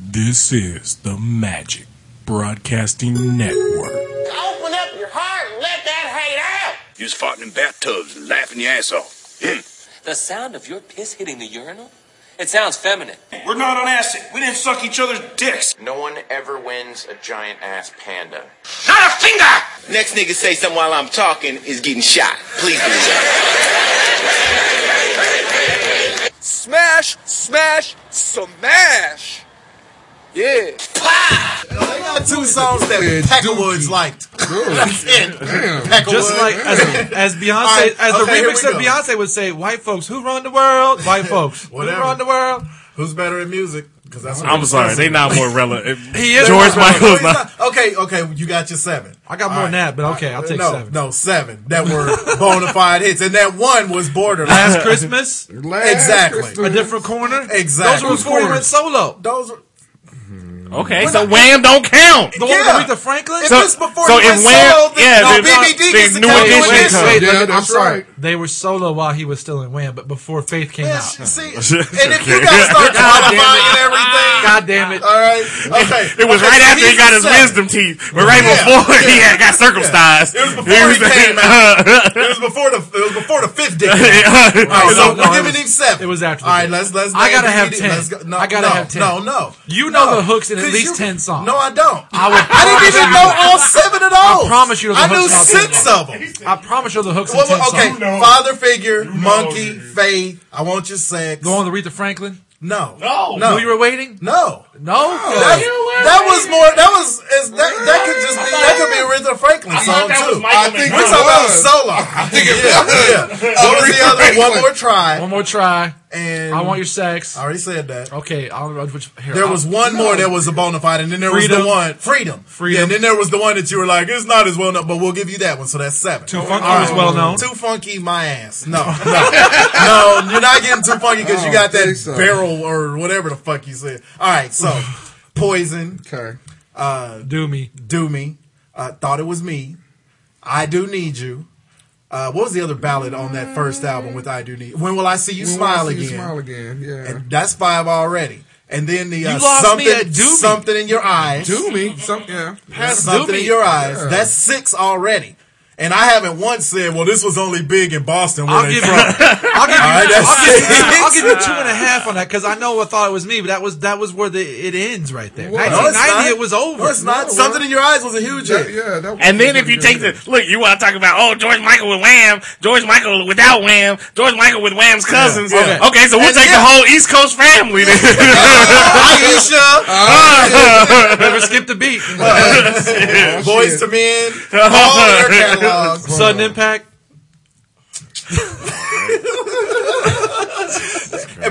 This is the Magic Broadcasting Network. Open up your heart and let that hate out. You was farting in bathtubs and laughing your ass off. The sound of your piss hitting the urinal? It sounds feminine. We're not on acid. We didn't suck each other's dicks. No one ever wins a giant ass panda. Not a finger! Next nigga say something while I'm talking is getting shot. Please do that. Smash, smash, smash. Yeah. They got two songs that Yeah, Peckerwoods liked. That's it. Peckerwood. Just like as, as Beyonce, All right, as the okay, here remix we of go. Beyonce would say, "White folks who run the world, white folks who Whatever. run the world." Who's better at music? Because that's what I'm we're sorry, discussing. they not more relevant. He is George more relevant. Michael's He's not. not- Okay, okay, you got your seven. I got more than that, but okay, I'll take no, seven. No, seven that were bona fide hits, and that one was borderline. Last Christmas, exactly. a different corner. Those Exactly. were before he went solo. Those. Were, Okay, so Wham don't count. The one with Yeah. Aretha Franklin. If So- it's before so he went if Wham- solo, then, yeah, no, then- BBD then gets New to count Edition New Edition. comes. Wait, Yeah, look, I'm that's sorry. right. They were solo while he was still in Wham, but before Faith came Yeah, out. See, Okay. and if you gotta start God damn it. quantifying everything, God damn it! all right, okay. It was Okay, right so after he he's got the his seven. wisdom teeth, but right Yeah, before he yeah. had got circumcised. It was before he came out. It was before the it was before the fifth dick. All right, No, so we're no, it giving was- him seven. it was after the All right, dick. let's let's. I name gotta the have BBD. 10. Let's go- No, I gotta no, have 10. No, no, You know No. the hooks in at 'Cause least you- 10 songs. No, I don't. I would I didn't promise even you- know all seven of those. promise you the I hooks knew in all 10 six of songs. them. I promise you, the hooks in Well, ten well, okay, songs. father figure, monkey, faith. I want your sex. Go on, Aretha Franklin. No, no, no. Who you were waiting? no. No, That, that was more. That was is, that. That could just be. That could be a Aretha Franklin song too. I think We're it talking about was. solo. yeah, yeah. What was the other one more try? one more try. And I want your sex. I already said that. Okay, I don't know which. Here, There I'll- was one more that was a bona fide, and then there was Freedom. the one freedom. Freedom. Yeah, and then there was the one that you were like, it's not as well known, but we'll give you that one. So that's seven. Too Funky was well known. Too funky, my ass. No, no, no. You're not getting too funky because you got that barrel or whatever the fuck you said. All right, so poison, Okay. Do me. do me. Uh, thought it was me. I do need you. Uh, what was the other ballad on that first album with I do need? When will I see you smile Once you again? Smile again. Yeah. And that's five already. And then the uh, You lost me something, at do me. something in your eyes. Do me some. Yeah. That's something Doobie. in your eyes. Yeah. That's six already. And I haven't once said, well, this was only big in Boston where I'll they give you. from. I'll give you. I'll right, give you, that's I'll it. give you two and a half on that because I know I thought it was me, but that was that was where the, it ends right there. Well, no, No, it's 1990, not. it was over. No, it's not. No, something in your eyes was a huge That- hit. yeah. That was And then if you take the look, you want to talk about oh George Michael with Wham, George Michael without Wham, George Michael with Wham's cousins. yeah. Okay, so we'll And take yeah. the whole East Coast family. Then. Aisha, Never skipped a beat. Oh, Boys to Men, all their catalogs. Sudden impact.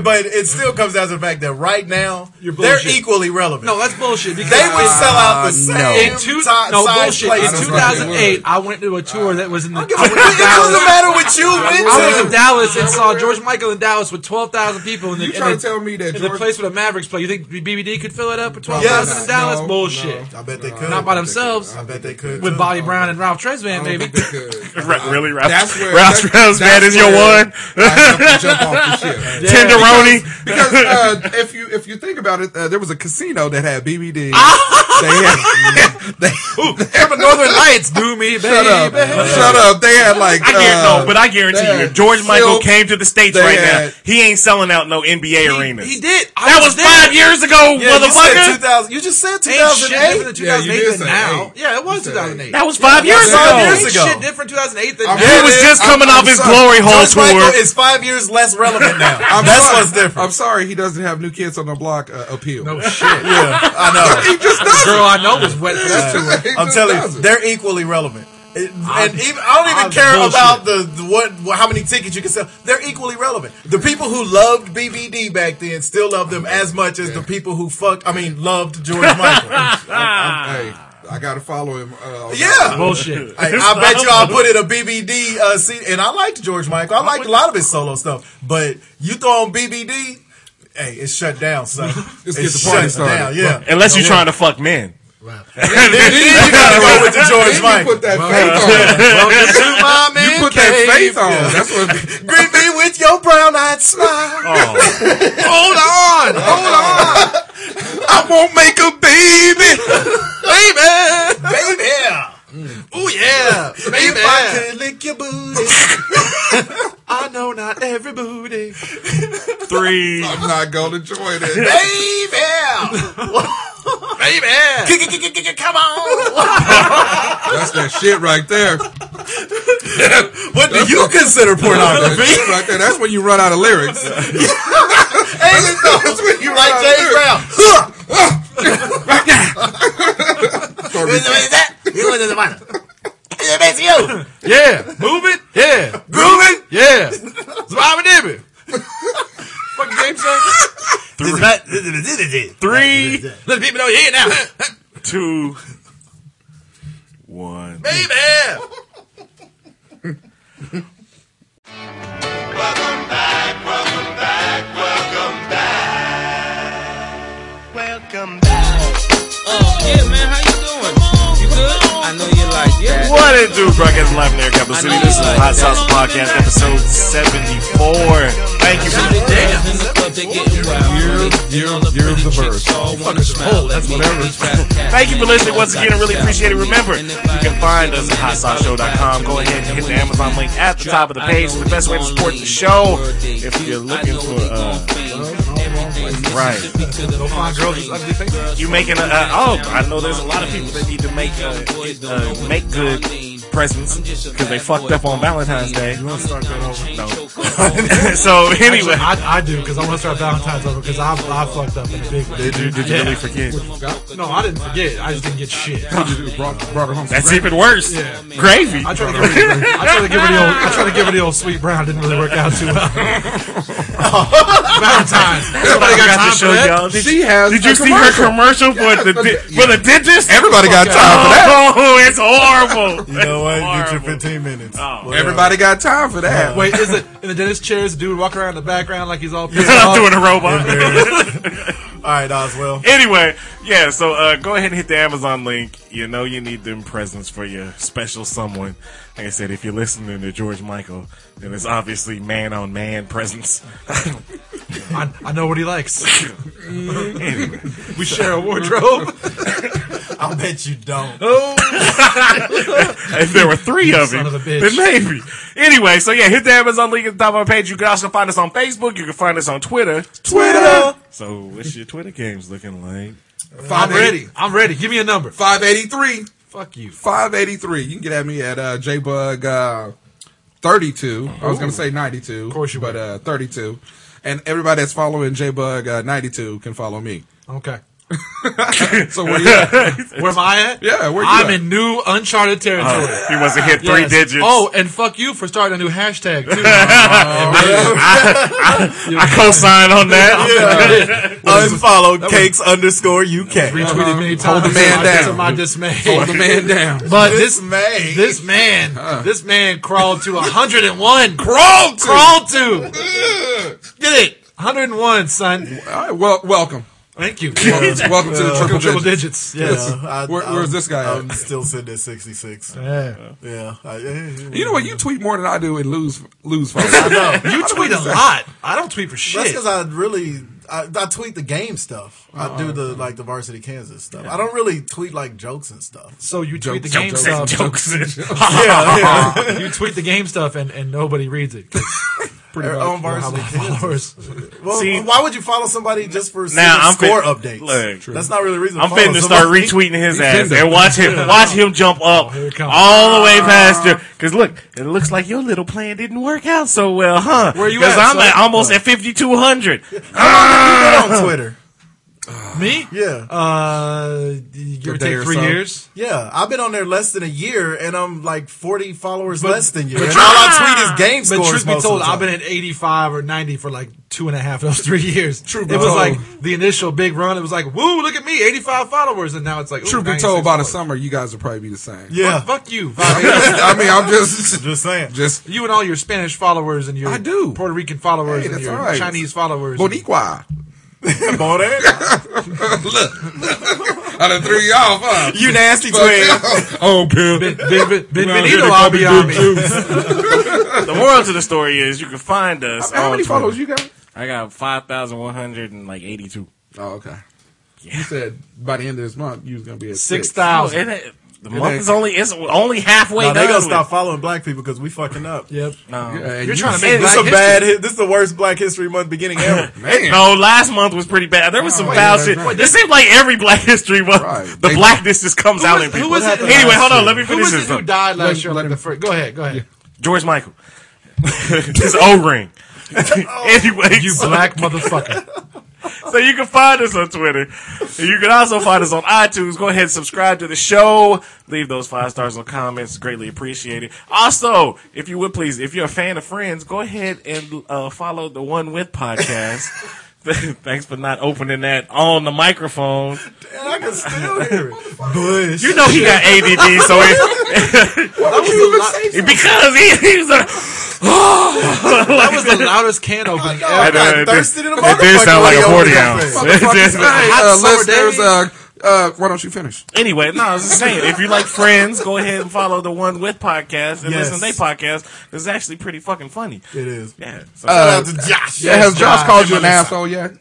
But it still comes down to the fact that right now, You're they're bullshit. equally relevant. No, that's bullshit. Because they would sell out the same in two, ti- no size bullshit. In places. two thousand- 2008, I went to a tour that was in the. I it went to doesn't Dallas. matter what you I went went to to. Dallas and saw George Michael in Dallas with 12,000 people in the, You in trying the- to tell me that in the George- place where the Mavericks play. You think BBD could fill it up with 12,000 in Yes. Dallas? No, Bullshit. I bet they could. Not by themselves. I bet they could. With too. Bobby Brown and Ralph Tresvant, I don't baby. think they could. Right, really, Ralph, That's where Ralph that- Ralph's that's bad is your where one I have to jump off the ship. tenderoni. Because uh, if you if you think about it, uh, there was a casino that had BBD. they had, they, Remember Northern Lights, do me, baby. shut up, shut up. They had like I guarantee uh, no, but I guarantee you, that if George Michael silk came to the states they right now, had- he ain't selling out no NBA arenas. He did. I that was, there. five years ago, Yeah, you said motherfucker. 2000. You just said Ain't shit different 2008. than Yeah, 2008 you did than say now. eight. Yeah, it was You said 2008. that was five years five ago. years Ain't ago. shit different 2008 than I'm He now. sorry. was just I'm- coming I'm off his sorry. glory hole George tour. Michael is five years less relevant now. I'm That's sorry. what's different. I'm sorry, he doesn't have new kids on the block uh, appeal. No shit. yeah, I know. He just doesn't. Girl, I know was wet for that tour. He I'm just telling you, doesn't. they're equally relevant. It- I'm- and even, I don't even I'm care bullshit. about the, the what, what how many tickets you can sell. They're equally relevant. The people who loved BBD back then still love them as much as the people who fucked. I mean, loved George Michael. I, I'm- hey, I gotta follow him. Uh, on Yeah. that. Bullshit. I bet you I'll put in a BBD uh, seat. And I liked George Michael. I liked a lot of his solo stuff. But you throw on BBD, hey, it's shut down, son. Let's It's get the party shut started. down. Yeah. Unless you're trying to fuck men. Then you gotta go with the George Then you Michael. put that faith on. Welcome to my You man put that cave. faith on. Yeah. That's what. Greet me with your brown eyes that smile. Hold on, hold on. I won't make a baby, baby. Baby, Oh yeah, Hmm. if baby. I could lick your booty. I know not every booty. Three. I'm not gonna join it, Baby, baby. Kick, kick, kick, kick, kick, come on. That's that shit right there. What do you consider That pornography? shit right there. That's when you run out of lyrics. That's when you run like out of James lyrics. Brown. Start Is re- that? You want to matter? It makes you. Yeah, move it. Yeah, groove it. Yeah, Zwabbadibba. Fucking James Jackson. This man- this- this- this- this- this. Three, Let people know you here now, huh? two, one. baby. yeah, man, how you doing? You good? I know you like that. What it do, broadcast live in there, Capital City. This is the Hot Sauce Podcast, episode 74. Thank you for Girls in the club, they getting wild. You're, you're, you're the verse. That's whatever. Thank you for listening once again. I really appreciate it. Remember, you can find us at hotsauceshow.com. Go ahead and hit the Amazon link at the top of the page. The best way to support the show if you're looking for uh right. You making a uh, oh I know there's a lot of people that need to make uh, uh, make good presents because they fucked up on Valentine's Day. Start that No. over. so anyway, Actually, I, I do because I want to start Valentine's over because I, I fucked up in a big way. did you, did you really forget? No, I didn't forget. I just didn't get shit. brought, brought her home. That's even worse. Yeah. Gravy. I tried to give her, I tried to give her the old, I tried to give her the old sweet brown. Didn't really work out too well. Valentine's. Nobody I got forgot time to for show that. y'all. Did, She has did you a see her commercial for the but- di- for the dentist? Everybody got time for that. Oh, it's horrible. You know what? Get your Horrible. 15 minutes. Oh. Everybody got time for that. Wait, is it in the dentist chairs? Dude, walk around in the background like he's all pissed I'm off. doing a robot. All right, Oswell. anyway, yeah, so uh, go ahead and hit the Amazon link. You know you need them presents for your special someone. Like I said, if you're listening to George Michael, then it's obviously man on man presents. I, I know what he likes. anyway, We share a wardrobe. I bet you don't. if there were three of Son them, of a then bitch. maybe. Anyway, so yeah, hit the Amazon link at the top of our page. You can also find us on Facebook. You can find us on Twitter. Twitter. So what's your Twitter games looking like? I'm ready. I'm ready. Give me a number. 583. Fuck you. 583. You can get at me at uh, jbug uh, 32. I was going to say 92. Of course you But would. uh, 32. And everybody that's following jbug uh, 92 can follow me. Okay. So where you at? Where am I at? Yeah, where you I'm at? in new uncharted territory. He wants to hit three Yes. digits. Oh, and fuck you for starting a new hashtag too. I co-sign on that. Unfollow cakes underscore UK. Retweeted many times. uh-huh. the man to my- To down. my dismay. Hold the man down. But This this man. this man, this man crawled to 101. Crawl to- crawled to. Get it. 101, son. All right, well, welcome. Thank you. Uh, Welcome to the triple, Triple digits. digits. Yes. I- Where- where's this guy at? I'm still sitting at 66. Yeah. Yeah. I- You know what? You tweet more than I do and lose lose I followers. know. You tweet a lot. I don't tweet for That's shit. because I really I, I tweet the game stuff. I do the like the varsity Kansas stuff. I don't really tweet like jokes and stuff. So you tweet the Joke, game stuff. joke, jokes. Yeah, yeah. You tweet the game stuff and, and nobody reads it. 'Cause Pretty They're much on varsity how kids. followers. Well, See- why would you follow somebody just for Now, seeing I'm score fin- updates? Look, True. That's not really a reason. I'm follow finna start somebody. retweeting his ass Tinder. and watch him watch him jump up here it comes. all the way past you. Cause look, it looks like your little plan didn't work out so well, huh? Where you Cause at, I'm son? at almost at 5200. Put that on Twitter. Me? Yeah. Uh, give or day take or three so. years. Yeah, I've been on there less than a year, and I'm like 40 followers less than you. And all I tweet is game But scores. truth be most of told, the time. I've been at 85 or 90 for like two and a half of those three years. True be It was told. like the initial big run. It was like, woo, look at me, 85 followers. And now it's like, ooh, Truth be 96 told, by the followers. summer, you guys will probably be the same. yeah. Fuck you. I mean, I mean, I'm just Just saying. just You and all your Spanish followers and your I do. Puerto Rican followers Hey, and that's your all right. Chinese followers. Boniqua. Bonet. Out of three y'all, huh? you nasty Fuck y'all. Oh, pimp. Ben- Ben- Ben- Around Benvenido, here, they I'll call be me Big on me. Juice. The more moral to the story is you can find us. How on many Twitter. followers you got? I got five thousand one hundred and like eighty two. Oh, okay. You said by the end of this month you was gonna be at Six six. thousand. Oh, The month is only it's only halfway No, done. they gonna with. stop following black people because we fucking up. Yep. No. Yeah, and You're you trying to said- make This black is a bad. Hit, this is the worst Black History Month beginning ever. man. No, last month was pretty bad. There was some Oh, foul yeah, shit. that's right. It seemed like every Black History Month, Right. the They- blackness just comes out in people. Who was it? happened anyway, last hold on. year? Let me Who finish was it this. who up. died Let- last year? Like let the me- first. Go ahead. Go ahead. George Michael. His O ring. anyway, You so, black motherfucker. so you can find us on Twitter. And You can also find us on iTunes. Go ahead and subscribe to the show. Leave those five stars on comments. Greatly appreciated. Also, if you would please, if you're a fan of Friends, go ahead and uh, follow the One With podcast. Thanks for not opening that on the microphone. And I can still hear it. Bush. You know he got ADD, so it, That was the lo- because he, he was like, that was the loudest can opening ever. I I know, it got thirsty to the did- it did sound like a motherfucker when 40 I ounce. opened that thing. Just- Hey, Hot uh, summer listeners, days. uh, uh, why don't you finish? anyway, no, I was just saying, if you like Friends, go ahead and follow the One With podcast and Yes. listen to their podcast. It's actually pretty fucking funny. It is. Yeah. Uh, So Shout out to Josh. Yeah, has Josh called you an Yes, asshole yet?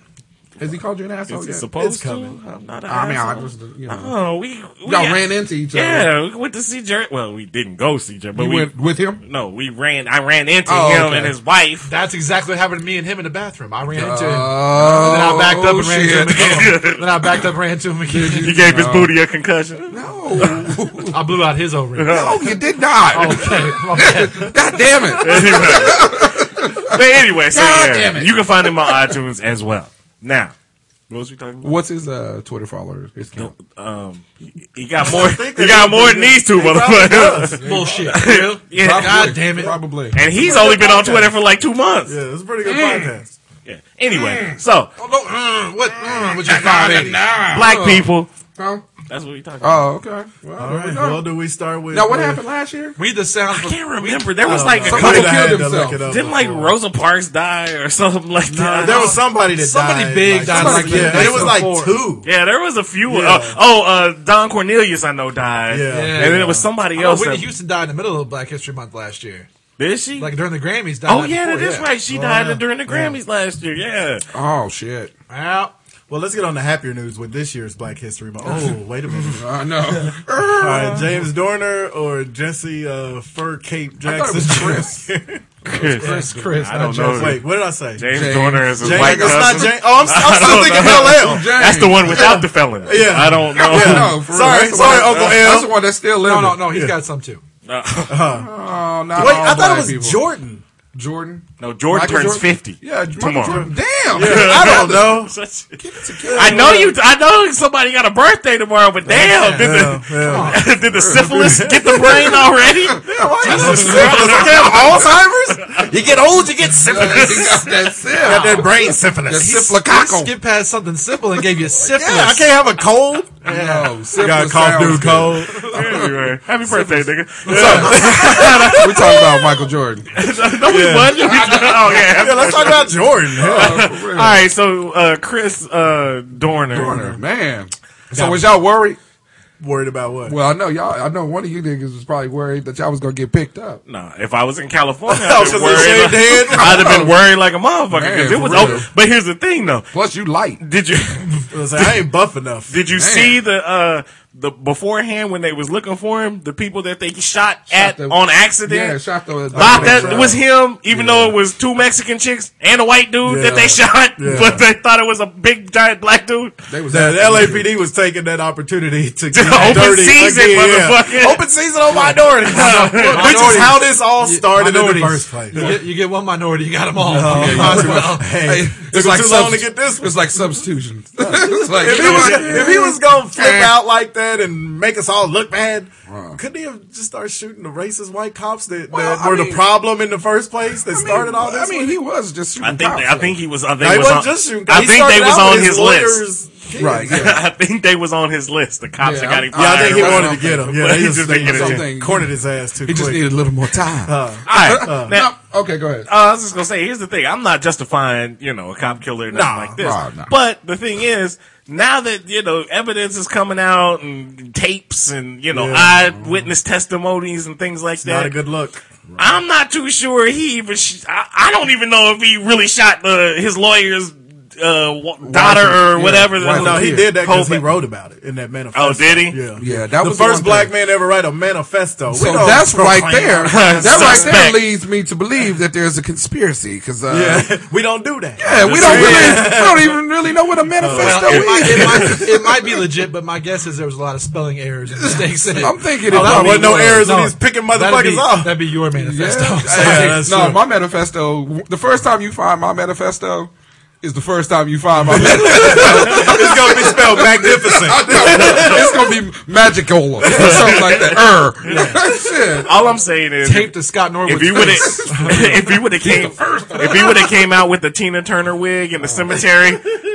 Has he called you an asshole it's, yet? it's supposed It's coming. to. I'm not an I mean, I asshole. was, you know, Oh, we, we y'all ran into each other. Yeah, we went to see Jerry. Well, we didn't go see Jerry, but You we went with him. no, we ran. I ran into Oh, him okay. and his wife. That's exactly what happened to me and him in the bathroom. I ran into him. Oh, Then I backed up and ran shit. to him again. then I backed up and ran to him again. He gave his booty a concussion. No, I blew out his O-ring. no, you did not. Oh. Okay. my bad. God damn it! anyway, but anyway, so God damn yeah, it. you can find him on iTunes as well. Now, what was we talking about? What's his uh, Twitter followers? His count? Um, he, he got more. think he that got he more did than that. these two motherfuckers, Bullshit. Real? Yeah. Probably. God damn it. Probably. and he's only been on Twitter for like two months. Yeah, it's a pretty good Mm. podcast. Yeah. Anyway, so What? Mm, what you find in it? black people. Huh? That's what we talking. about. Oh, okay. Well, All there we right. go. Well, do we start with? now, what with- happened last year? We the sound. I can't remember. There was like a I couple. Somebody would've killed had to look himself. it up Didn't like before. Rosa Parks die or something like that? There was somebody that Somebody died, big like, died somebody- like yeah, that. it was like Before. two. yeah, there was a few. Yeah. Uh, oh, uh, Don Cornelius, I know died. Yeah. and then it was somebody Oh, else. Whitney that- Houston died in the middle of Black History Month last year. Did she? Like during the Grammys. Died Oh uh, night yeah, that before, is right. She died yeah. during the Grammys last year. Yeah, Oh shit! Ow. Well, let's get on the happier news with this year's Black History Month. Oh, wait a minute. I know. All right, James Dorner or Jesse uh, Fur Cape I thought it Jackson? was Chris. Chris, Chris. Oh, I don't know. Wait, what did I say? James, James. Dorner is his James- white it's not cousin. James. Oh, I'm, I'm don't still thinking know. LL. That's the one without the felony. Yeah. I don't know. No, for real. Oh, Sorry, That's the sorry, one- Uncle That's L. the one that's still living. No, no, no. He's got some too. Oh, not Wait, all I thought black it was people. Jordan. Jordan. No, Jordan Michael turns Jordan? fifty. Yeah, Michael tomorrow. Jordan. Damn. I don't know. I know you. I know somebody got a birthday tomorrow, but damn, did the did the syphilis get the brain already? Alzheimer's? You get old, you get syphilis. That's it. That brain syphilis. That's syphilicaco. Skip past something simple and gave you syphilis. Yeah, I can't have a cold. No, You got syphilis cough, sounds dude, good. cold. Anyway, happy birthday, nigga. We're talking about Michael Jordan. No, we won. Oh yeah. Yeah, let's talk about Jordan. For All real. right, so uh, Chris uh, Dorner. Jordan, man. So was y'all worried? Worried about what? Well, I know y'all. I know one of you niggas was probably worried that y'all was gonna get picked up. Nah, if I was in California, Oh, I'd, 'cause been they worried shaved like, head? I'd have been worried like a motherfucker Man, because it for was. real. Over. But here's the thing, though. Plus, you light. Did you I was like, I ain't buff enough. did you see the uh the beforehand when they was looking for him? The people that they shot, at the- on Yeah, accident. shot the. Thought that was him, even though it was two Mexican chicks and a white dude that they Yeah. shot, Yeah. but they thought it was a big giant black dude. They was The LAPD was taking that opportunity to get Open dirty season, again. Yeah. motherfucker. Open season on minorities, which is how this all started in the minorities. first place. You get, you get one minority, you got them all. Yeah, you might as well. Hey, Hey, took it's like too long to subs- get this. one. It's like substitution. it's like If he was if he was gonna flip out like that and make us all look bad, couldn't he have just started shooting the racist white cops that, that Well, I were mean- the problem in the first place that started all this? I mean, with? he was just. I shooting think cops, they, I think he was. I think, No, was wasn't on, just shooting cops. I He think they started was out on with his list. lawyer's- Right. Yeah. I think they was on his list. The cops Yeah, that got him. I- yeah, I think he That's wanted what to get I'm him. thinking. Yeah, he He just just didn't get him. something. cornered his ass too He just quick. needed a little more time. All right. Uh. now, uh, No, okay, go ahead. I was just gonna say, here's the thing. I'm not justifying, you know, a cop killer or nothing Nah, like this. nah, nah. But the thing is, now that you know evidence is coming out and tapes and you know Yeah. eyewitness testimonies and things like Not that, a good look. I'm not too sure he even. Sh- I, I don't even know if he really shot the his lawyer's uh, wa- daughter or yeah, whatever. wife No, he Yeah. did that because he Colbert. wrote about it in that manifesto. Oh, did he? Yeah, Yeah, that the was first one black thing. man to ever write a manifesto. We So don't that's right proclaim there. our- That right there Suspect. leads me to believe that there's a conspiracy because uh, Yeah, we don't do that. yeah, we don't really, we don't even really know what a manifesto Well, it, might, is. it, might, it might be legit, but my guess is there was a lot of spelling errors and mistakes in it. I'm thinking it that probably would be wasn't no yours. errors and he's picking that'd be- motherfuckers off. That'd be your Yeah. manifesto. So- Hey, that's no, true. my manifesto. The first time you find my manifesto is the first time you find my manifesto. It's gonna be spelled magnificent. it's gonna be magical or something like that. Er, Shit. All I'm saying is, Tape to Scott Norwood. if he would have, if he would have came, if he would have came out with the Tina Turner wig in the cemetery,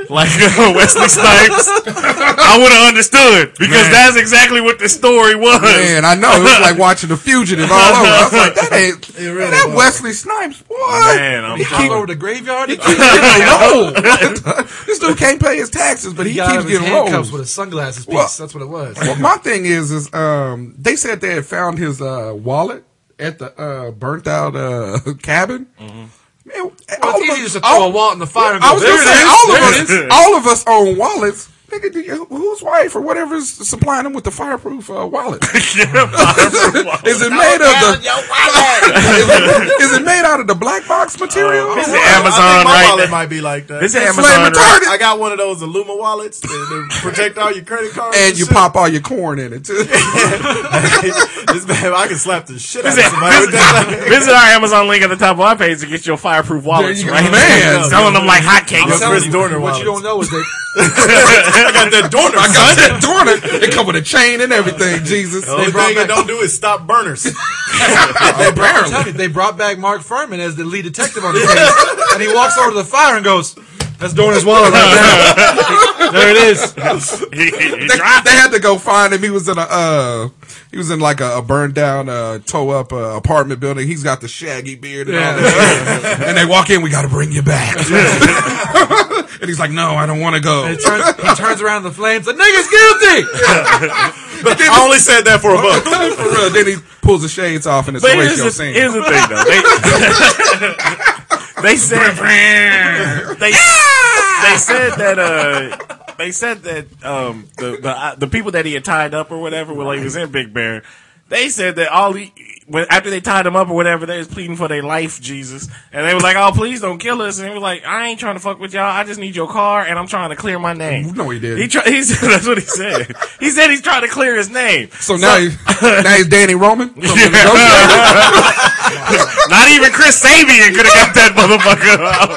like uh, Wesley Snipes, I would have understood because Man. that's exactly what the story was. Man, I know. It was like watching The Fugitive all over. I was like, that ain't really that was. Wesley Snipes, what? Man, I'm he telling keep, all over the graveyard. He no, this dude can't pay his taxes, but he, got out keeps of his getting handcuffs rolled. with a sunglasses piece. Well- That's what it was. Well, my thing is, is um, they said they had found his uh, wallet at the uh, burnt out uh, cabin. Man, all Mm-hmm. Well, of it's easy us- just to all- throw a wallet in the fire and go, I was there gonna it say is, all there of it us, is. all of us own wallets. Nigga, do you, whose wife or whatever's supplying him with the fireproof uh, wallet? is it made of the? is, it, is it made out of the black box material? Uh, this is What? I Amazon think my right wallet now. might be like that. This is It's Amazon right flame now. retardant, I got one of those Illuma wallets that that protect all your credit cards. and you pop all your corn in it too. this man, I can slap the shit out of Visit, somebody with that. visit- visit our Amazon link at the top of our page to get your fireproof wallets. There you right go. Man. now. selling them like Yo, I'm hotcakes. telling Chris you, Dorner wallets. What you don't know is that I got that donor. I got that dornant. It come with a chain and everything. Jesus, The only brought thing it back- don't do is stop burners. I'm telling you, they brought back Mark Furman as the lead detective on the case, and he walks over to the fire and goes, "That's Dorner's wallet right there. there it is." He- he- he they, dropped they had to go find him. He was in a uh, he was in like a, a burned down, uh, tow up uh, apartment building. He's got the shaggy beard and all Yeah. that. and they walk in, we got to bring you back. and he's like, no, I don't want to go. And he turns, he turns around in the flames. The nigga's guilty. But I only said that for a buck. For real. Then he pulls the shades off and it's But a here's ratio the, scene. here's the thing, though. They, they said they, they said that uh, they said that um, the the, uh, the people that he had tied up or whatever when he was in Big Bear, they said that all he. When, after they tied him up or whatever, they was pleading for their life, Jesus, and they were like, "Oh, please don't kill us." And he was like, "I ain't trying to fuck with y'all. I just need your car, and I'm trying to clear my name." No, he didn't. He, try, he said that's what he said. he said he's trying to clear his name. so now, he, now he's Danny Roman. Not even Chris Sabian could have got that motherfucker out.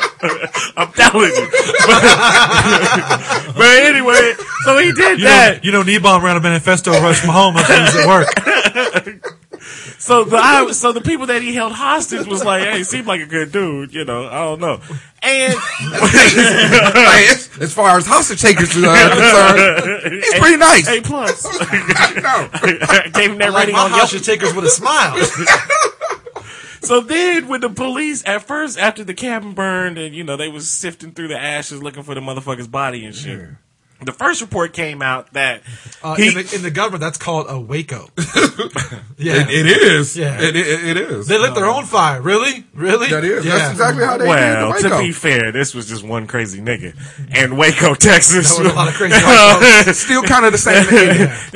I'm telling you. But, but anyway, so he did that. you know, Nebom ran a manifesto, rushed him home. That's when he's at work. So the I, so the people that he held hostage was like, hey, seemed like a good dude, you know. I don't know. And Hey, as, as far as hostage takers uh, are concerned, he's pretty nice. A plus no. gave him that Like uh-huh. rating my on Yelp. house should take us with a smile. So then, when the police at first, after the cabin burned, and you know they was sifting through the ashes looking for the motherfucker's body and shit. The first report came out that Uh, he in, the, in the government, that's called a Waco. yeah, It, it is. Yeah. It, it, it is. they lit their own fire. Really, really. that is. Yeah. That's exactly how they Well, did the to Waco. be fair, this was just one crazy nigga in Waco, Texas. That was a lot of crazy white folks. it Still kind of the same. thing. was,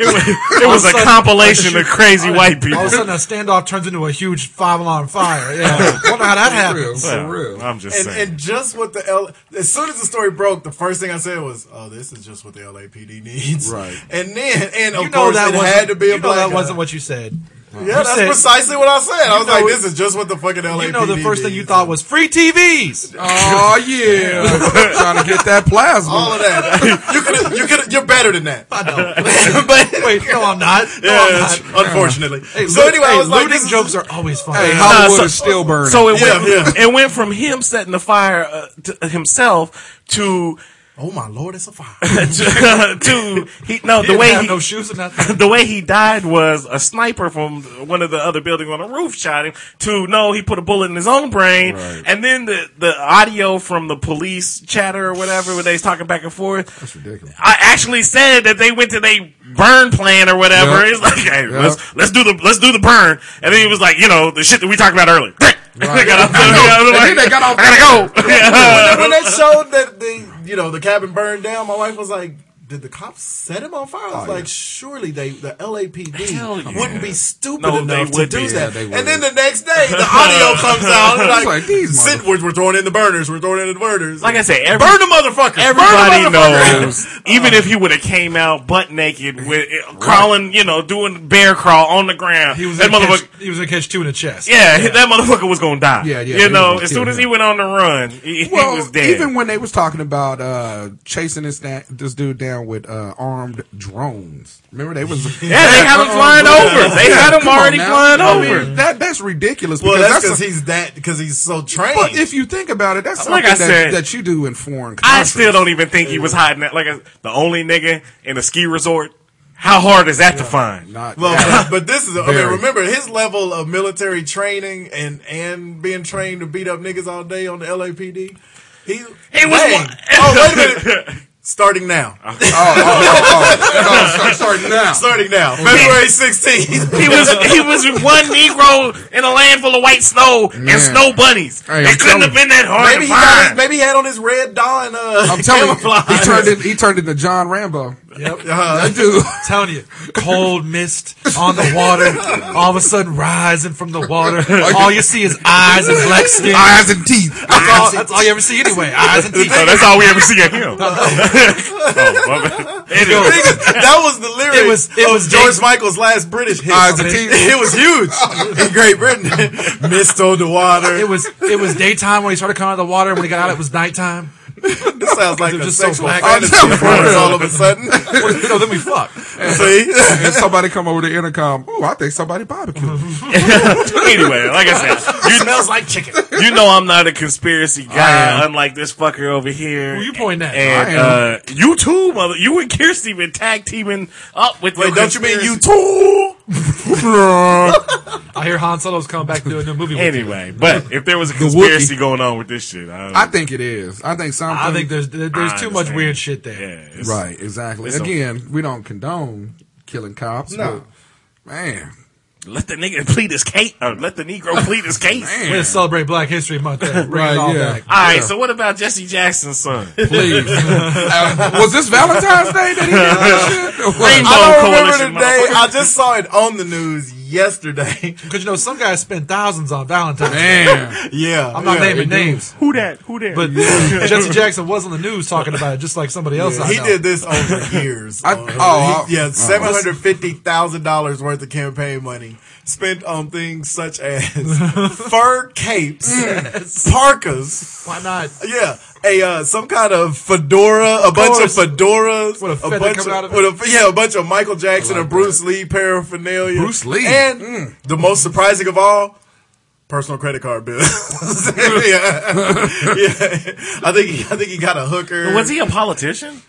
it was a sudden, compilation like of the shoot- crazy white All people. of a sudden, a standoff turns into a huge five-alarm fire. Yeah, wonder how that happens. For Well, real. I'm just And, saying. and just what the L. As soon as the story broke, the first thing I said was, "Oh, this is just what the LAPD needs." Right. And then, and of you know course, that it wasn't, had to be you a know black. that guy. wasn't what you said. Yeah, that's said- precisely what I said. I was know like, it- "This is just what the fucking LAPD." You know, the first thing you needs. thought was free TVs. Oh yeah, trying to get that plasma. All of that. you could. You could. You're better than that. I know. but wait, no, I'm not. No, I'm Yeah, not. unfortunately. Hey, so lo- anyway, hey, I was like, looting this is- jokes are always fun. hey, Hollywood Uh, so- is still burning. so it Yeah, went, it went from him setting the fire uh, to himself to Oh my lord, it's a fire. to he no the didn't way have he, no shoes or nothing. the way he died was a sniper from one of the other buildings on the roof shot him. To no, he put a bullet in his own brain, Right. and then the the audio from the police chatter or whatever where they was talking back and forth. That's ridiculous. I actually said that they went to they burn plan or whatever. Yeah. It's like, hey, Yeah. let's let's do the let's do the burn, and then he was like, you know, the shit that we talked about earlier. they got up, I know. And then they got off- I gotta go. Yeah. when they showed that the you know the cabin burned down, my wife was like, "Did the cops set him on fire?" I was Oh, like, "Surely they the LAPD Hell yeah. wouldn't be stupid No, they enough to would do be. Yeah, that." they would. and then the next day, the audio comes out and like, It's like, these "Sit- we're, we're throwing in the burners. We're throwing in the burners." Like I said, every, burn the motherfucker. Everybody burn the motherfucker. knows. Even if he would have came out butt naked, with eh, crawling, you know, doing bear crawl on the ground, He was that in motherfucker. catch, he was in catch two in the chest. yeah, that motherfucker was gonna die. Yeah, yeah, he You was know, gonna as kill soon as him. he went on the run, he, he Well, was dead. even when they was talking about uh, chasing this na- this dude down with uh, armed drones, remember they was yeah, they had him flying over. They had him Come on already now. flying I over. mean, that that's ridiculous. Well, because that's because that's a- he's that because he's so trained. But if you think about it, that's Like something I that, said, that you do in foreign I countries. still don't even think he was hiding that. Like I- the only nigga in a ski resort. How hard is that to find? Not Well, but, but this is, I mean, Very. remember his level of military training and, and being trained to beat up niggas all day on the LAPD. He, He was Dang. one- oh, wait a minute. Starting now. oh, oh, oh, oh. No, start, start now. Starting now. Oh, February 16th. He was he was one Negro in a land full of white snow Man. and snow bunnies. Hey, I'm it couldn't telling have you. been that hard Maybe to he, got find. his, maybe he had on his red Dawn uh, I'm telling you, camouflage. he turned in, he turned into John Rambo. Yep. Uh, That dude. telling you, cold mist on the water, all of a sudden rising from the water. All you see is eyes and black skin. Eyes and teeth. That's all, that's all you ever see anyway. Eyes and teeth. So that's all we ever see of him. oh, my bad. Anyway. that was the lyric It was- it of was George Jake- Michael's last British hit. Eyes and teeth. it was huge in Great Britain. Mist on the water. It was it was daytime when he started coming out of the water. When he got out, it was nighttime. This sounds like They're a just so sexual black. fantasy I'm for telling us you. all of a sudden. Well, you know, then we fuck. See? And somebody come over the intercom. Ooh, I think somebody Uh-huh. barbecued. anyway, like I said, you know, Smells like chicken. you know I'm not a conspiracy I guy, unlike this fucker over here. Who you pointing at? I And am. uh, you too, mother. You and Kirsty been tag teaming up with. Wait, your don't you mean you conspiracy- too? I hear Han Solo's coming back to do a new movie. With you. Anyway, but if there was a conspiracy going on with this shit, I, I think it is. I think something. I think there's there- there's I too much understand. weird shit there. yeah, it's- right. Exactly. It's a- Again, we don't condone killing cops. No. But, man, Let the nigga plead his case. Or let the Negro plead his case. man. We're gonna celebrate Black History Month. Then. Bring Right, it all yeah. back. All right, so what about Jesse Jackson's son? Please. Uh, was this Valentine's Day that he did this shit? Rainbow I don't remember Coalition, the day. motherfucker. I just saw it Oh, on the news yesterday. Because you know some guys spend thousands on Valentine's. Day. Man. Yeah. I'm not yeah. naming names, Who that? Who that? but Jesse Jackson was on the news talking about it, just like somebody else. I He know. did this over years. I- Uh, oh, he- I- yeah, oh. seven hundred fifty thousand dollars worth of campaign money spent on things such as fur capes, parkas, Why not? Yeah, a uh, some kind of fedora, a bunch of course. fedoras, With a feather bunch coming out of it. with a, yeah, a bunch of Michael Jackson and Bruce Lee paraphernalia. Bruce Lee. and the most surprising of all. Personal credit card bill. yeah. yeah, I think he, I think he got a hooker. was he a politician?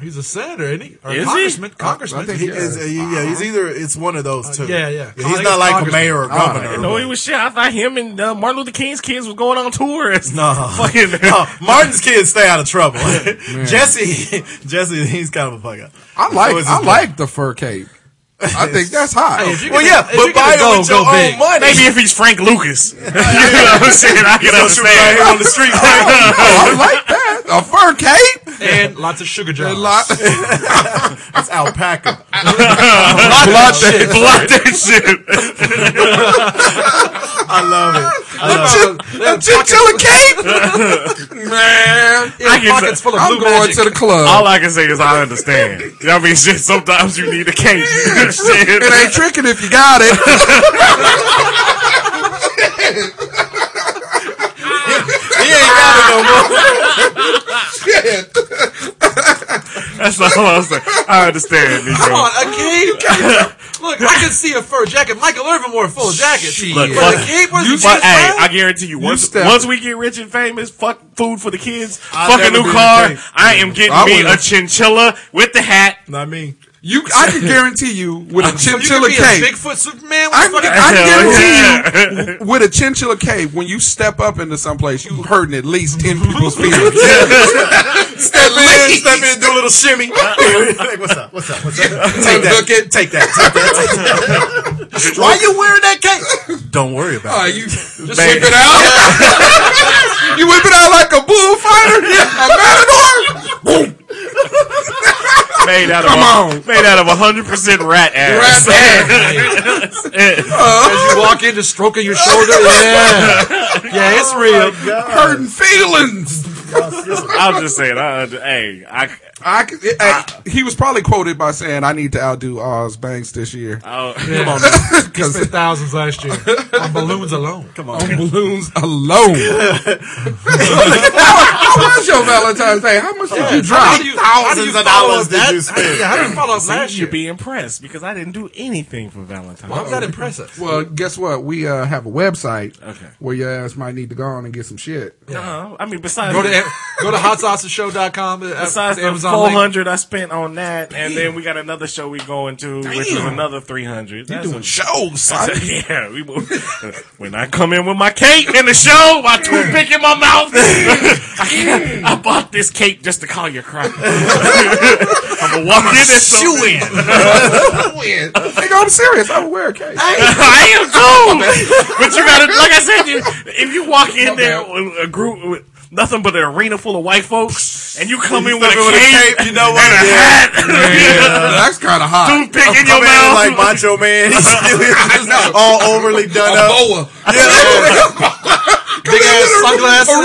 He's a senator, isn't he? Or Is he? congressman? Congressman. I think He he is, uh, yeah, he's either it's one of those two. yeah, yeah. he's not like a mayor or Congressman. governor. No, he was shit. I thought him and uh, Martin Luther King's kids was going on tour. It's No. fucking no, Martin's kids stay out of trouble. Jesse, Jesse, he's kind of a fuck up. I like So is I his- like the fur cape. I think that's hot. Hey, if you Well, gonna- yeah, if but you buy gonna it go, with go your big. own money. uh, Maybe if he's Frank Lucas, you know what I'm saying? I can Don't shoot understand. right here on the street. Oh, I like that. A fur cape. and lots of sugar jars. A lot. It's alpaca. Blood Block that shit. I love it. A chinchilla cape. Man, I can- pockets full of I'm blue going magic. to the club. All I can say is I understand. You know what I mean, shit, sometimes you need a cake. You know what I'm saying? it ain't tricking if you got it. He ain't got it no more. That's all I'm saying. I understand, Come Negro. on, a cave. Look, I could see a fur jacket. Michael Irvin wore a full jacket. Look, but fuck- the kid was you- just fuck- hey, fine. I guarantee you, once step- once we get rich and famous, fuck food for the kids, I'll fuck a new never be car. rich and famous. I am getting I me a would've- chinchilla with the hat. Not me. You, I can guarantee you with a you could chinchilla be cape. a Bigfoot Superman. What I, the fuck- I Hell guarantee you, w- with a chinchilla cave, when you step up into someplace, you hurting at least ten people's feelings. Step in, step in, do a little shimmy. Like, what's up? What's up? What's up? Take that. Look at- Take that. Take that. Take that. Why you wearing that cape? Don't worry about Ah, you just whip it out. you whip it out like a bullfighter, a matador. Made out of Come a, on. made out of hundred percent rat ass. As you walk in, just stroking your shoulder. Yeah, yeah, it's real. Hurting feelings. I'm just saying. I, under- hey, I, I, c- eh, eh, he was probably quoted by saying, "I need to outdo Oz Banks this year." I Come on, Because thousands last year on balloons alone. Come on, balloons alone. How was your Valentine's Day? How much did you drop? Thousands of dollars did you spend? Yeah, how did you follow up last year? should be impressed because I didn't do anything for Valentine's. How was that impressive? Well, guess what? We uh, have a website Okay. where your ass might need to go on and get some shit. No, Uh-huh. I mean besides Go to go to hotsauceshow.com. uh, besides the Amazon link. 400 I spent on that, and then we got another show we going to, which is another 300. That's what- Shows, son. yeah, we will- when I come in with my cake in the show, my toothpick in my mouth. I, I bought this cake just to call your crap. I'm gonna walk in and shoe in. Nigga, I'm serious. I would wear a cape. I am too. but you gotta, like I said, you, if you walk in there with a group with nothing but an arena full of white folks, and you come in with a, with a cape, cape, you know what? and a Yeah. hat, That's kind of hot. toothpick in your Come in mouth, like Macho Man. He's all overly done up. Boa. Big ass sunglasses.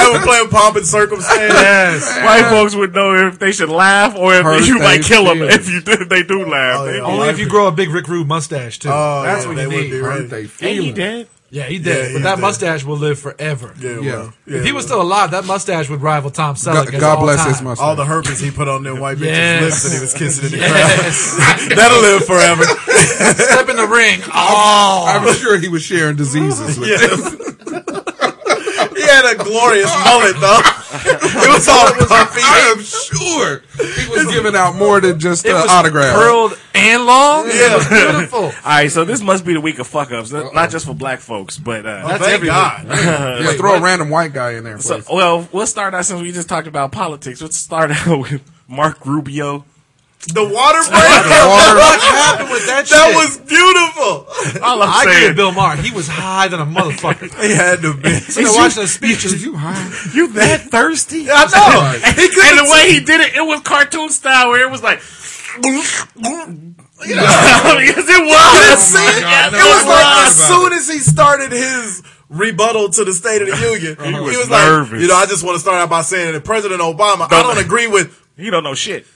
I was playing pomp and circumstance. White folks would know if they should laugh or if Hurt you might they kill them feel. if you do, if they do laugh. Oh, They- yeah. Only if you grow a big Rick Rude mustache too. Oh, That's yeah, what they you would need. be right. Hurt they Ain't he feeling. dead? Yeah, he did. Yeah, but he that did. mustache will live forever. Yeah, Yeah. well, if he well. was still alive, that mustache would rival Tom Selleck. God, as God all bless time. his mustache. all the herpes he put on them white bitches' Yes. lips that he was kissing in the Yes. crowd. That'll live forever. Step in the ring. Oh, I'm sure he was sharing diseases with them. he had a glorious mullet though. It was all puffy. I am sure he was giving out more than just uh, autographs. curled and long. Yeah. It was beautiful. All right, so this must be the week of fuck ups, not not just for black folks, but uh, Thank God. yeah, throw a random white guy in there. so, please. well, we'll start out since we just talked about politics. Let's start out with Mark Rubio. The water break. What that happened with that? shit? was beautiful. All I'm I agree saying, with Bill Maher. He was high than a motherfucker. He had to be. Sitting there watching the speeches. Is you high? you that thirsty? I Oh know. and the way he did it, it was cartoon style where it was like. yes, it didn't was. see it. God, it was no, like I as soon as he started his rebuttal to the State of the Union, he was, was like, nervous. you know, I just want to start out by saying that President Obama, I don't agree with. He don't know shit.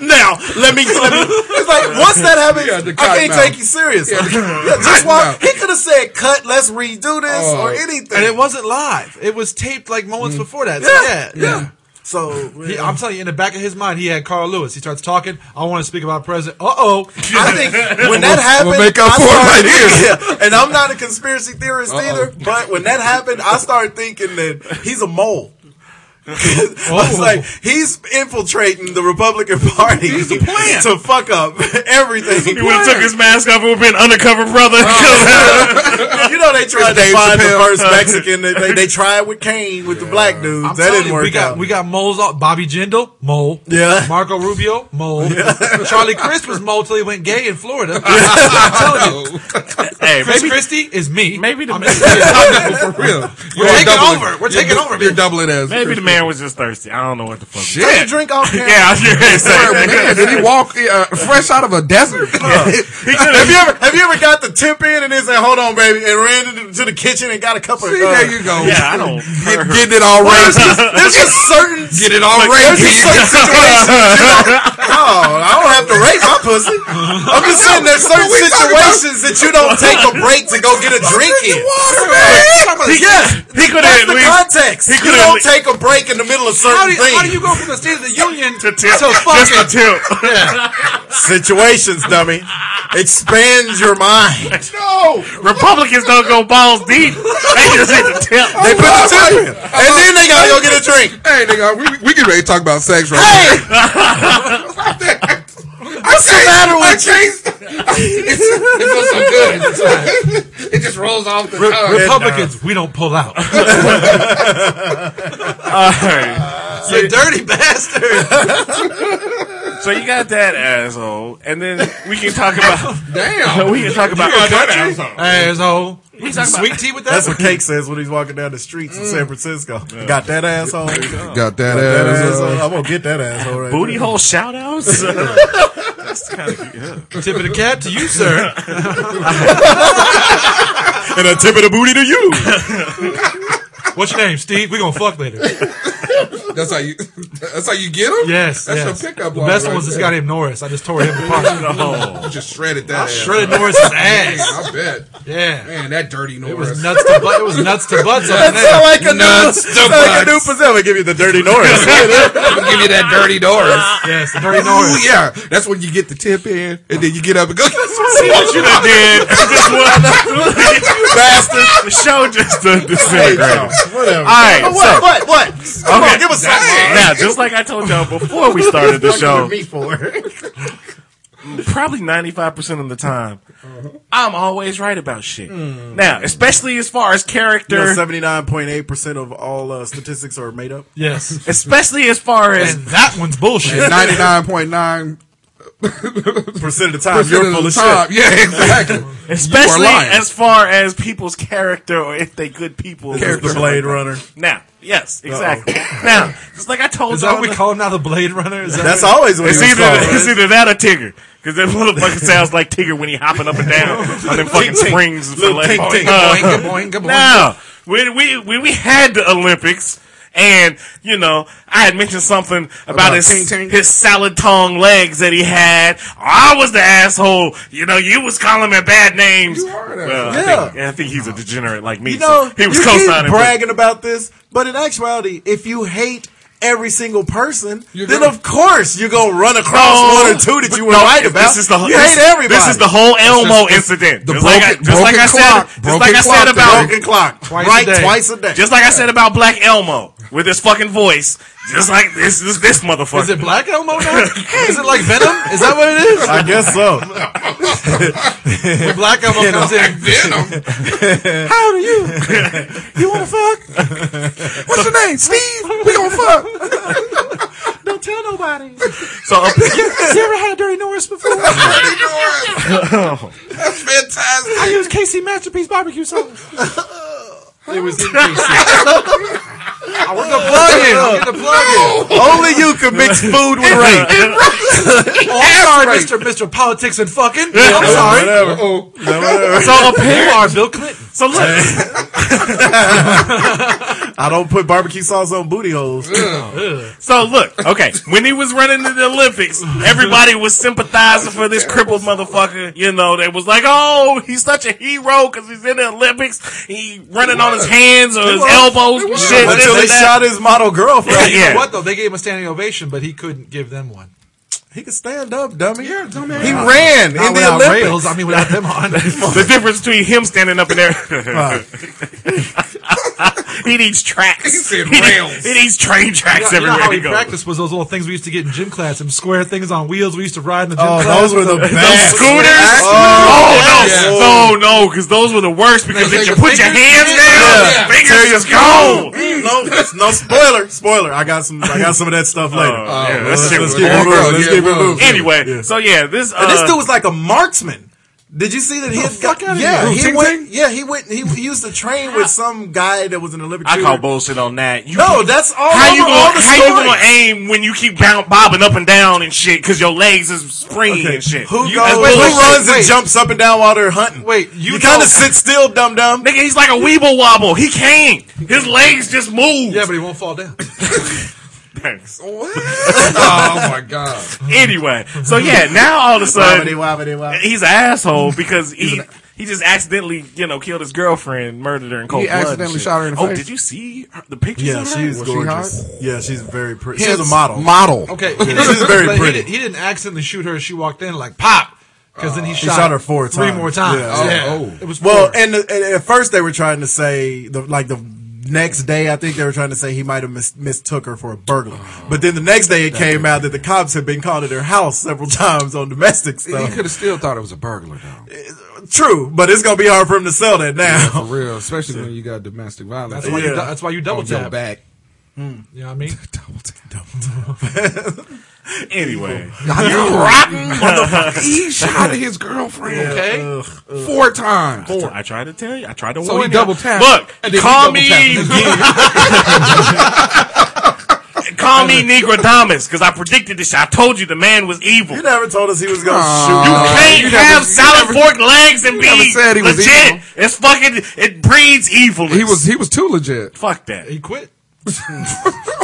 now let me. Let me it's like once that happens, the I can't cotton take you serious. Yeah, just why mouth. he could have said, "Cut, let's redo this" Oh. or anything. And it wasn't live. It was taped like moments before that. So, Yeah, yeah, yeah. so He, I'm telling you, in the back of his mind, he had Carl Lewis. He starts talking. I want to speak about president. Uh oh. I think when that happened, we'll make up I for it right Yeah, and I'm not a conspiracy theorist either, but when that happened, I started thinking that he's a mole. I Oh. was like, he's infiltrating the Republican Party to fuck up everything. He would have took his mask off. It would have been undercover brother. you know, they tried to Dave find the Chappelle. first Mexican. They, they, they tried with Kane with the black dudes. I'm that telling didn't you, work we got out. we got moles off Bobby Jindal, mole. Yeah. Marco Rubio, mole. Charlie Chris was mole till he went gay in Florida. I'm telling you, hey, Chris maybe, Christie is me. maybe the I'm man, For real. We're You are taking doubling- over. We're you're taking du- over, You're doubling as. maybe the man was just thirsty. I don't know what the fuck. Shit. Take a drink off camera. Yeah, I was gonna say. Man, did he walk uh, fresh out of a desert? Have you ever have you ever got the tip in and then said, "Hold on, baby," and ran to the, to the kitchen and got a cup of? See, uh, there you go. Yeah, I don't. Get, getting it all right. There's just certain Get it all There's right. just kid. certain situations. You know? No, I don't have to rape my pussy. I'm just saying there's certain What we talking about? situations that you don't take a break to go get a drink in. Water, man. He, Yes, he could that's have at the least. context. he You could've at don't least- take a break think in the middle of certain How do, you, things. how do you go from the State of the Union to, To tip. Just fucking to tip. Situations, dummy. Expand your mind. No, Republicans don't go balls deep. They just hit the tip. They put the tip in, and then they gotta go get a drink. hey nigga, we we get ready to talk about sex right Hey, now. What's the matter with It's so good. It just rolls off the tongue. Republicans, we don't pull out. you dirty bastard. So you got that asshole, and then we can talk about Damn. we can talk about You the got that country. asshole. Asshole. We talk sweet tea with that? That's what Cake says when he's walking down the streets in San Francisco. Got Mm. that asshole. Got Got that that ass. asshole. I'm gonna get that asshole right Booty there. hole shout outs? Tip of the cap to you, sir. and a tip of the booty to you. What's your name, Steve? We're going to fuck later. That's how you. That's how you get him. Yes, that's yes. your pickup. The line best right one was this there. guy named Norris. I just tore him apart. You just shredded that. ass. Shredded Norris's ass. Man, I bet. Yeah. Man, that dirty It was Norris. nuts to butts. It was nuts to butts. on That's how that. I can Nuts do. to That's how I can do. butts. Pizzazz. I'm gonna give you the dirty Norris. I'm gonna give you that dirty Norris. Yes, the dirty Ooh, Norris. yeah, that's when you get the tip in, and then you get up and go. See what you done did. Just what bastard. The show just done disintegrated. All Whatever. right, so What? What? What? Come on, give us Dang. something. now, just like I told y'all before we started the show, Me for. probably 95% of the time, Uh-huh. I'm always right about shit. Hmm. Now, especially as far as character, Seventy nine point eight percent of all uh, statistics are made up. Yes. especially as far as And that one's bullshit. Ninety nine point nine Percent of the time, percent you're of full the of shit. time. Yeah, exactly. especially lying. as far as people's character or if they good people. The Blade Runner. Now, yes, exactly. now, just like I told Is that y'all, what we call him now, the Blade Runner? Is that That's always what it's he was called. either it's either that or Tigger. Because that motherfucker sounds like Tigger when he hopping up and down on them fucking Tink. springs. for Little like- tink tink. Uh, Boing, boing, boing. Now, when we when we had the Olympics, and you know, I had mentioned something about, his ting ting? his salad tongue legs that he had. I was the asshole. You know, you was calling him bad names. You are an Well, asshole. I, think, I think he's a degenerate like me. You know, so he was you keep co-signing. for- bragging about this, but in actuality, if you hate every single person, You're then gonna- of course you're gonna run across No. one or two that But you were Oh, no, right this about. is the whole- you this- hate everybody. This is the whole Elmo incident. the Just like I- broken- just like I broken said, clock. just like I Broken said clock about broken clock Twice a right day. twice a day. just like I said about Black Elmo with his fucking voice. Just like this is this motherfucker. Is it Black Elmo now? is it like Venom? Is that what it is? I guess so. When Black Elmo comes in. Venom. How do you? You want to fuck? What's your name? Steve. We gonna fuck. Don't tell nobody. so You ever had a dirty Norris before? Dirty Norris. That's fantastic. I use KC Masterpiece barbecue sauce. It was in I want the plug in. Get the plug in. Only you can mix food with rape. Oh, I'm That's sorry, Mr. Mr. Politics and fucking. I'm sorry. Whatever. Oh, so You apparently, are Bill Clinton. so look. I don't put barbecue sauce on booty holes. So look, okay, when he was running to the Olympics, everybody was sympathizing for this crippled motherfucker. You know, they was like, "Oh, he's such a hero because he's in the Olympics. He running on his hands or his elbows, and shit." this Until and he that." shot his model girlfriend. You Yeah. know what though? They gave him a standing ovation, but he couldn't give them one. He could stand up, dummy. yeah, dumb He ass. ran Not in the without Olympics. rails. I mean, without them on. The difference between him standing up in there, he needs tracks. He, said need- rails. he needs train tracks You know everywhere how he we goes. practiced was those little things we used to get in gym class, them square things on wheels we used to ride in the gym Oh, class. those were the Those best. scooters? Oh, Oh, yeah. no, no, no, because those were the worst because They if you take put your your hands fingers- down, Yeah. fingers is gone. no, no spoiler, spoiler. I got some. I got some of that stuff later. Uh, Oh, yeah, that let's, shit let's was keep it horrible. moving. Let's Yeah, keep it it was. moving. Anyway, so yeah, this uh, And this dude was like a marksman. Did you see that he had got? outta Yeah, here. he Ting went. Yeah, he went. He, he used to train with some guy that was an Olympic. I call shooter. bullshit on that. You, No, that's all. how you over all gonna the how you gonna story. aim when you keep bound, bobbing up and down and shit because your legs is springing and shit? Who You- goes? that's Who bullshit. runs Wait. and jumps up and down while they're hunting? Wait, you kind know- of sit still, dum dum. Nigga, he's like a weeble wobble. He can't. His legs just move. Yeah, but he won't fall down. Thanks. oh my god. Anyway, so yeah, now all of a sudden Wobbity, wobbity, wobbity. he's an asshole because he he just accidentally you know killed his girlfriend, murdered her in cold He blood. and accidentally shit. shot her in the oh, face. did you see her, the pictures? Yeah, of her? she's Was she gorgeous. hot? yeah, she's very pretty. She's a model. Model. Okay, This is very But he pretty. did- He, didn't accidentally shoot her. as She walked in like pop, because then he shot, Oh. shot her four three times. more times. Yeah. Yeah, Oh, oh. it was four. Well, and, the, and at first they were trying to say the like the next day I think they were trying to say he might have mis- mistook her for a burglar. But then the next day it came out that the cops had been called at her house several times on domestic He stuff. could have still thought it was a burglar though. True, but it's gonna be hard for him to sell that For now. real, especially when you got domestic violence. that's why you. yeah. du- That's why you double on your tap. back. You know what I mean? Double tap. Double Anyway, You rotten motherfucker. He shot his girlfriend. Okay, four times. I tried to tell you. I tried to So warn he you. double tapped. Look, And then he call double me, tapped call me Negrodamus because I predicted this. shit. I told you the man was evil. You never told us he was gonna You shoot. can't you never- have you salad never- fork legs and never be said he was legit. evil. It's fucking. It breeds evil. He was he was too legit, Fuck that. He quit.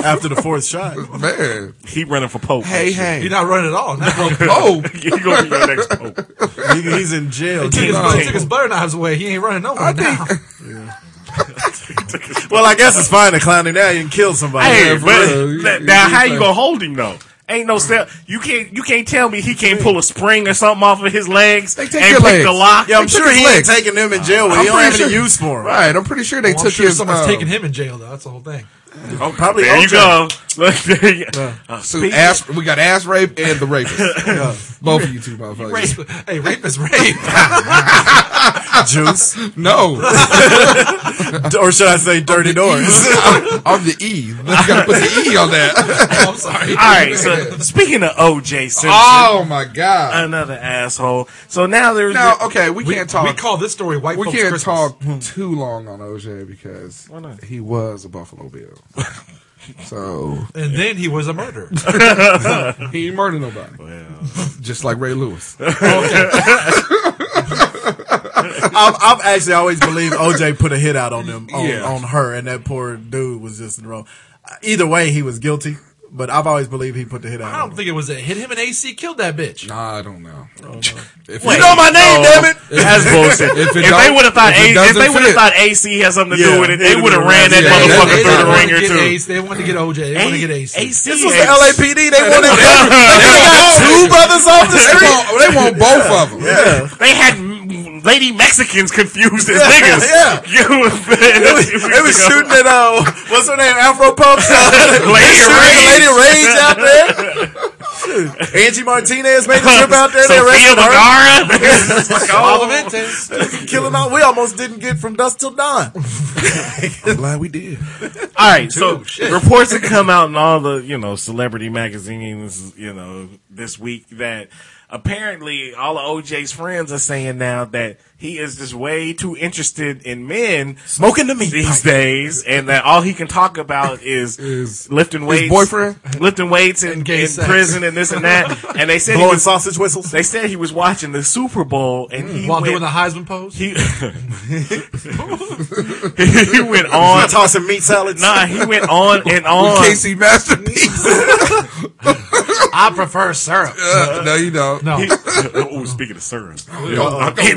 after the fourth shot. man. He running for pope. Hey hey. He's not running at all. Not broke. Oh, you gonna be your next pope. He- he's in jail. He took his, No. he took his butter knives away. He ain't running nowhere now. Well, I guess it's fine to clown him now. You can kill somebody. Hey, for but real. You- th- you- now you how you say- gonna hold him though? Ain't no cell. You can't. You can't tell me he can't pull a spring or something off of his legs They and take your pick legs. the lock. yeah, I'm They took sure his he ain't legs. taking them in jail. But I'm he don't pretty have any sure- use for him. Right, I'm pretty sure they Well, I'm took sure his. someone's uh, taking him in jail though. That's the whole thing. Oh, probably. There you OJ. go. Look, there you- Uh, so ass, we got ass rape and the rapist. Both of you two motherfuckers. Rape. hey, rape is rape. Juice, No, or should I say, dirty doors? on the E. You gotta put the E on that. I'm sorry. all right. So speaking of OJ Simpson, Oh my god. another asshole. So now there's Now, oh, okay, we, Hmm. can't talk. We call this story white. we folks can't Christmas. talk too long on OJ because he was a Buffalo Bill. so And then he was a murderer. he ain't murdered nobody. Just like Ray Lewis. I've, I've actually always believed OJ put a hit out on them on, Yeah. on her, and that poor dude was just in the wrong. Either way, he was guilty. But I've always believed he put the hit out. I on don't think it was a hit. Him and AC killed that bitch. Nah, I don't know. If Wait. you know know my my name, name, damn damn it. That's bullshit. If If, they it don't- would have thought if it A- if they doesn't would have fit. thought AC had something to Yeah, do with it, they would've would have been ran around. that Yeah, motherfucker they- through they the wanted ringer get too. Ace. They wanted to get OJ. They wanted to get AC. AC This was the had- LAPD. They wanted every, they got two brothers off the They street. want, they want both of them. They had m- lady Mexicans confused as niggas. yeah. You know what I'm saying? They was, they was shooting at uh, what's her name, Afro Pumps. They shooting at Lady Rage out there. Angie Martinez made the trip out there. They Sophia arrested her, Vergara. All of it. is- killing all. We almost didn't get from dusk till dawn. I'm glad we did. All right, so reports have come out in all the you know celebrity magazines, you know, this week that apparently all of OJ's friends are saying now that he is just way too interested in men Smoking the meat. these days, and that all he can talk about is, Is lifting weights, boyfriend? lifting weights in, gay in sex. prison and this and that. And they said he blowing was, sausage whistles. they said he was watching the Super Bowl and Mm, he While went, doing the Heisman pose. he, he went on. tossing meat salads. Nah, he went on and on. Casey Masterpiece. I prefer syrup. Uh, no, you don't. No. He- oh, speaking of syrup. okay.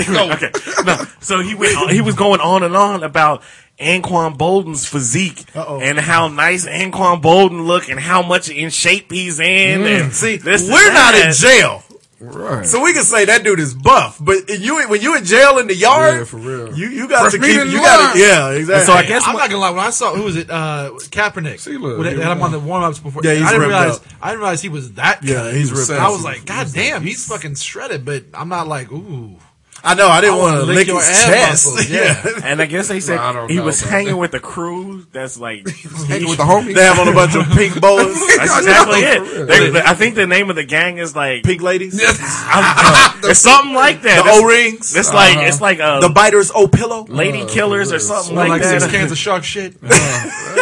No. So he went. On, he was going on and on about Anquan Bolden's physique and how nice Anquan Bolden look and how much in shape he's in. Mm. And See, this and we're not in that. jail. Right. So we can say that dude is buff, but you when you in jail in the yard, Yeah, for real. you you got First to meat keep in you the got to line. yeah exactly. So I guess I'm not gonna lie. When I saw who was it, uh, Kaepernick, See, look, when- here we and I'm on go. the warm ups before. Yeah, he's I didn't ripped realize. up. I didn't realize he was that. yeah, cut. he's was ripped. saying- I off. was like, God damn, he's fucking shredded. But I'm not like, ooh. I know I didn't I want to wanna lick, lick your his ab chest. muscles, Yeah, yeah. And I guess they said I don't he know was about hanging with a crew that's like. Hanging with the homies. they have on a bunch of pink boas, That's I exactly know, for it. real. They- they- I think the name of the gang is like pink ladies, I'm- it's something like that. the It's- O rings, It's like Uh-huh. it's like a the biters O pillow. lady Uh, killers or something Like, like six that. cans of shark shit.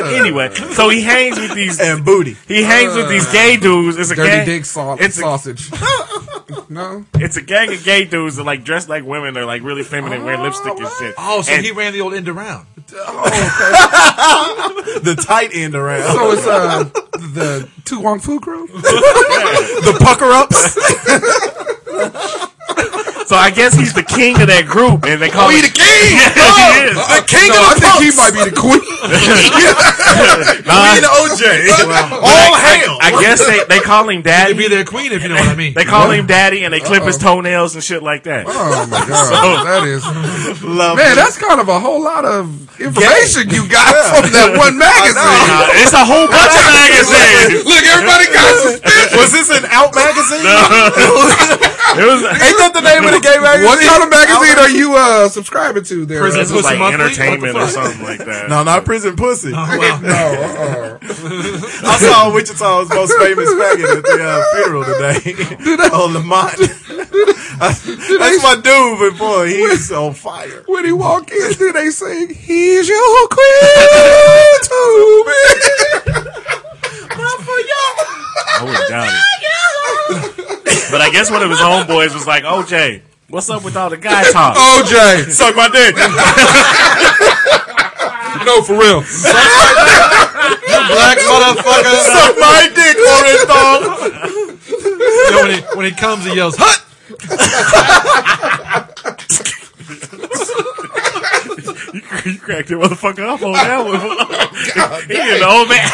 anyway, so he hangs with these And booty. He hangs with these gay dudes. It's a Dirty gang. dick sau- it's, a, sausage. no. it's a gang of gay dudes that like dress like women. They're like really feminine, wear lipstick and shit. Oh, so And he ran the old end around. the tight end around. So it's uh of the Tu Wong Fu crew? the pucker ups. So I guess he's the king of that group, and they call Be him the king. Oh, Yes, he is. The king no, I think he might be the queen. Nah, OJ. all hail. I, guess they, they call him They'd daddy. be their queen if you know what I mean. They call him daddy, and they clip his toenails and shit like that. Oh my god, that is Love man. That's kind of a whole lot of information you got from that one magazine. Nah, it's a whole bunch of magazines. Look, everybody got suspicion. Was this an Out magazine? It was Ain't that the name of the gay magazine? What kind of magazine are you uh, subscribing to? There, Prison this Uh, was Pussy like Monthly? entertainment or something like that. No, not prison pussy. Wow. oh, uh-uh. I saw Wichita's most famous faggot at the uh, funeral today. on Lamont. That's my dude, but boy, he's on fire. when he walk in, do they sing? He's your queen to me. I would doubt it. But I guess one of his homeboys was like, OJ, what's up with all the guy talk? OJ, Suck my dick. no, for real. Black motherfucker. Suck my dick, Lorenthal. Yo, when, he, when he comes, he yells, "Hut!" you cracked your motherfucker up on that one. he an old man.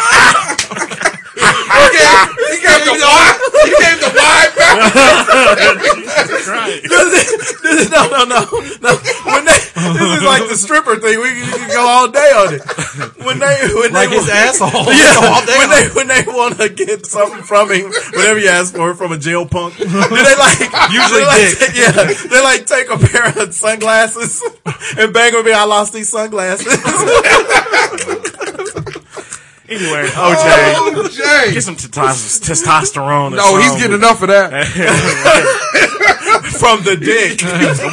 He gave the wide. He gave the wide back. no, no, no, no. When they, this is like the stripper thing. We you can go all day on it. When they, when Like they, his asshole. Yeah, when they when they want to get something from him, whatever you ask for from a jail punk, do they like Usually they like, dick. take- yeah, they like take a pair of sunglasses and bang with me. I lost these sunglasses. Anyway, OJ, get some tetos- testosterone. or No, oh, he's something. getting enough of that. from the dick,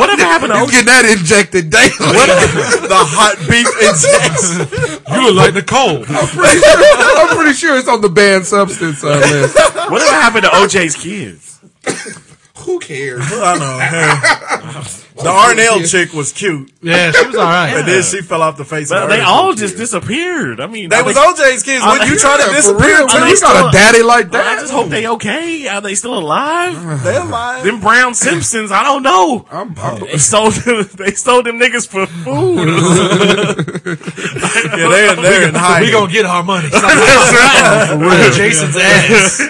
Whatever happened to He's OJ? getting that injected daily. the hot beef injection. You look like Nicole. pretty sure, I'm pretty sure it's on the banned substance uh, list. Whatever happened to OJ's kids? Who cares? I know. The Arnell chick was cute, Yeah, she was all right. and then she fell off the face. But of they Earth. all just disappeared. I mean, They are was they- OJ's kids. Are When they- you try to Yeah, for disappear, real, too, man, you got still- a daddy like I that. just hope they okay. Are they still alive? they're lying. Them Brown Simpsons, I don't know. I'm, I'm, They sold them. They sold them niggas for food. Yeah, they're, they're in We hiding. gonna get our money. That's right. Jason's ass.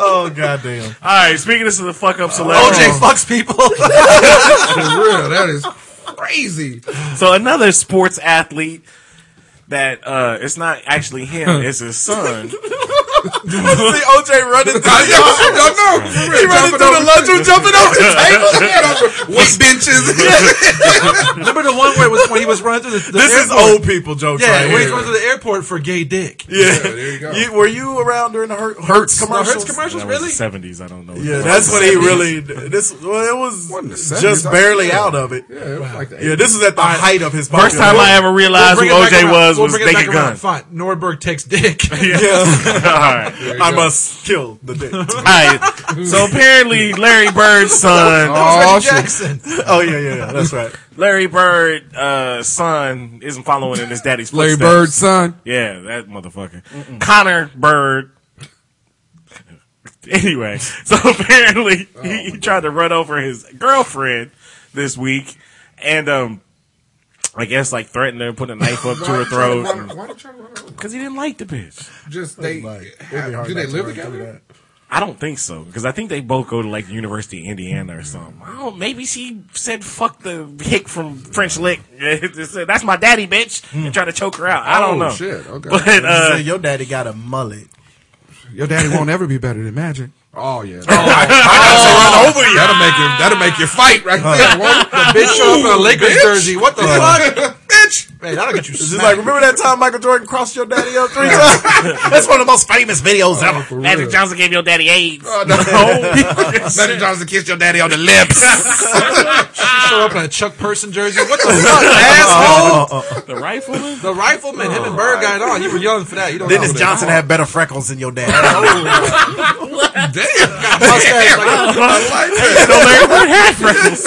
oh goddamn! All right. Speaking of the fuck up celebrity, OJ fucks people. for real, that is crazy. so another sports athlete that uh, it's not actually him, it's his son. See OJ running through. I, know, I know. For real, He running through jumping the over- lunchroom, jumping off the table. weight benches. Remember the one where it was when he was running through the, the This is airport? old people jokes Yeah, right when he here. was going to the airport for gay dick. Yeah, there you go. You- were you around during the Hurt, Hurts Hurts. No, commercials? Hurts commercials, really? Seventies, I don't know. Yeah, that's when he really. This well, it was Wasn't the 70s, just I barely think. out of it. Yeah, it was like the Yeah, this is at the height of his First time I ever realized Bring who it OJ back around. was We'll was bring it Naked back around. Gun. Fine. Norberg takes dick. Yeah, All right. I must kill the dick. All right. So apparently, Larry Bird's son. Oh, shit. Jackson. Oh yeah, yeah, yeah. That's right. Larry Bird, uh, son isn't following in his daddy's Larry footsteps. Bird's son. Yeah, that motherfucker. Connor Bird. Anyway, so apparently Oh, he, he tried to run over his girlfriend this week, and um, I guess like threatened her, put a knife up to her throat Why did you run over? because he didn't like the bitch. Just they. have, do they live together? I don't think so because I think they both go to like University of Indiana or something. I don't. Maybe she said "fuck the hick" from French Lick. That's my daddy, bitch, and tried to choke her out. I don't Hmm. oh know. shit! Okay. But So uh, your daddy got a mullet. Your daddy won't ever be better than Magic. Oh yeah. I got to run over you. That'll make you. That'll make you fight right there. won't it? Bitch showed up in a Lakers jersey. What the fuck? Bitch. Man, that'll get you It's just like, remember that time Michael Jordan crossed your daddy up three times? That's one of the most famous videos ever. For Magic real. Johnson gave your daddy AIDS. Oh, no. Magic Johnson kissed your daddy on the lips. show up in a Chuck Person jersey. What the fuck, Oh, asshole? oh, oh. The rifleman? The rifleman, him and Bird got it on. You were yelling for that. You don't Dennis know Johnson had better freckles than your dad. Damn. that. Mustache, like, Larry Bird had freckles.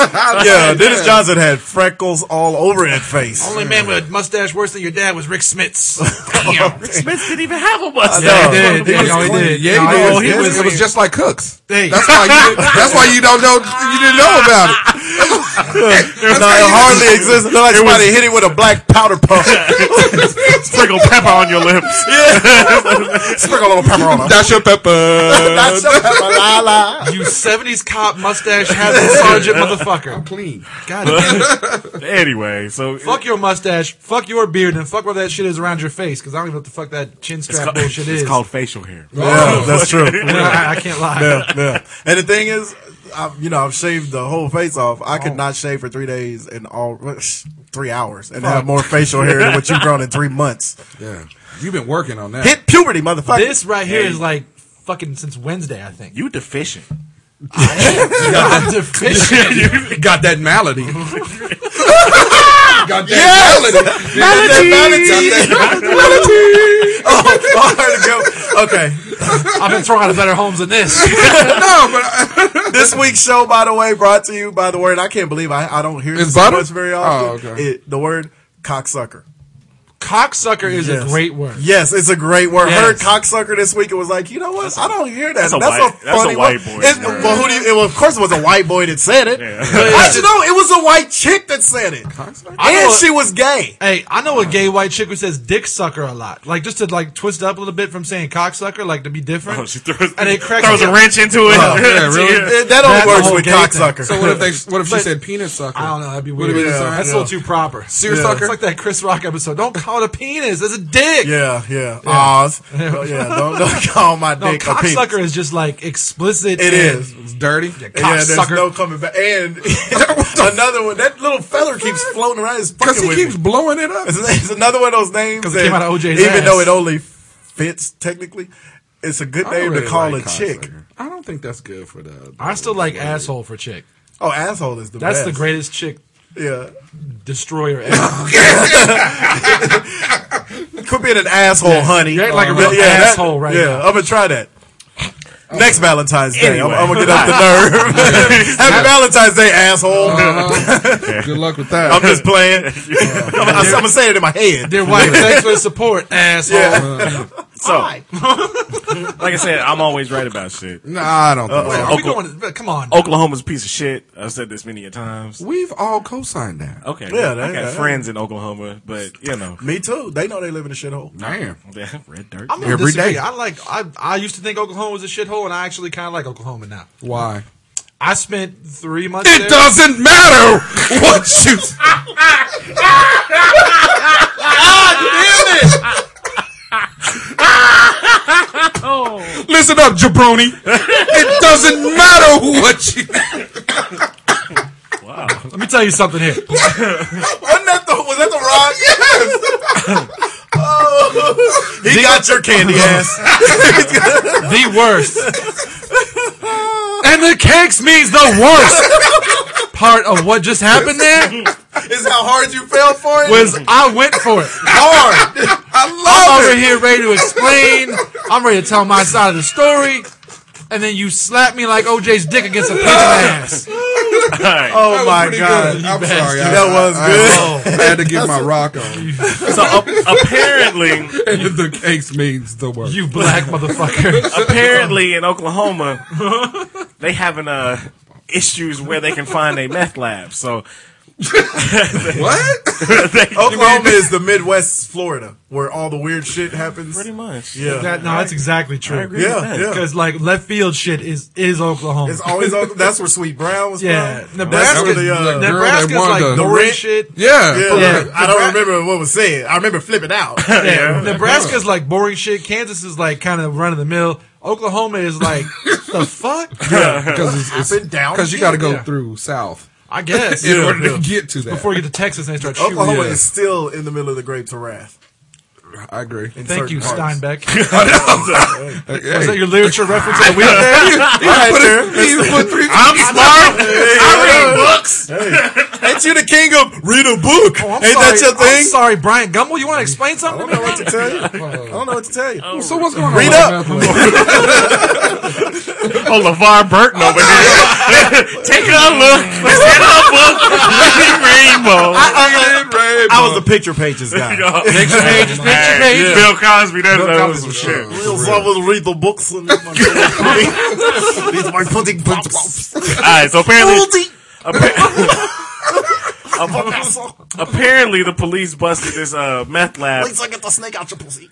yeah, Dennis Johnson had freckles all over his face. only man with a a mustache worse than your dad was Rick Smith's. Rick Smith didn't even have a mustache. Yeah, he did. Yeah, he did. Yeah, he No, did. it, He was, was- it was just like Cooks. Hey. That's why you. That's why you don't know. You didn't know about it. Oh, No, it hardly exists. It looked like somebody hit it with a black powder puff. Sprinkle pepper on your lips. Sprinkle a little pepper on it. That's your pepper. That's a pepper, la, la. You '70s cop mustache having sergeant motherfucker. Clean. God damn it. Anyway, so Fuck your mustache. Fuck your beard, and fuck whatever that shit is around your face. Because I don't even know what the fuck that chin it's, strap called, bullshit it's is. called facial hair. Yeah, that's true. I, I can't lie. yeah, yeah. And the thing is, I, you know, I've shaved the whole face off. I Oh. could not shave for three days and all three hours and have more facial hair than what you've grown in three months. Yeah, you've been working on that. Hit puberty, motherfucker. This right here is like fucking since Wednesday, I think. You deficient. I'm deficient. got that malady. got that malady. oh, I heard it go. Okay. I've been throwing out of better homes than this. This week's show, by the way, brought to you by the word. I can't believe I, I don't hear It's this butter? much very often. Oh, okay. It- the word cocksucker. Cocksucker is Yes. a great word. Yes, it's a great word. Yes. Heard cocksucker this week. It was like, you know what? I don't hear that. That's a a, white- that's a funny white word. boy It- word. well, who do you, it, well, of course, it was a white boy that said it. Yeah. How'd you know? It was a white chick that said it, I know and a- she was gay. Hey, I know a gay white chick who says dick sucker a lot. Like just to like twist it up a little bit from saying cocksucker, like to be different. Oh, she throws, and it cracks throws me a up. wrench into it. Oh, yeah, really? Yeah. It- that only That's works the with whole gay thing. cocksucker. So what if they? What if she said penis sucker? I don't know. That'd be Would weird. it be the same? That's a little too proper. Seersucker? It's like that Chris Rock episode. Don't call it a penis. It's a dick. yeah, yeah. Oz. Oh, yeah, don't, don't call my No, dick a penis. cocksucker is just like explicit. It and- is. It's dirty. Yeah, there's Cocksucker. no coming back. And another one. That little feller keeps floating around. It's Because fucking he with keeps me. blowing it up. It's, it's another one of those names 'Cause it that, came out of OJ's even ass. though it only fits technically, it's a good I don't name really to call like a chick. cocksucker. I don't think that's good for the. I still like asshole for chick. Oh, asshole is the That's best. the greatest chick Yeah, destroyer ever. quit being an asshole, honey. You act like a Uh, real that- asshole right Yeah, now. I'm gonna try that. Next Valentine's Day, Anyway. I'm, I'm gonna get up the nerve. Happy Valentine's Day, asshole. Uh-huh. Good luck with that. I'm just playing. I'm, I'm gonna say it in my head. Dear wife, thanks for the support, asshole. So, like I said, I'm always right about shit. nah, I don't think. so. Are we Oklahoma- going? Come Oh, on. Oklahoma's a piece of shit. I've said this many a times. We've all co-signed that. Okay, Yeah, I that- got that- friends in Oklahoma, but you know, Me too. They know they live in a shithole. Damn. yeah, red dirt. I'm gonna Every disagree. day. I like. I I used to think Oklahoma was a shithole, and I actually kind of like Oklahoma now. Why? I spent three months. It there. doesn't matter what you. God damn it! Listen up, jabroni. It doesn't matter what you. Let me tell you something here. Wasn't that the, was that the rock? oh, he got your candy ass. The worst. and the cakes means the worst part of what just happened there Is how hard you fell for it? was I went for it. hard. I'm over here ready to explain. I'm ready to tell my side of the story. And then you slap me like OJ's dick against a pigeon ass. Oh That was my pretty god. good. I'm sorry. I- That was I- I- good. I, had to get my rock on. So a- apparently, the case means the worst. You black motherfucker. apparently in Oklahoma, they having uh issues where they can find a meth lab. So what? Oklahoma is the Midwest Florida where all the weird shit happens. pretty much, Yeah. That- no, that's exactly true. agree with Yeah, that. yeah. Because like left field shit is is Oklahoma. It's always Oklahoma. that's where Sweet Brown was yeah, from. That's Nebraska. where the, uh, Neb- Nebraska's girl that like won the- the the rich rent- shit. Yeah. yeah, Yeah. I don't remember what was said. I remember flipping out. Yeah. Nebraska's like boring shit. Kansas is like kind of run of the mill. Oklahoma is like the fuck. Because it's, it's, Been down. Because you got to go Yeah. through south I guess in order to get to that. before you get to Texas and they start shooting. Oklahoma you. is still in the middle of the grapes of wrath. I agree. in certain Thank you, parts. Steinbeck. Hey, Was that your literature reference of the week? you put it- you put three- I'm smart. I read books. Hey, aren't you the king of read a book? Oh, I'm Ain't sorry. that your I'm thing? sorry, Brian Gumble. You want to explain something? I don't know what to tell you. I don't know what to tell you. So what's going on? Read with up. Math Lab? Oh, LeVar Burton over here. Take a look. Let's get a book. Living Rainbow. I, was the picture pages guy. Picture pages, picture pages. Bill Cosby, that that was some shit. Real someone read the books. And These are my pudding books. All right, so apparently, apparently the police busted this uh, meth lab. Please, I get the snake out your pussy.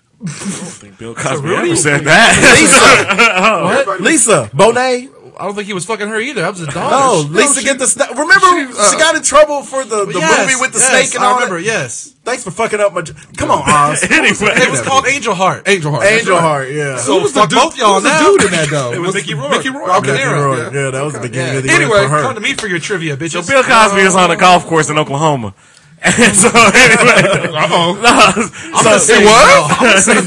Bill Cosby really? said that. Lisa Bonet. I don't think he was fucking her either. That was a dog. Oh, Lisa, get the snake. Remember, she got in trouble for the, the Yes, movie with the yes, snake and I all remember, that. yes. Thanks for fucking up my. j- Come on, Oz. It anyway, was called Angel Heart. Angel Heart. Angel Heart, yeah. So fuck both y'all Who's the now. dude in that though? It was Mickey Rourke. Mickey Rourke. Robert De Okay. Niro. Roy. Yeah, that was the beginning of the Anyway, year for her. come to me for your trivia, bitches. so Bill Cosby is on a golf course in Oklahoma. And so anyway, Uh oh. no, so, It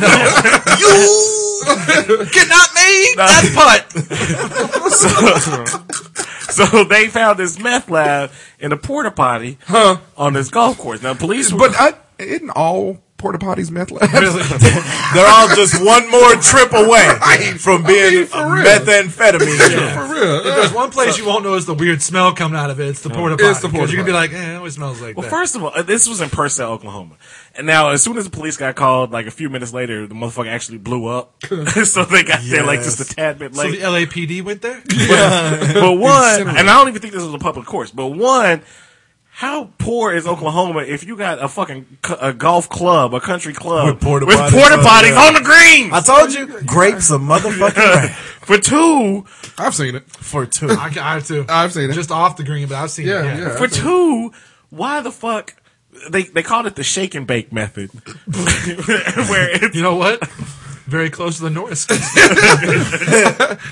was. Get not me. That's putt. so they found this meth lab in a porta potty Huh. on this golf course. Now police, were- But I, isn't all porta potties meth labs? They're all just one more trip away from being for real. methamphetamine. For real. If there's one place you won't know is the weird smell coming out of it. It's the porta potty. It's the porta Because You're gonna be potty. like, eh, it always smells like Well, that. first of all, uh, this was in Purcell, Oklahoma. And now, as soon as the police got called, like a few minutes later, the motherfucker actually blew up. so they got there like just a tad bit so late. the LAPD went there. but one, and I don't even think this was a public course, but one, how poor is Oklahoma if you got a fucking c- a golf club, a country club With porta potties. porta potties Yeah. on the green? I told you, grapes a motherfucking rat For two, I've seen it. for two. I, I have to. I've seen it. Just off the green, but I've seen Yeah, it. yeah. Yeah. for two, why the fuck? They they called it the shake and bake method, where it's You know what? Very close to the Norris.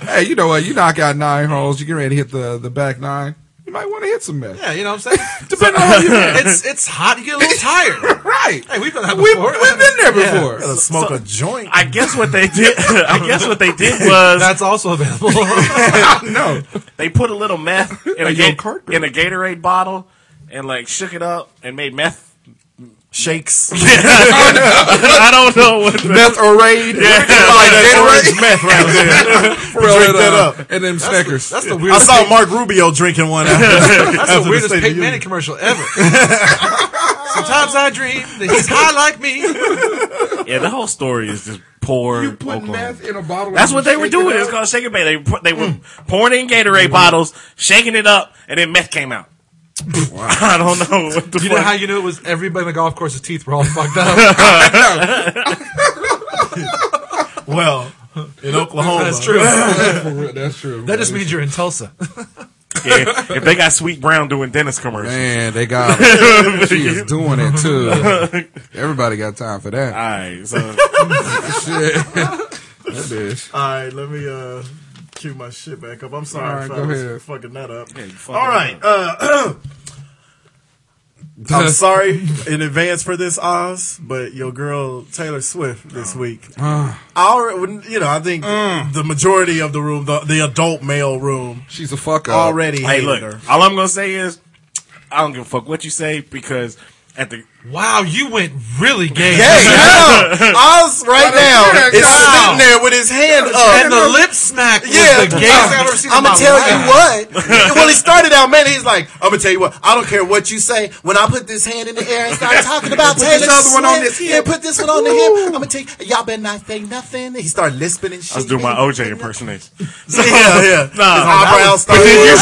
Hey, you know what? You knock out nine holes. You get ready to hit the, the back nine. You might want to hit some meth. yeah, you know what I'm saying. Depending on how you it's it's hot. You get a little tired. Right. Hey, we've done that We've, before. we've been there before. Gotta smoke a joint. I guess what they did. I guess what they did was That's also available. No. they put a little meth in a, A young Ga- cart girl. in a Gatorade bottle and like shook it up and made meth. Shakes. I don't know what. The, Meth or raid. That's Gatorade. orange meth right there. For real, Drink and, that uh, up. And them Snickers. That's the I weirdest. saw Mark Rubio drinking one after. That's after the the weirdest State of Peyton the Manning commercial ever. Sometimes I dream that he's high like me. yeah, the whole story is just poor. you put Oklahoma. meth in a bottle. That's and what you they were shake doing. It It was up. called Shake and Bake. They put- they were pouring in Gatorade bottles, shaking it up, and then meth came out. I don't know what the You fuck. know how you knew it was everybody in the golf course's teeth were all fucked up. Well, in Oklahoma. That's true. For real, That's true. That just means you're in Tulsa. Yeah, if they got Sweet Brown doing dentist commercials. Man, they got it. she is doing it too. Everybody got time for that. All right, so Shit. That bitch. All right, let me uh cue my shit back up. I'm All sorry right, if go I was ahead. fucking that up. fuck All it right. Uh, I'm sorry in advance for this, Oz, but your girl Taylor Swift this week. Our, you know, I think the majority of the room, the, the adult male room, She's a fuck up. already hey, hated look. her. All I'm gonna say is, I don't give a fuck what you say because at the Wow, you went really gay. Hey, hell, Oz right What a now jerk, is Oz. sitting there with his hand up. And the lip smack was Yeah, the gayest thing I've ever seen. I'm in my gonna tell life. you what. well, he started out, man. He's like, I'm gonna tell you what. I don't care what you say. When I put this hand in the air and start talking about Put Taylor this other one Swift, on this hip. yeah, put this one on the hip. I'm gonna tell you, y'all better not say nothing. He started lisping and shit. I was doing my OJ impersonation. Yeah, yeah. His Nah, eyebrows started. It's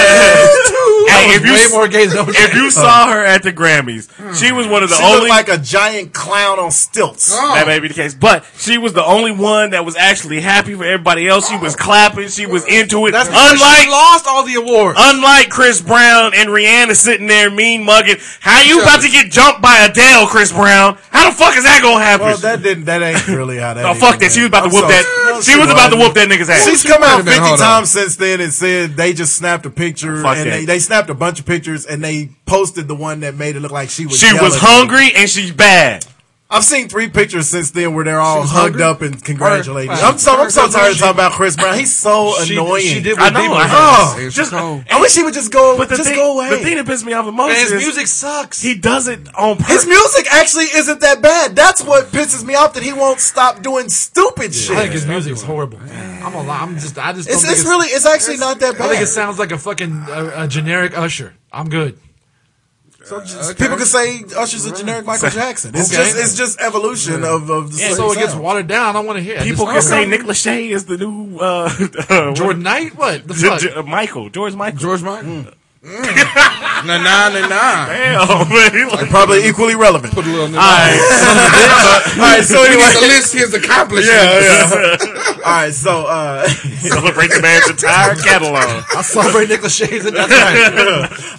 queen. hey, if you Way s- more gay than if you saw her at the Grammys, she was one of the She only. looked like a giant clown on stilts. that may be the case, but she was the only one that was actually happy for everybody else. She was clapping. She was into it. That's because she unlike lost all the awards. unlike Chris Brown and Rihanna sitting there mean mugging. How you about to get jumped by Adele, Chris Brown? How the fuck is Oh, that gonna happen? Well, that didn't. That ain't really how that. oh fuck that! She was about to I'm whoop so- that. No, she was about to whoop wasn't. that nigga's ass. She's come out Wait a minute, 50 hold on. times since then and said they just snapped a picture Fuck and that. they, they snapped a bunch of pictures and they posted the one that made it look like she was she was yelling. hungry and she's bad. I've seen three pictures since then where they're all was hugged hungry? up and congratulating. Right. I'm so I'm so Right. tired of talking about Chris Brown. He's so annoying. She did I what know. Debo I- had. Oh, It's just- cold. I wish he would just go. But the Just thing, go away. the thing that pissed me off the most And his is music sucks. he does it on purpose. his music actually isn't that bad. That's what pisses me off that he won't stop doing stupid I think shit. his music is horrible. I'm a lot. I'm just. I It's, just. don't think it's really, it's actually not that I think it bad. sounds like a fucking uh, a generic Usher. I'm good. People can say Usher's a generic Michael Jackson. It's Okay. just, it's just evolution of, of the And so it gets watered down. I want to hear. it. I People can just- say Nick Lachey is the new uh, Jordan Knight. What the J- fuck? J- Michael George Michael. George Michael. Mm. nah, nah, nah, nah. Damn, Oh, man. He like- Probably equally relevant. Put a little. All right. All right, so We anyway, need to list his accomplishments. all right, so uh, Celebrate the man's entire catalog. I celebrate Nick Lachey's. That's right.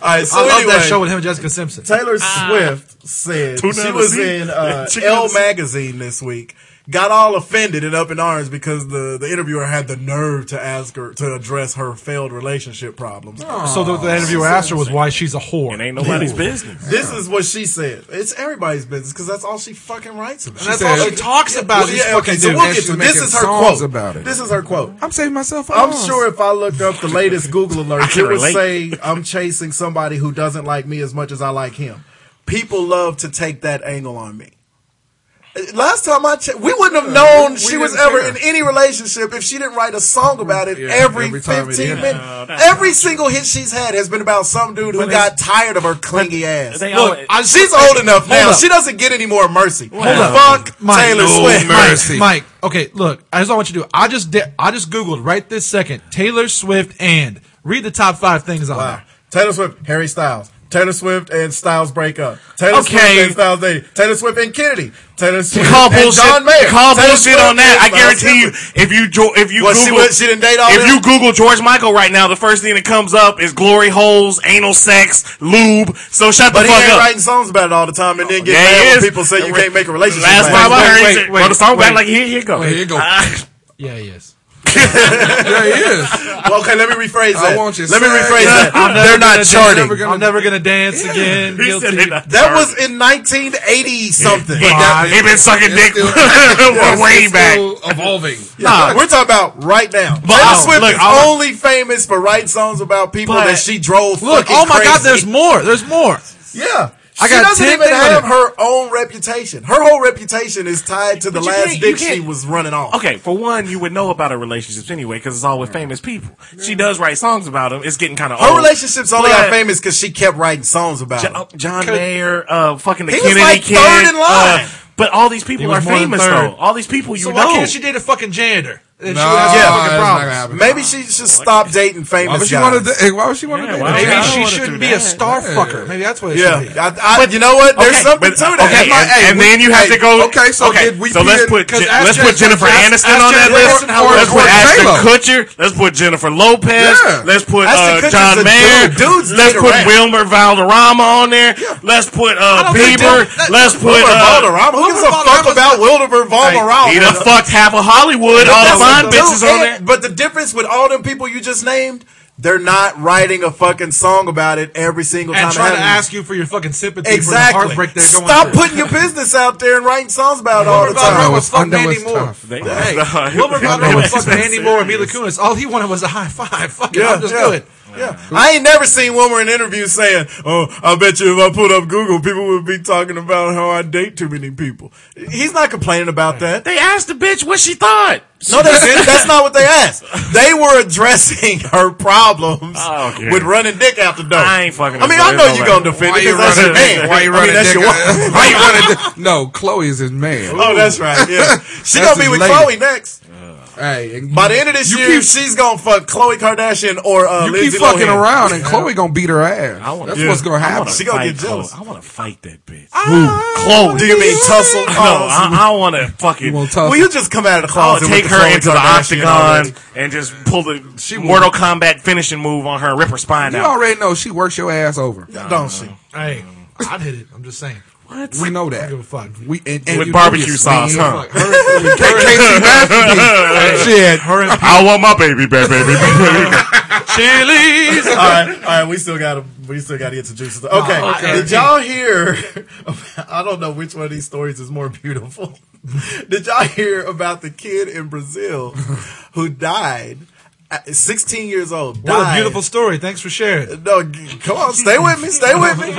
all right, so I love anyway, that show with him and Jessica Simpson. Taylor Swift said Tuna she in the was sea. in uh, Chicken in the Elle sea. magazine this week. Got all offended and up in arms because the, the interviewer had the nerve to ask her to address her failed relationship problems. So the, the interviewer asked her was why she's a whore. It ain't nobody's business. This is what she said. It's everybody's business because that's all she fucking writes about. That's said- all she talks about. Well, these yeah, fucking okay, so dudes. we'll and get she's to this. making Is her songs quote? about it. This is her quote. I'm saving myself. I'm hours. sure if I looked up the latest Google alert, can it would relate. say I'm chasing somebody who doesn't like me as much as I like him. People love to take that angle on me. Uh, Last time I checked, we wouldn't have known she was didn't ever care. in any relationship if she didn't write a song about it Yeah, every, every time it 15 hit. minutes. every single hit she's had has been about some dude who got tired of her clingy ass. They Look, all, I, She's old enough now. up. She doesn't get any more mercy. up. Fuck Mike, Taylor no Swift. mercy. Mike, okay, look, here's what I want you to do. I just did, I just googled right this second Taylor Swift and read the top five things on Wow. there. Taylor Swift, Harry Styles. Taylor Swift and Styles break up. Taylor Swift Okay. and Styles dating. Taylor Swift and Kennedy. Taylor Swift call and bullshit. John Mayer. Call Taylor bullshit Swift on that. and I Styles guarantee you, Simpson. if you jo- if you What, she, Google went- she didn't date all if them? you Google George Michael right now, the first thing that comes up is glory holes, anal sex, lube. So shut the But he fuck ain't up. writing songs about it all the time and then get Yeah, he mad is. when people say you can't make a relationship. Last last. time I heard wait, it, he said- wait, well, the song back like wait. here, here you go. Wait, here you go. Ah, Yeah, yes. Yeah, he is. Well, okay, let me rephrase I that. want you let me sad. rephrase that. I'm They're never not gonna- charting. Never gonna- I'm never gonna dance again. he said guilty. it. not That charged. was in 1980 something. He- That- he been sucking dick still- way It's back. still evolving. Nah, we're talking about right now. Taylor I'll- Swift oh, look, is I'll- only famous for writing songs about people But- that she drove. Look, fucking oh my god, crazy. there's more. There's more. yeah. I she got doesn't 10 even things on have it. her own reputation. Her whole reputation is tied to the But you last can't- you dick she can't- was running off. Okay, for one, you would know about her relationships anyway because it's all with famous people. She does write songs about them. It's getting kind of Her old. relationships only But- got famous because she kept writing songs about Jo- oh, it. John Mayer, uh, fucking the Oh. He was Kennedy like kid. third in line. uh, but all these people He was are more than famous third. though. All these people you So know. why can't she date a fucking janitor? Then she Nah, would have some that's fucking not problems. gonna happen. Maybe she Oh, should stop dating Why famous would she guys. want to? Hey, why would she want to Yeah, do why that? would- Maybe I she wanna shouldn't do be that. a star Yeah. fucker. Maybe that's what it yeah, should be. I, I, you know what? There's Okay, something but- to that. Okay, my- and, hey, and we- then you have hey, to go. okay, so did we so let's pin- put 'cause Je- ask let's put Jennifer- Jennifer ask- Aniston ask on that Jennifer list. Aniston how it Let's works. put Ashton J-Lo. Kutcher. Let's put Jennifer Lopez. Yeah. Let's put Ashton uh, Kutcher's a John Mayer. dude. Dudes Let's get put around. Wilmer Valderrama on there. Let's put uh, don't think Bieber. dude- that- Let's put Wilmer uh, Valderrama. Who gives a Wilmer fuck Valderrama's about Wilmer Valderrama? he done fucked half of Hollywood. All the That's fine what- bitches dude, on and- there. But the difference with all them people you just named, they're not writing a fucking song about it every single time. And it trying to happens. ask you for your fucking sympathy for the exactly. heartbreak they're going Stop through. putting your business out there and writing songs about it all the Valderrama time. was- fuck that was Mandy Moore. tough. They- Hey, Nah, Wilmer they- Valderrama they- fucked Mandy Moore and Mila Kunis. All he wanted was a high five. Fuck it, Yeah, I'm just yeah. good. Yeah. I ain't never seen Wilmer in interviews saying, "Oh, I bet you if I put up Google, people would be talking about how I date too many people." He's not complaining about that. They asked the bitch what she thought. No, that's it. That's not what they asked. They were addressing her problems Oh, okay. with running dick after dope. I ain't fucking I mean, with I her. know There's you're no gonna way. defend Why it you because that's your running? man. Why you I mean, running? that's dick? your wife. Why you running? dick? No, Chloe is his man. Oh, that's right. Yeah, she That's gonna be his with lady. Chloe next. Hey, and By the end of this You year, keep- she's gonna fuck Chloe Kardashian or uh, you Lindsay keep fucking Lohan. around, and Chloe gonna beat her ass. I wanna- That's Yeah. what's gonna I happen. wanna She gonna fight get jealous. Chloe. I want to fight that bitch. Ah. Chloe, do you mean tussle? No, Oh, I, I want to fucking. Well, tough. Will you just come out of the I closet? wanna with take the her Khloe into the Kardashian octagon already? and just pull the Mortal Kombat finishing move on her and rip her spine You out. already know she works your ass over. Don't she? Hey, I'd hit it. I'm just saying. We know I don't give a that. fuck. We and, and With you- barbecue yes, sauce, man. huh? Fuck. Her and- Can't see masterpiece. Shit. Her and I want my baby back, baby. Chili's. all right, all right. We still got to we still got to get to juices. Okay. Did y'all hear? I don't know which one of these stories is more beautiful. Did y'all hear about the kid in Brazil who died? At 16 years old. What a died- beautiful story. Thanks for sharing. No, g- come on, stay with me, stay with me.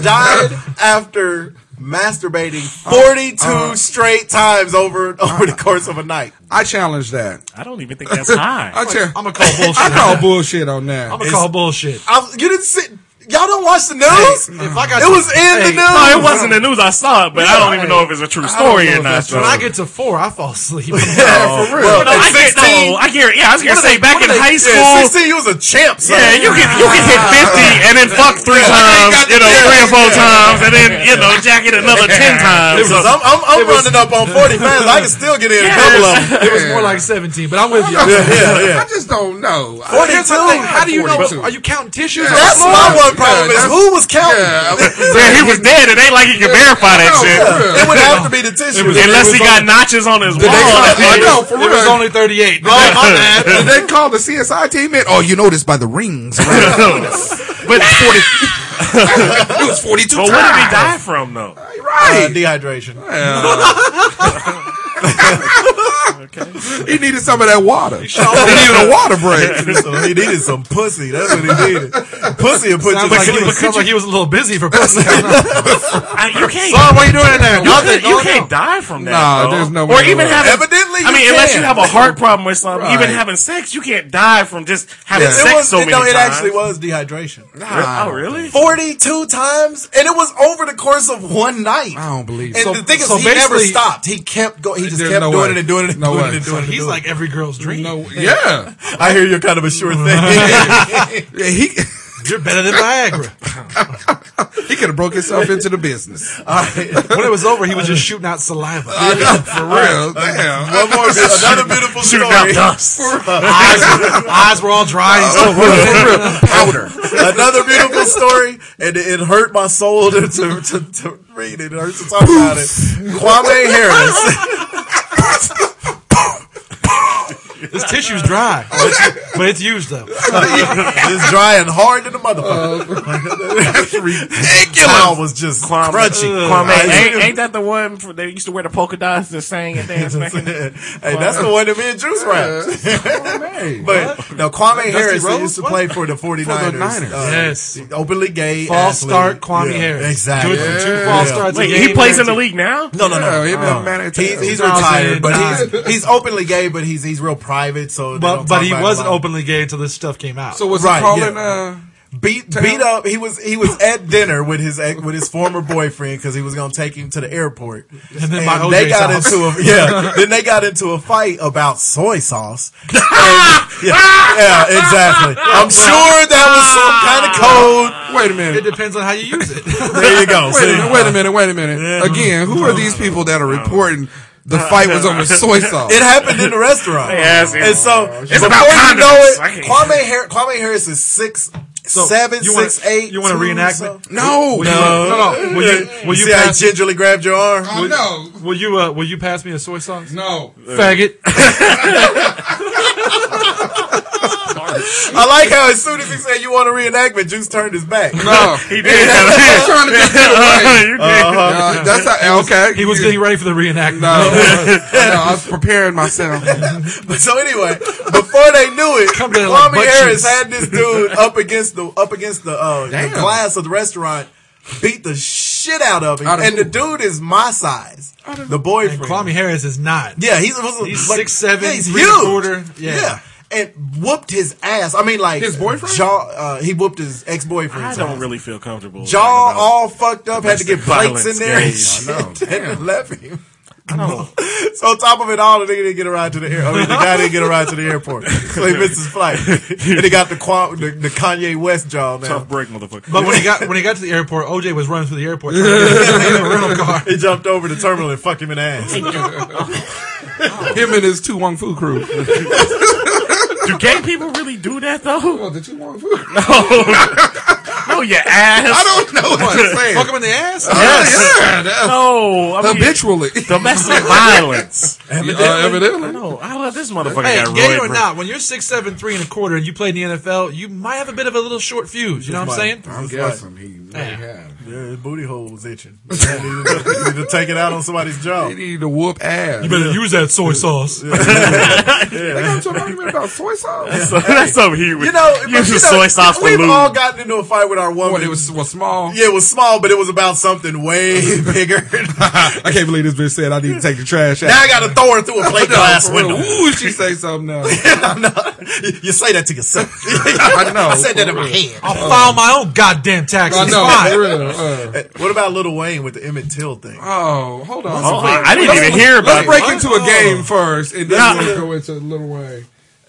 died after masturbating 42 straight times over over the course of a night. I challenge that. I don't even think that's high. I cha- I'm going to call bullshit. I call bullshit on that. I'm going to call bullshit. I, you didn't sit. Y'all don't watch the news. if I it got to- was in the Hey, news. No, it wasn't in the news. I saw it, but I don't even know if it's a true story or not. though. When I get to four, I fall asleep. Yeah, for No, real. I get no. I get yeah. I was gonna say back in high school. Yeah, 16, you was a champ. Son. Yeah, you can you can hit fifty and then fuck three Uh, times, you know, three or four times, and then you know, jack it another ten times. It was- I'm, I'm, I'm running up on 40 fans. I can still get in a couple of them. It was more like 17, but I'm with you. I'm with you. Yeah, yeah. I just don't know. I- Forty-two. here's the thing, How do you know? 42. Are you counting tissues? on the Yeah. That's floor? my one problem is Yeah, that's- who was counting? Yeah, I- yeah, he was dead. It ain't like he can verify that Uh, No, shit. for real. It would have to be the tissue. Unless he got notches on his wall. next time- that- I know, for it real. was only 38. Oh, my bad. Did they call the CSI team in? Oh, you know this by the rings. Right? But forty. it was 42 But times. what did he die from though? Uh, Right. dehydration. He needed some of that water. He needed a water break. So he needed some pussy. That's what he needed. Pussy and put you Sounds, to like he, sleep. was, sounds like he was a little busy for pussy. I, you can't. what are you doing in there? you can't, oh, you can't die from that. Nah, though. there's no Or way even around. having. Evidently, I mean, you unless can. you have a heart problem or something, even Right. having sex, you can't die from just having It sex was, so many no, times. it actually was dehydration. Oh, really? 42 times, and it was over the course of one night. I don't believe And so. the thing is, so he never basically- stopped. He kept going. He just There's kept no doing way. it and doing it and No doing way. it and doing it. and He's doing like every girl's dream. No, yeah. it. I hear you're kind of a sure thing. Yeah, He You're better than Viagra. he could have broke himself into the business. All right. when it was over, he was just shooting out saliva. For real. Damn. One more, another beautiful Shooting out story. dust. eyes, eyes were all dry. He's still Powder. another beautiful story, and it, it hurt my soul to, to, to, to read it. It hurts to talk about it. Kwame Harris. His tissue's dry, but it's used though. it's drying hard to the motherfucker. Uh, Ridiculous. was just Kwame, crunchy. Kwame, I- ain't, ain't that the one for, they used to wear the polka dots and sang and dance back in the hey, that's the one that me and Juice raps. but no, Kwame Harris Rhodes? used to What? play for the 49ers. Niners. uh, Yes. Openly gay. False athlete. start, Kwame Yeah, Harris. Exactly. Two, two false starts. a Wait, he game, plays in the guaranteed. league now? No, no, Yeah, no. he been Uh, man at He's, he's 2009. retired, but he's he's openly gay, but he's he's real private. So they But don't but talk he about it wasn't a lot. openly gay until this stuff came out. So was Right, he calling? yeah. Uh, beat beat up. He was he was at dinner with his ex, with his former boyfriend because he was gonna take him to the airport. And then by they OJ's got house. into a yeah. then they got into a fight about soy sauce. And- yeah, yeah, exactly. I'm sure that was some kind of code. wait a it minute. depends on how you use it. There you go. Wait a See? minute. Wait a minute. Wait a minute. Again, who are these people that are reporting the fight was over soy sauce? It happened in the restaurant. Yes, it- and so It's before about you know condiments. I it, can't- Kwame, Har- Kwame Harris is six seven, you wanna- six, eight, you wanna two, reenactment? so- No, No, no. Will you will you see how I pass, gingerly grabbed your arm? Oh, no, will you uh, will you pass me a soy sauce? no. Faggot. I like how as soon as he said you want a reenactment, Juice turned his back. No, Uh-huh. He I'm did. trying to just get away. You did. Uh, that's how, okay. He was getting ready for the reenactment. No, no, I was preparing myself. so anyway, before they knew it, Come to, Kwame like, butt Harris cheeks. had this dude up against the up against the, uh, the Damn. glass of the restaurant, beat the shit out of him, Out of and who? the dude is my size, the boyfriend. And Kwame Harris is not. yeah, he's, was, He's 6'7", yeah, he's three huge. and a quarter. Yeah. and whooped his ass. I mean, like His boyfriend? Jaw, uh, he whooped his ex boyfriend. I don't really feel comfortable. Jaw talking about- all fucked up, had to get plates violence in there. and games. shit, and left him. So on top of it all, the nigga didn't get a ride to the air. I mean, the guy didn't get a ride to the airport, so he missed his flight. And he got the, Kwa- the, the Kanye West jaw now. Tough break, motherfucker. But when he got when he got to the airport, OJ was running through the airport. trying to get him a rental car. He jumped over the terminal and fucked him in the ass. Him and his two Wong Fu crew. Oh, do gay people really do that though? Well, the two Wong Fu. No, know your ass. I don't know what you're saying. Fuck him in the ass? Yes. Yeah, that- No, I mean, habitually. domestic violence. Uh, evidently. No, I love this motherfucker Hey, got gay roided, or bro. not, when you're six seven three and a quarter and you play in the NFL, you might have a bit of a little short fuse. You know what I'm saying? I'm guessing he may have. Yeah, his booty hole was itching. You need to, you need to take it out on somebody's jaw. He need to whoop ass. You better use that soy sauce. They got into an argument about soy sauce. That's some heat. You know, but you use you the know, soy sauce for We've lube. all gotten into a fight with our What woman. it was was small. yeah, it was small, but it was about something way bigger. I can't believe this bitch said I need to take the trash out. now I got to throw her through a plate glass For real. window. Ooh, she say something now. You- you say that to yourself. I know. I said that in for my real. head. I'll file my own goddamn taxes. I know. Fine. For real. Uh, What about Little Wayne with the Emmett Till thing? oh, hold on. Oh, wait, I didn't even hear about Let's break it. into a game first, and then Nah. we'll go into Little Wayne.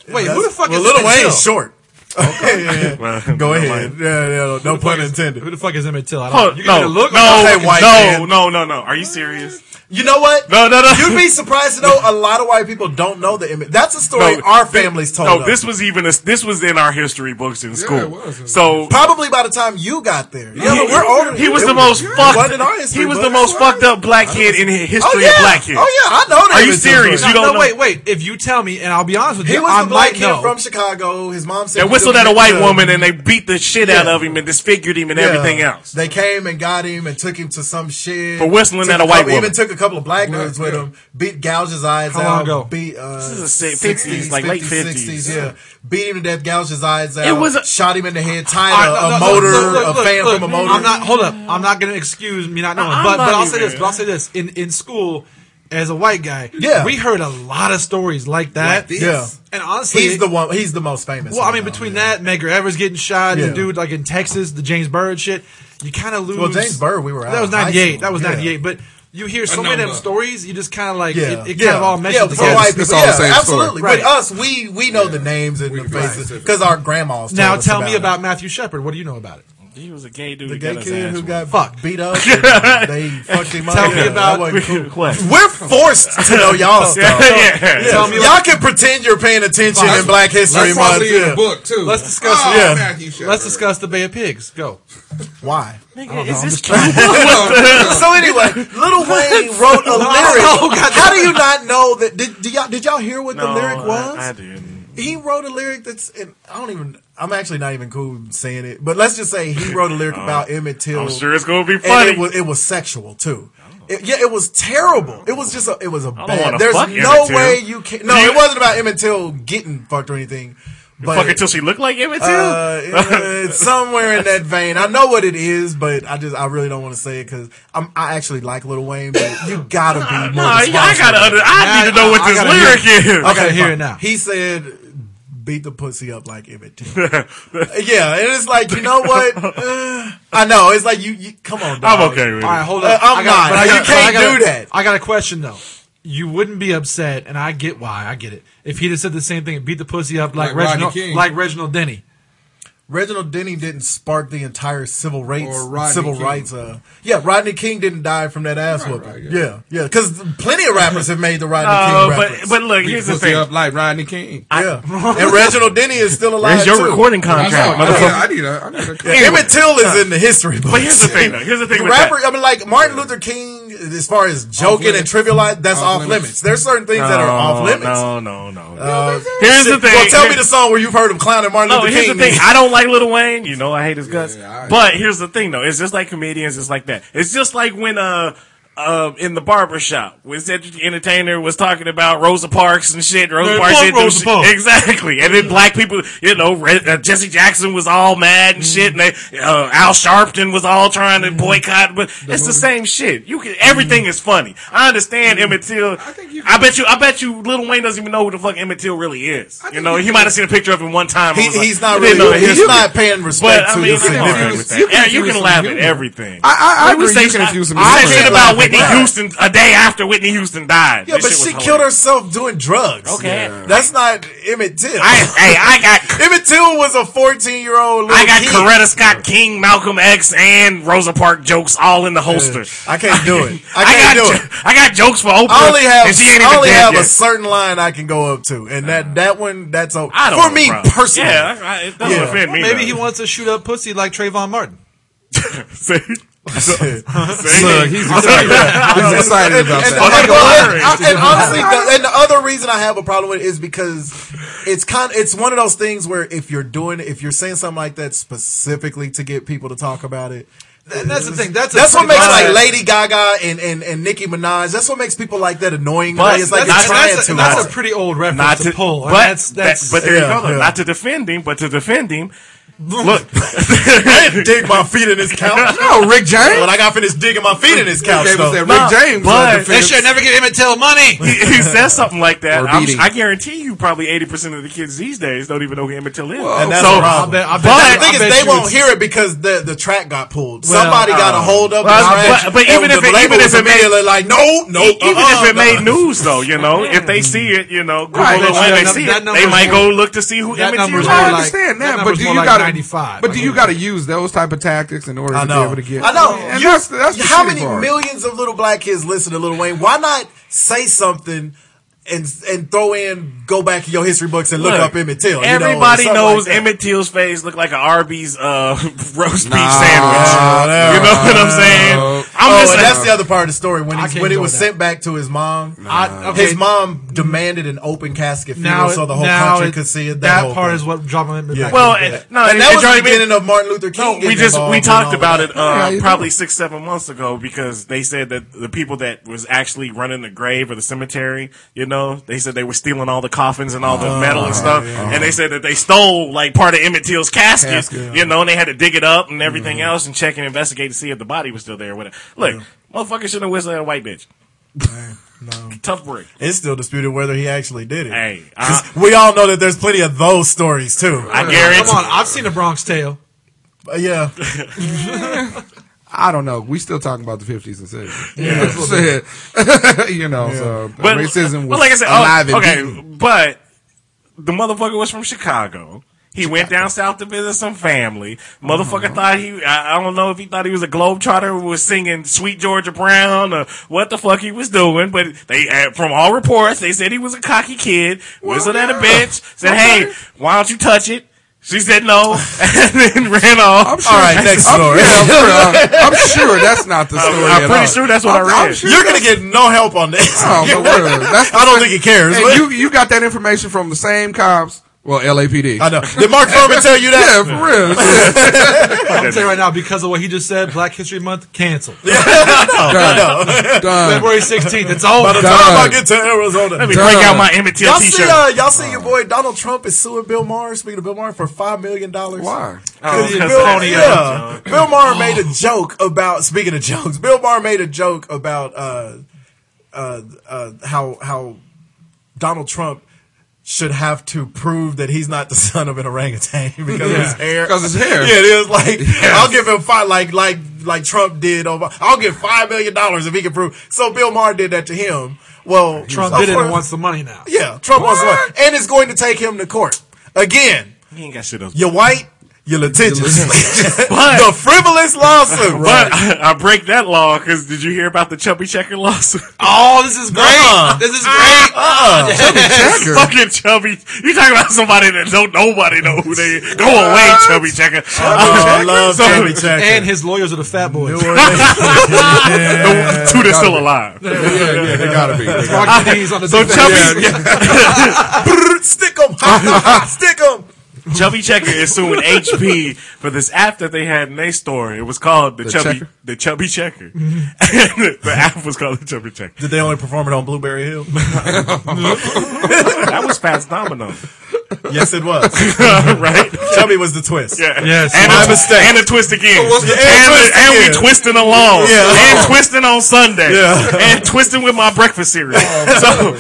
Wait, who the fuck well, is Little Emmett Till? Wayne's short. Okay, yeah, yeah. Well, go never ahead. mind. Yeah, yeah, no pun intended. Who the fuck is Emmett Till? I Oh, don't, you no, gonna look no, Hey, white no, man. no, no, no. Are you serious? You know what? No, no, no. You'd be surprised to know a lot of white people don't know the image. That's a story No, our families told No, us. this was even a, this was in our history books in school. it was. So Probably by the time you got there. Yeah, but we're older. He was It the most wasn't in our fucked. history He was the books. most fucked up black kid in hi- Oh, history yeah. of black kids. Oh, yeah. I know that. Are you Emmett Till's serious? black. You no, don't no, know. wait, wait. If you tell me, and I'll be honest with He you, was I the black might kid know. from Chicago. His mom said They he whistled at a was white the- woman and they beat the shit out of him and disfigured him and Yeah. everything else. They came and got him and took him to some shit. For whistling Took at a white couple, Even woman. took a couple of black nerds with him. Beat gouged his eyes How out. long ago? Beat uh, This is the 50s, like late 50s. Yeah, beat him to death, gouged his eyes out. It was a- shot him in the head, tied All right, a, no, a no, motor, look, look, a look, fan look, from a motor. I'm not. Hold up. I'm not going to excuse me not knowing. I'm but not but I'll say even- this. But I'll say this. In in school, as a white guy, Yeah. we heard a lot of stories like that. Yeah. And honestly, He's the one. He's the most famous. Well, I one, mean, though, between yeah. that, Maker Evers getting shot, Yeah. the dude like in Texas, the James Byrd shit, you kind of lose. Well, James Byrd, we were out that was of high ninety eight. school. That was Yeah. ninety eight. But you hear so many of them number. stories, you just kind of like yeah, it, it kind yeah. of all meshes yeah, for together. white It's- people, it's all the yeah, same story. absolutely. Right. With us, we we know the names and the faces because our grandmas. now told us tell me it. about Matthew Shepard. What do you know about it? He was a gay dude. the who gay got his kid ass who whooped. got Fuck. beat up. and they fucked him up. Tell me That about- wasn't cool. What? We're forced to know y'all stuff. Yeah. Tell me y'all can pretend you're paying attention in Black History That's Month. probably in yeah. the book too. Let's discuss Oh, it. Yeah. Matthew Shepard. Let's discuss the Bay of Pigs. Go. Oh, Why? Nigga, is this cute? so anyway, Little Wayne wrote a lyric. Oh, How do you not know that? Did, do y'all, did y'all hear what the No, lyric I- was? I didn't. he wrote a lyric that's and I don't even. I'm actually not even cool saying it, but let's just say he wrote a lyric about Emmett Till. Uh, I'm sure it's gonna be and funny. it was, it was sexual too. It, yeah, it was terrible. It was just a, it was a wanna bad. There's fuck no Emmett Till. way you can. No, You- it wasn't about Emmett Till getting fucked or anything. But Fuck until she looked like Emmett Till. uh, it- it's somewhere in that vein. I know what it is, but I just I really don't want to say it because I'm I actually like Lil Wayne, but you gotta be more. Nah, I gotta. Under, I need to know what I- I this gotta lyric is. I gotta hear fine. it now. He said, "Beat the pussy up like Emmett Till." yeah, and it's like you know what? Uh, I know it's like you. you come on, dog. I'm okay with All right, it. hold Uh, up. I'm I not. got- but I You got- but can't I got a- do that. I got a question though. You wouldn't be upset, and I get why. I get it. If he'd have said the same thing and beat the pussy up like, Like Rodney Reginald, King. like Reginald Denny. Reginald Denny didn't spark the entire civil rights Or Rodney civil King. rights. Uh, yeah, Rodney King didn't die from that ass Right, whooping. right, yeah. yeah, yeah, because plenty of rappers have made the Rodney Uh, King but reference. but look, here's the pussy thing. up like Rodney King. yeah, and Reginald Denny is still alive. Where's your too. recording I, know. contract, motherfucker? Oh, I need a. I need a. I need a Yeah, Emmett Till is in the history books. But here's the thing, though. Here's the thing with rapper, I mean, like Martin Luther King, as far as joking and limits. trivialized, that's off, Off limits. limits. There's certain things that are off limits. Oh, No, no, no. no. Uh, here's the shit. thing. Well, tell me Here- the song where you've heard him clowning Martin No, Luther here's King. the thing. I don't like Lil Wayne. You know, I hate his guts. Yeah, I- but here's the thing, though. It's just like comedians. It's like that. It's just like when uh. Uh, in the barber shop, when Cedric the Entertainer was talking about Rosa Parks and shit, Rosa Man, Parks fuck did them Rosa shit- Parks. exactly, and then black people, you know, Re- uh, Jesse Jackson was all mad and shit, and they, uh, Al Sharpton was all trying Mm-hmm. to boycott, but it's the same shit. You can everything is funny. I understand Emmett Till. I, Mm-hmm. think you bet you, I bet you, Little Wayne doesn't even know who the fuck Emmett Till really is. You think know, you he might have seen a picture of him one time. He, I was like, he's not I didn't really. know that he he's was- not paying respect But I to mean, the you can, significance. argue with that. You can Yeah, you confuse can laugh some at humor. everything. I- I- I We agree, say you can shit- confuse some I humor. say shit about Laugh at Whitney Houston a day after Whitney Houston died. Yeah, This shit but was she hilarious. killed herself doing drugs. Okay. That's not Emmett Till. I, hey, I got Emmett Till was a 14 year old. I got Coretta Scott King, Malcolm X, and Rosa Park jokes all in the holster. I can't do it. I got can't do jo- it. I got jokes for Oprah. I only have and she ain't I even only dead have a yet. certain line I can go up to, and that that one that's o- I don't for know, me bro. personally. Yeah, I- I- it doesn't Yeah. offend me. Maybe though. he wants to shoot up pussy like Trayvon Martin. Look, he's excited. he's excited about And, that. and- Like a well, lottery. and- and honestly, the, and the other reason I have a problem with it is because it's kind. It's one of those things where if you're doing, if you're saying something like that specifically to get people to talk about it, And that's the thing. That's a that's what pretty makes like good- Lady Gaga and and and Nicki Minaj. That's what makes people like that annoying. But Like, it's like that's- you're trying that's, a, too that's a hard. pretty old reference not to, to pull. but and that's that's that- but there yeah, you go. though. yeah. Not to defend him, but to defend him. Look, dig my feet in this couch. No, Rick James. when I got finished digging my feet in this couch, Gave though. us that No, Rick James uh, but- they defense. should never give Emmett Till money. he, he says something like that. Or I'm, beating. I guarantee you, probably eighty percent of the kids these days don't even know who Emmett Till is. And that's so, a problem. I bet- But- the thing I is, bet they you won't it's- hear it because the the track got pulled. Somebody got a hold uh, of Well, it. but- but even if it- even if it made- made like no, no, E- even uh-uh, if it no. made news, though, you know, if they see it, you know, Google Right, it that- when they that- see that it, number's they might go more- look to see who that Emmett Till number's is. more I like- understand that that, but number's do more you like gotta, 95, but I do you guess. gotta use those type of tactics in order I to be know. able to get? I know. And You- that's, that's the how shitty many part. millions of little black kids listen to Little Wayne? Why not say something? And, and throw in, go back in your history books and look, Look, up Emmett Till. you know, or Everybody something knows like that. Emmett Till's face looked like an Arby's uh, roast beef Nah, sandwich. nah, Uh, you know what I'm saying? nah. I'm Oh, just and like, that's the other part of the story when can't he, when it go was down. sent back to his mom. I, His mom demanded an open casket funeral now so the whole now country it- could see it. That, whole part thing. is what dropped Emmett Yeah. back. well, Yeah. eh, no, and it that was drives the me- beginning of Martin Luther King. No, we getting just involved we and all talked of about that. it uh, you probably six seven months ago because they said that the people that was actually running the grave or the cemetery, you know, they said they were stealing all the coffins and all the Oh, metal and stuff, and they said that they stole like part of Emmett Till's casket, Casket. Mm-hmm. you know, and they had to dig it up and everything else and check and investigate to see if the body was still there. Or whatever. Look, motherfucker shouldn't have whistled at a white bitch. Tough break. It's still disputed whether he actually did it. Hey, 'Cause I, we all know that there's plenty of those stories too. I guarantee. Come on, I've seen a Bronx Tale. But yeah, I don't know. We still talking about the fifties and sixties. Yeah, you know. So uh, racism was well, like I said, oh, alive and okay, beating. but the motherfucker was from Chicago. He went down south to visit some family. Mm-hmm. Motherfucker thought he, I, I don't know if he thought he was a globetrotter who was singing Sweet Georgia Brown or what the fuck he was doing, but they, uh, from all reports, they said he was a cocky kid, whistled at a bitch, said, hey, why don't you touch it? She said no, and then ran off. I'm sure. All right, next I'm, story. yeah, I'm, sure, uh, I'm sure that's not the I'm- story. I'm at pretty all. sure that's what I I'm- I'm read. sure you're gonna that's- get no help on this. Oh, my word. That's the I don't same- think he cares. Hey, but- you you got that information from the same cops? Well, LAPD. Uh, I know. Did Mark Furman tell you that? Yeah, for real. Yeah. I'll tell you right now, because of what he just said, Black History Month canceled. Done. Done. February 16th, it's over. By the time I get to Arizona, Let me break Damn. out my Emmett Till y'all see, t-shirt. uh, y'all see your boy Donald Trump is suing Bill Maher. Speaking of Bill Maher, for five million dollars. Why? Oh, 'cause Bill, that's- Oh. yeah. Bill Maher made a joke about speaking of jokes. Bill Maher made a joke about uh, uh, uh, how how Donald Trump should have to prove that he's not the son of an orangutan because of his hair. Because it's hair. Yeah, it is like I'll give him five, like like like Trump did over. I'll give five million dollars if he can prove. So Bill Maher did that to him. Well, Trump of did it course- and wants the money now. Yeah, Trump wants one, and it's going to take him to court again. He ain't got shit else. You're white. You're litigious. uh, But- the frivolous lawsuit. But I, break that law because did you hear about the Chubby Checker lawsuit? Oh, this is great. Uh-uh. This is great. Checker. Fucking Chubby. You talking about somebody that don't nobody know who they Go away, Chubby Checker. Oh, I love So- Chubby Checker. And his lawyers are the fat boys. The two that's still alive. Yeah, yeah, they gotta be. They gotta Mark D's on the So defense. Chubby, Brrr, stick him. stick him. Chubby Checker is suing HP for this app that they had in their store. It was called the, The Chubby Checker? the Chubby Checker. And the app was called the Chubby Checker. Did they only perform it on Blueberry Hill? That was Fast Domino, yes, it was. right? Chubby was the twist. Yeah. Yes, and my a, twi- mistake. And a twist again. what's the- and, and a- twist and again. we twisting along. Yeah. And twisting on Sunday. Yeah. And twisting with my breakfast cereal. Oh, so,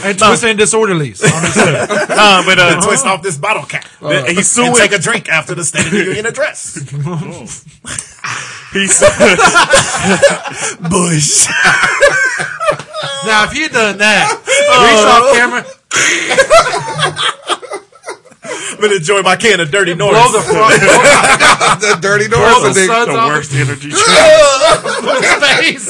And Twist and Disorderlies. nah, but uh, Twist off this bottle cap. th- he's and suing. take a drink after the State of the Union address. he's, Bush. Now, if you done that, reach off camera, I'm gonna enjoy my can of dirty noise. blow the front, the dirty blow the doors. suds the off worst energy drink. Uh, his face.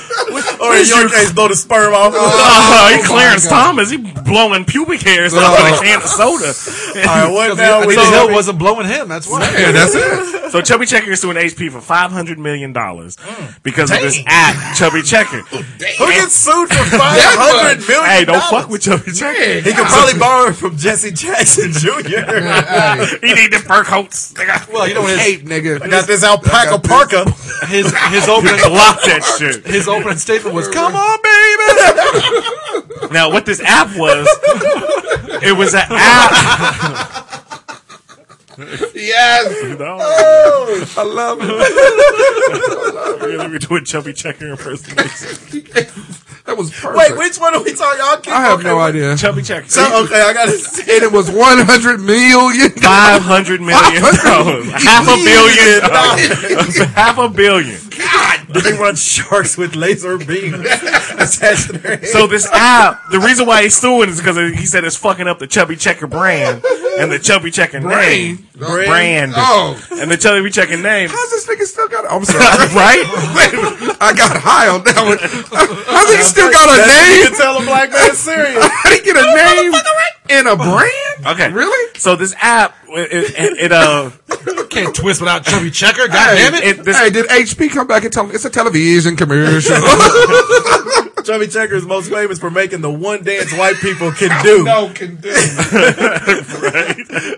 or in your case, blow the sperm off. Oh, he Clarence Thomas, he blowing pubic hairs out of Oh. a can of soda. All right, what now? I We didn't know know it wasn't blowing him. That's why. Yeah, that's it. So Chubby Checker is suing HP for five hundred million dollars Mm. because of this app, Chubby Checker. who gets sued for five hundred million? Hey, don't fuck with Chubby Checker. He could probably borrow it from Jesse Jackson Jr. He need the fur coats. They got Well, you know his Ape, nigga. I got this alpaca parka. his his opening block that shit. his opening statement was, "Come on." baby. now, what this app was, it was an app. Yes. You know, I love it. really, we're doing chubby checker impersonation. That was Wait, perfect. which one are we talking? Y'all keep I have okay, no wait. idea. And Chubby checker. So, okay, I gotta see. it was 100 million. Five hundred million dollars, half a billion, dollars. half a billion. They run sharks with laser beams attached to their head. So this app, the reason why he's suing is because he said it's fucking up the chubby checker brand and the chubby checker name, Brand? brand, Oh. and the chubby checker name, How's this nigga still got? I'm sorry. right? Wait a minute. I got high on that one. How's he still got a You name? can tell a black man serious. How did he get a name in a brand? Okay, Really? So this app, it, it, it uh. Can't twist without Chubby Checker. God damn it! It, this, hey, did HP come back and tell me it's a television commercial? Chubby Checker is most famous for making the one dance white people can do. can do.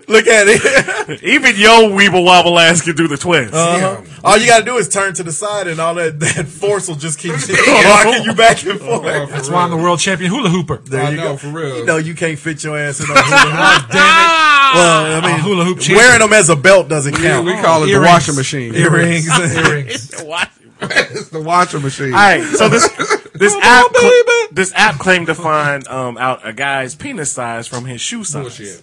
Look at it. even yo weeble wobble ass can do the twist. All you gotta do is turn to the side, and all that, that force will just keep rocking you back and forth. That's why I'm the world champion hula hooper. There I you know, go. for real. You know you can't fit your ass in a hula hoop. Well, I I'm a mean, hula hoop champion. wearing them as a belt doesn't count. we call it the Earrings. washing machine. Earrings. It's the washing All machine. right, so this this app cl- this app claimed to find um, out a guy's penis size from his shoe size. Bullshit.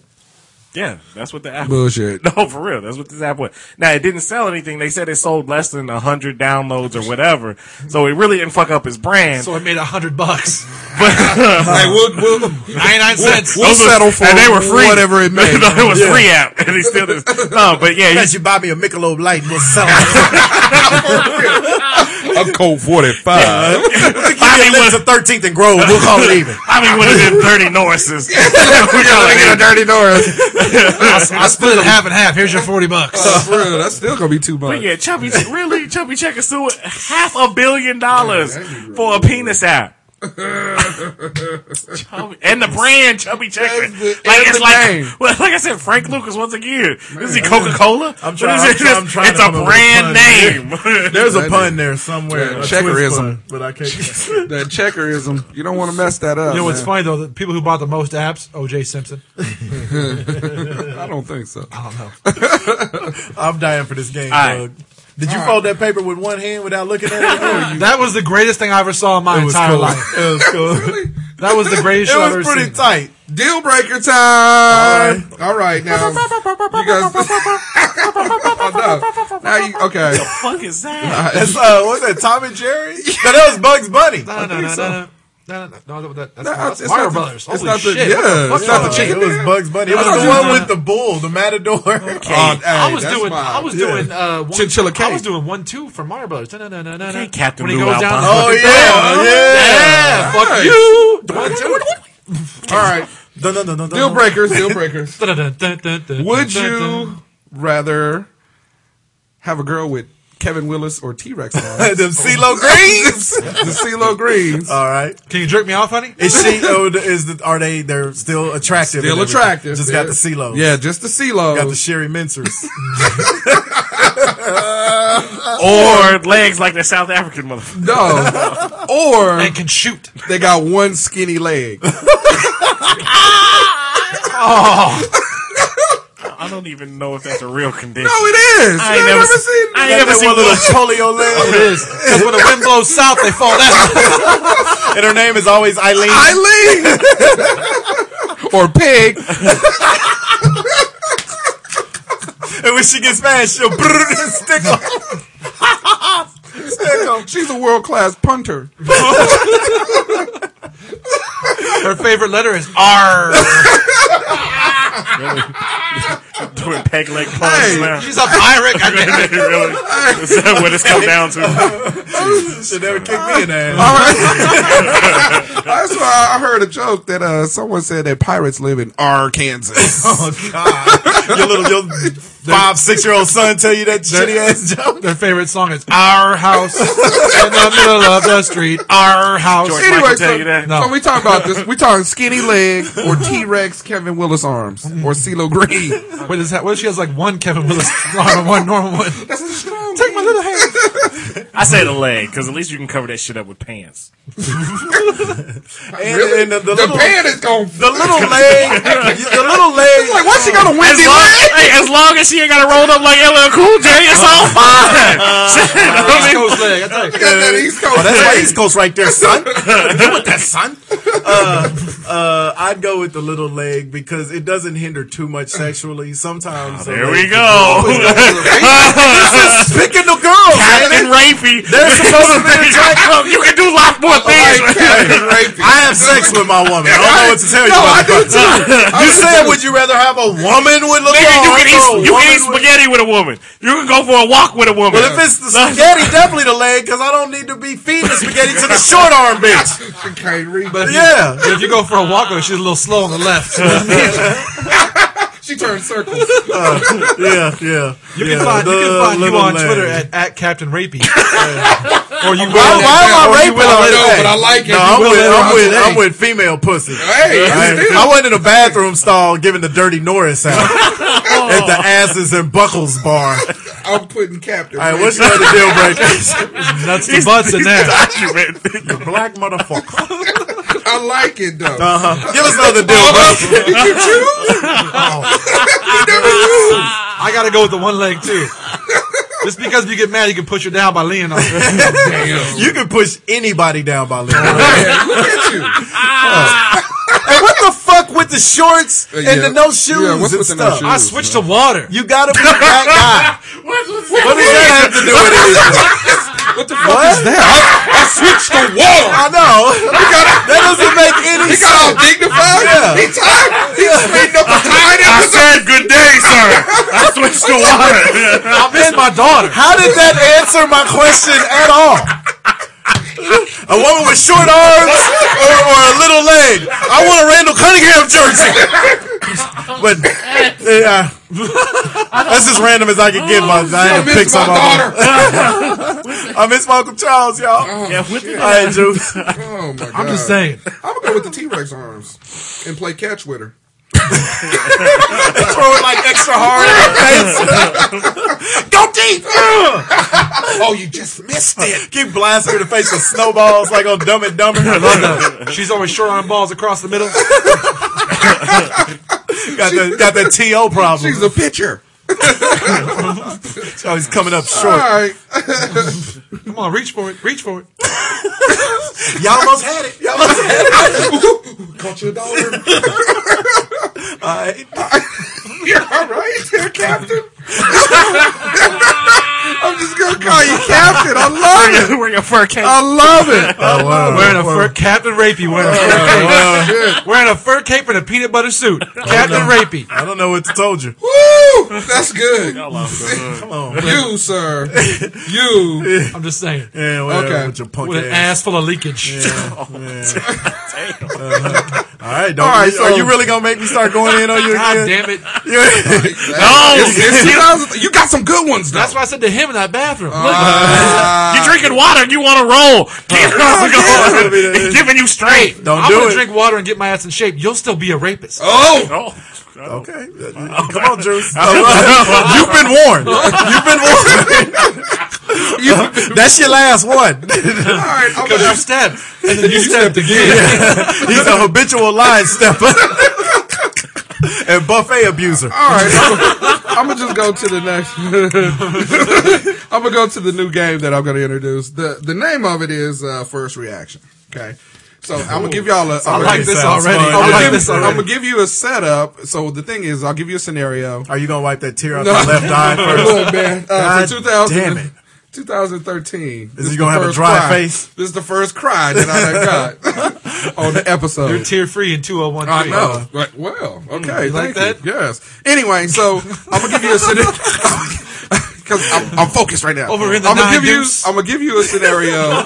Yeah, that's what the app. Bullshit. No, for real, that's what this app was. Now it didn't sell anything. They said it sold less than hundred downloads or whatever. So it really didn't fuck up his brand. So I made a hundred bucks, Hey, we'll, we'll, ninety nine cents. we'll Those are- settle for and they were free. whatever it no, may. it was free app, and he still did. No, but yeah, Unless he's, you buy me a Michelob Light, we'll sell it. A cold 45. Bobby It's was a 13th and Grove. We'll call it even. Bobby would have been dirty Norris's. I get a dirty Norris. I split it half and half. Here's your forty bucks. For real, that's still gonna be too much. But yeah, Chubby really Chubby Checker sued half a billion dollars for a penis app. Chubby- and the brand Chubby Checker, That's like the- it's every like, name. well, like I said, Frank Lucas once again. Is he Coca Cola? I'm trying- I'm trying- I'm trying It's to a come up with brand a name. There's a pun there somewhere. a twist Checkerism. pun, But I can't. That checkerism, you don't want to mess that up. You know what's man. funny though? The people who bought the most apps, OJ Simpson. I don't think so. I'm dying for this game, All right. Doug. Did you fold that paper with one hand without looking at it? Or you- That was the greatest thing I ever saw in my it was entire cool. life. It was cool. That was the greatest show I've It ever was pretty seen. tight. Deal breaker time. All right, now. You guys, oh, no. Now you okay? the fuck is that? That's uh, what was that? Tom and Jerry? No, that was Bugs Bunny. No, no, no, no, no, no, no, no, no, that- that's, Nah, that's it's Mario not the- Brothers. it's Holy not the- shit! yeah, What the fuck? it's not the Uh, chicken It was dinner? Bugs Bunny. It was I the was one doing- with the bull, the matador. Oh, hey, I was that's doing, wild. I was Yeah. doing, uh, one, Chinchilla I was cake. doing one two from Mario Brothers. Na-na-na-na-na. Hey, Captain when he Lou goes down, Albano. Oh yeah, yeah. yeah, fuck Hey. you. All right, Dun, dun, dun, dun, dun. deal breakers. Deal breakers. Dun-dun-dun-dun-dun-dun-dun. Would you rather have a girl with Kevin Willis or T Rex arms? Them CeeLo Greens. the CeeLo Greens. All right. Can you jerk me off, honey? Is she? oh, Is the, are they? They're still attractive. Still and everything. attractive. Just got the CeeLo. Yeah, just the CeeLo. Got the Sherry Mincers. Or legs like the South African motherfucker? no. Or And can shoot. they got one skinny leg. I don't even know if that's a real condition. No, it is. I ain't You never, never seen. seen I ain't Got never that seen one little one. polio It leg. is because when the wind blows south, they fall down. and her name is always Eileen. Eileen or Pig. and when she gets mad, she'll stick on. She's a world class punter. Their favorite letter is R. Doing peg leg punch. now. She's a pirate. goddamn it. really? Is that what it's come down to? Should never kick me in the ass. All right. That's why I heard a joke that uh, someone said that pirates live in Arkansas. Oh God! Your little your five six year old son tell you that shitty ass joke. Their favorite song is Our House in the middle of the street. Our House. George Michael anyway, tell so, you that. No. so we talk about this. We talking skinny leg or T Rex Kevin Willis arms or CeeLo Green. What is that? What if she has like one Kevin Willis song and one normal one? Take my little hand. I say the leg because at least you can cover that shit up with pants. And, and the, the The little pan is going. the little leg, the little leg. Like, what's she gonna win? As the long, leg? hey, as long as she ain't got it rolled up like LL Cool J, it's all fine. Shit, I East mean, Coast leg. I tell you. Got that East Coast Oh, that's my leg. East Coast right there, son. You with that, son? Uh, uh, I'd go with the little leg because it doesn't hinder too much sexually. Sometimes the there leg- we go. Picking the girls, Captain man. Rapey. They're supposed to be attractive. you can do lots more things. Like, Kevin Rapey. I have sex with my woman. I don't know what to tell you. No, I do motherfucker. too. I You do said, too. would you rather have a woman with LeBron? Nigga, you can or a eat, you can woman eat spaghetti with a woman. You can go for a walk with a woman. Well, if it's the spaghetti, definitely the leg, because I don't need to be feeding the spaghetti to the short arm bitch. She can't read. But if you- Yeah. but if you go for a walk, she's a little slow on the left. She turned circles. Yeah, yeah. You can find, you, can find you on Twitter at, at Captain Rapey. or you Why, will- why am Or I you raping will all let that? go, but I like it. No, You I'm will with, let her I'm out with, today. I'm with female pussy. Hey, it's I, still- I went in a bathroom stall giving the Dirty Norris out at the Asses and Buckles bar. All I'm putting captain. right, what's your other deal breakers? nuts and butts in there. You black motherfucker. I like it though. Uh-huh. Give us another deal breaker. Did you choose? You never choose. I gotta go with the one leg too. Just because you get mad, you can push her down by leaning on her. You can push anybody down by leg. Yeah, look at you. And what the fuck with the shorts and Uh, yeah. the no shoes Yeah, what's and with the no stuff? shoes? I switched to water. You gotta be that guy. what does that have to do with anything? What the What? fuck is that? I, I switched the wall. I know. that doesn't make any He got all sense. dignified. Yeah. He tied. He was made up a tied I episode. said good day, sir. I switched to water. I miss my daughter. How did that answer my question at all? A woman with short arms or, or a little leg. I want a Randall Cunningham jersey. But yeah, that's as random as I could give. My, I I had to pick miss my some daughter. I miss my Uncle Charles, y'all. Yeah, what the- All right, Juice. Oh my god. I'm just saying. I'm gonna go with the T Rex arms and play catch with her. throw it like extra hard in her face. Go deep. Oh, you just missed it. Keep blasting her in the face with snowballs like on Dumb and Dumber. She's always short on balls across the middle. got the got that to problem. She's a pitcher. She's always Oh, coming up All short. right. Come on, reach for it. Reach for it. Y'all almost had it. Y'all almost had Caught your daughter. it. All right. You're all right, there, Captain. I'm just gonna call you Captain. I love it. Wear your fur cape. I love it. Oh, wow. Oh, Wearing a fur, Captain Rapey wearing a fur cape. Shit. Wearing a fur cape and a peanut butter suit. Captain Rapey. I don't know what to told you. Woo! That's good. Come on. You, sir. You. I'm just saying. Yeah, whatever Okay. with your punk With an ass. ass full of leakage. All right, don't. All right, you- so- are you really gonna make me start going in on you God again? damn it. No, It's- it's- you, you got some good ones, though. That's why I said to him in that bathroom. Uh, Look, Uh, are drinking water and you want to roll. Keep going. It's giving you straight. Don't I'm do gonna it. drink water and get my ass in shape. You'll still be a rapist. Oh, Oh, Okay. Uh, Come on, Juice. You've been warned. You've been warned. That's your last one. all right. I'm Because gonna, you stabbed. And then you, stabbed again. He's a habitual line stepper and buffet abuser. all right. I'm gonna just go to the next. I'm gonna go to the new game that I'm gonna introduce. the The name of it is uh, First Reaction. Okay. So I'm gonna give y'all a. I like this Sounds already. fun. I I'm like gonna, this give, I'm gonna already. give you a setup. So the thing is, I'll give you a scenario. Are you gonna wipe that tear out your left eye first? Look, man, uh, God for 2000, damn it. 2013. Is this he gonna the have a first dry cry. face? This is the first cry that I have got on the episode. You're tear free in oh I 2013. know. Like, well, okay. you like thank you. Yes. Anyway, so I'm gonna give you a scenario because I'm, I'm focused right now. Over in the I'm gonna nine give deuce. you. I'm gonna give you a scenario,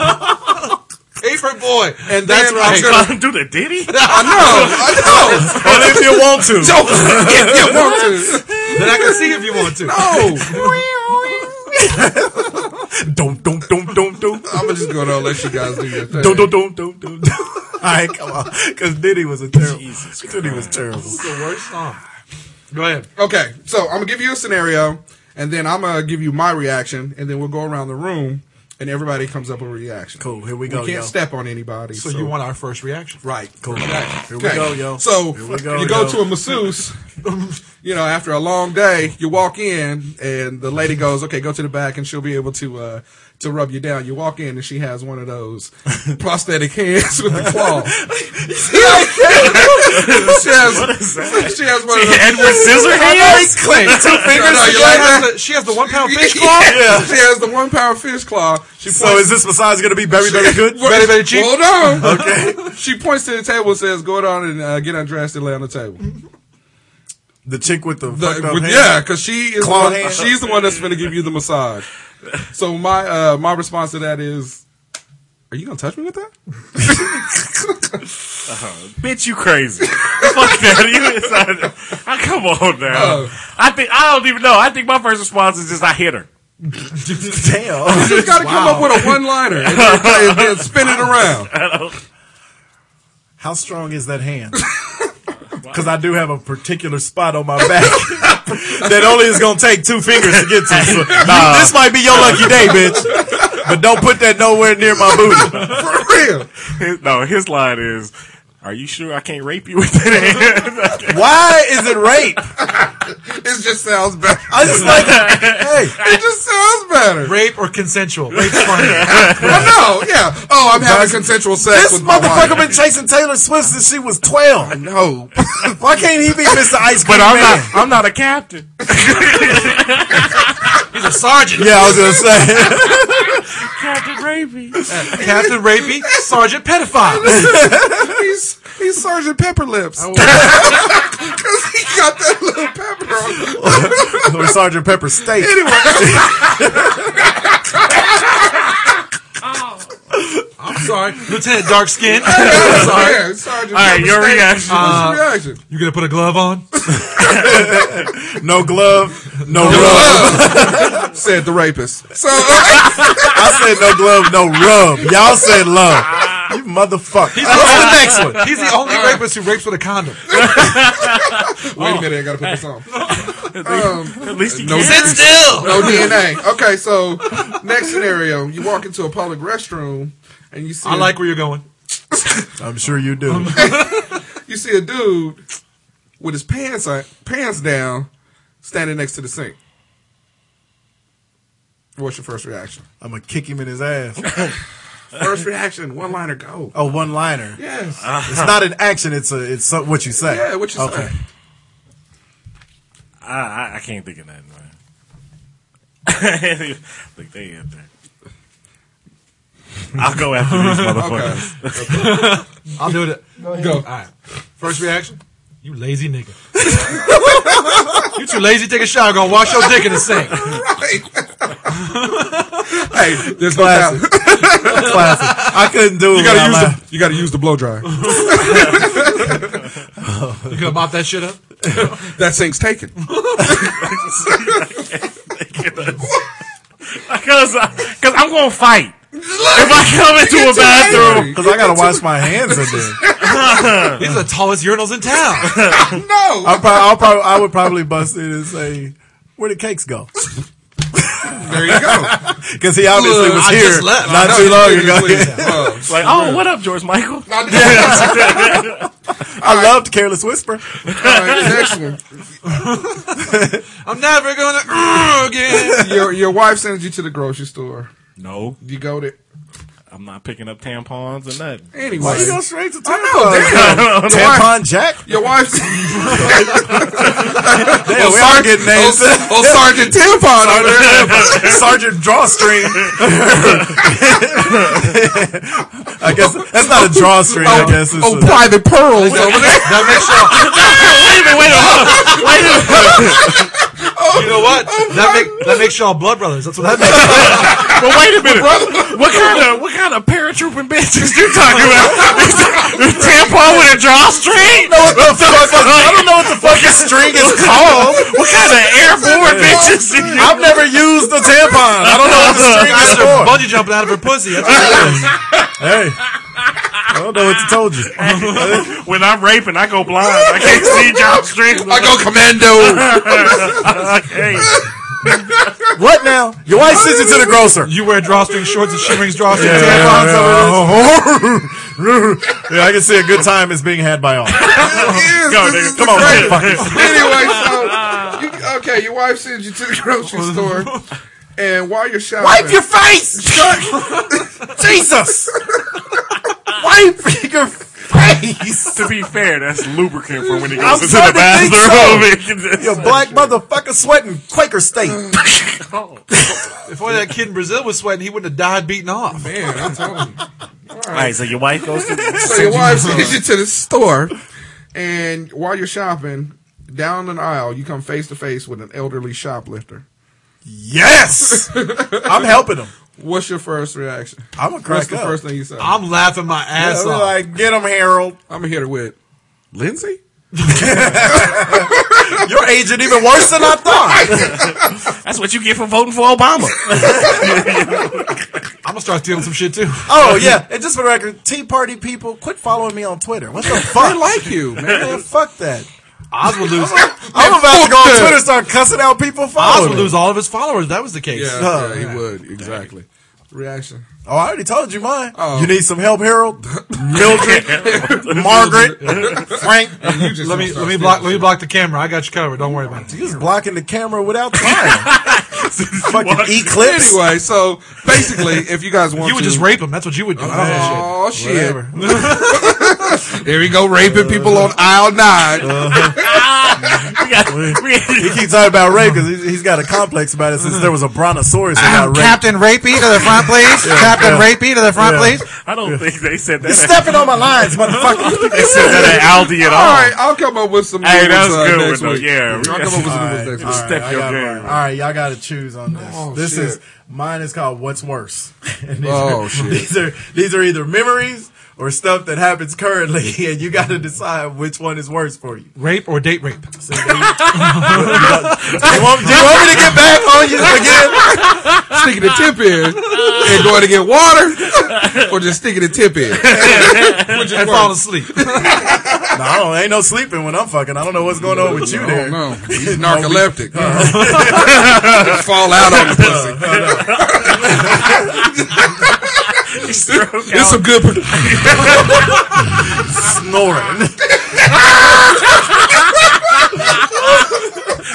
Paper boy. and uh, Damn that's right. I'm right. gonna, Do the Diddy? I know. I know. Only if you want to. Joe, if you want to. Then I can see if you want to. No. Don't, don't, don't, don't, don't. I'm just gonna let you guys do your thing. Don't, don't, don't, don't, don't. All right, come on. Because Diddy was a terrible. Diddy was terrible. It's the worst song. Go ahead. Okay, so I'm gonna give you a scenario, and then I'm gonna give you my reaction, and then we'll go around the room, and everybody comes up with a reaction. Cool. Here we We go, can't yo. step on anybody. So, you want our first reaction? right? Cool. Here we Okay. go, yo. So Here we go, you go yo. to a masseuse. you know, after a long day, you walk in, and the lady goes, "Okay, go to the back, and she'll be able to uh, to rub you down." You walk in, and she has one of those prosthetic hands with the claw. she has, She has one of those. Edward Scissorhands? Click, two No, fingers no, you together. has the, she has the one pound fish claw. Yeah. She has the one pound fish claw. She points, So is this massage going to be very, very good? Very, very cheap. Hold on. Okay. She points to the table and says, "Go down and uh, get undressed and lay on the table." The chick with the, The- fucked up with- hand? yeah, because she is the Claw one, hand. she's the one that's going to give you the massage. So my uh, my response to that is, "Are you going to touch me with that?" Bitch, you crazy. Fuck that. You, it's not, I, come on now. Oh. I think I don't even know. I think my first response is just I hit her. Damn. You got to come up with a one liner and then- and then spin it around. How strong is that hand? Because I do have a particular spot on my back that only is going to take two fingers to get to. So you- this might be your lucky day, bitch. But don't put that nowhere near my booty. For real. His- no, his line is, "Are you sure I can't rape you with that hand?" Why is it rape? It just sounds better. I just like, hey, It just sounds better. Rape or consensual? Rape's funny. Well, no, yeah. Oh, I'm having consensual sex this with my motherfucker wife. been chasing Taylor Swift since she was 12. No. Why can't he be Mr. Ice Cream but I'm Man? not. I'm not a captain. He's a sergeant. Yeah, I was going to say. Captain Rapey. Captain Rapey, Sergeant Pedophile. he's he's Sergeant Pepper lips. Because he got that little pepper on. or Sergeant Pepper steak. I'm sorry. Lieutenant Dark Skin. Uh, Yeah, Sergeant All right, Pepper your steak. reaction. What's your reaction? You gonna put a glove on? No glove, no rub. Said the rapist. So I said no glove, no rub. Y'all said love. You motherfucker. What's the next one? He's the only rapist who rapes with a condom. wait a minute, I gotta put this on. At least he No, can. no Still. DNA. Okay, so next scenario: you walk into a public restroom and you see I a- like where you're going. I'm sure you do. you see a dude with his pants on, pants down, standing next to the sink. What's your first reaction? I'm gonna kick him in his ass. First reaction, one liner, go. Uh, Oh, one liner. Yes. It's not an action. It's a. It's some, what you say. Yeah, what you say? I, I, I can't think of nothing, man. Look, they up there. I'll go after these motherfuckers. I'll do it. Go. All right. First reaction? You lazy nigga. you too lazy to take a shower. Gonna wash your dick in the sink. Hey, there's no doubt. Classic. Classic. I couldn't do it. You gotta without use the you gotta use the blow dryer. You gonna mop that shit up? That sink's taken. Because because I'm gonna fight. If I come into a bathroom, because I gotta wash my hands in there. These are the tallest urinals in town. No. I'll probably, I'll probably, I would probably bust in and say, "Where the cakes go?" There you go. Because he obviously Look, was I here just left. not No, too you long didn't ago. leave. Oh. like, oh, what up, George Michael? Not that. I loved Careless Whisper. All right, next one. I'm never gonna uh, again. Your your wife sends you to the grocery store. No, You go there. I'm not picking up tampons and that. Anyway, Why you go straight to I know. tampons? Damn. Tampon Jack? Your wife's Damn, we are getting Oh, names. old, old Sergeant Tampon on there. Sergeant Drawstring. I guess that's not a drawstring. I guess it's Oh, a, Private Pearls over there. That makes y'all. Wait a minute, wait a minute, wait a minute. You know Oh, what? that make, that makes y'all blood brothers. That's what that makes. But wait a minute. What kind of what kind of paratrooping bitches you talking about? Tampon with a drawstring? I don't know what the fucking string is called. What kind of airborne bitches? do you- I've never used a tampon. I don't know what the string is for. Bungee jumping out of her pussy. That's what that is. Hey, I don't know what to told you. When I'm raping, I go blind. I can't see drawstring. I go commando. Hey, What now? Your wife sends you to the grocer. You wear drawstring shorts and she rings drawstring tampons. yeah, I can see a good time is being had by all. Yes, go, this is nigga. the Come on, greatest. motherfucker. anyway, so you, okay, your wife sends you to the grocery store, and while you're shopping, Wipe your face! Jesus! Wipe your face! To be fair, that's lubricant for when he I'm goes into the starting to think bathroom. You black motherfucker sweating Quaker State. Before that kid in Brazil was sweating, he wouldn't have died beaten off. Man, I'm telling you. All right, so your wife goes to So your wife sends you to the store, and while you're shopping, down an aisle, you come face to face with an elderly shoplifter. Yes! I'm helping him. What's your first reaction? I'm gonna What's crack the up. first thing you say? I'm I'm laughing my ass I'm off. like, get him, Harold. gonna hit her with Lindsay. Your agent even worse than I thought. That's what you get for voting for Obama. I'm gonna start stealing some shit too. Oh yeah, and just for the record, Tea Party people, quit following me on Twitter. What the fuck? I like you, man. Man, fuck that. Oz would lose. I'm about to go on that. Twitter and start cussing out people Oz following. would me. lose all of his followers. if That was the case. Yeah, Oh, man. yeah, uh, he would exactly. Reaction. Oh, I already told you mine. Oh. You need some help, Harold? Mildred, Margaret, Frank. You just Let me let me block let me block the camera. I got you covered. Don't worry about it. You was blocking the camera without trying. Fucking eclipse. Anyway, so basically, if you guys want You to, would just rape him. That's what you would do. Oh shit! Whatever. Here we go, raping people on aisle nine. Uh-huh. Ah. we got, He we, keeps talking about rape because he's, he's got a complex about it since there was a brontosaurus about rape. Rapey to the front, please. Captain Rapey to the front, Yeah. I don't think they said that. You're At, stepping on my lines, motherfucker. they said that at Aldi at all. All right, I'll come up with some. new Hey, that ones, was uh, a good next one, though. week. Yeah. I'll come up with some new ones next week. Step I your gotta- game. All right, y'all got to choose on this. Oh, this shit. is mine is called what's worse. And these Oh, are, shit. These are these are either memories or stuff that happens currently, and you got to decide which one is worse for you. Rape or date rape? You want, do you want me to get back on you again? Sticking the tip in and going to get water, or just sticking the tip in. And fall asleep. No, I don't, ain't no sleeping when I'm fucking. I don't know what's going on with you there. No, Oh, he's narcoleptic. Just fall out on the pussy. It's some good. Snoring.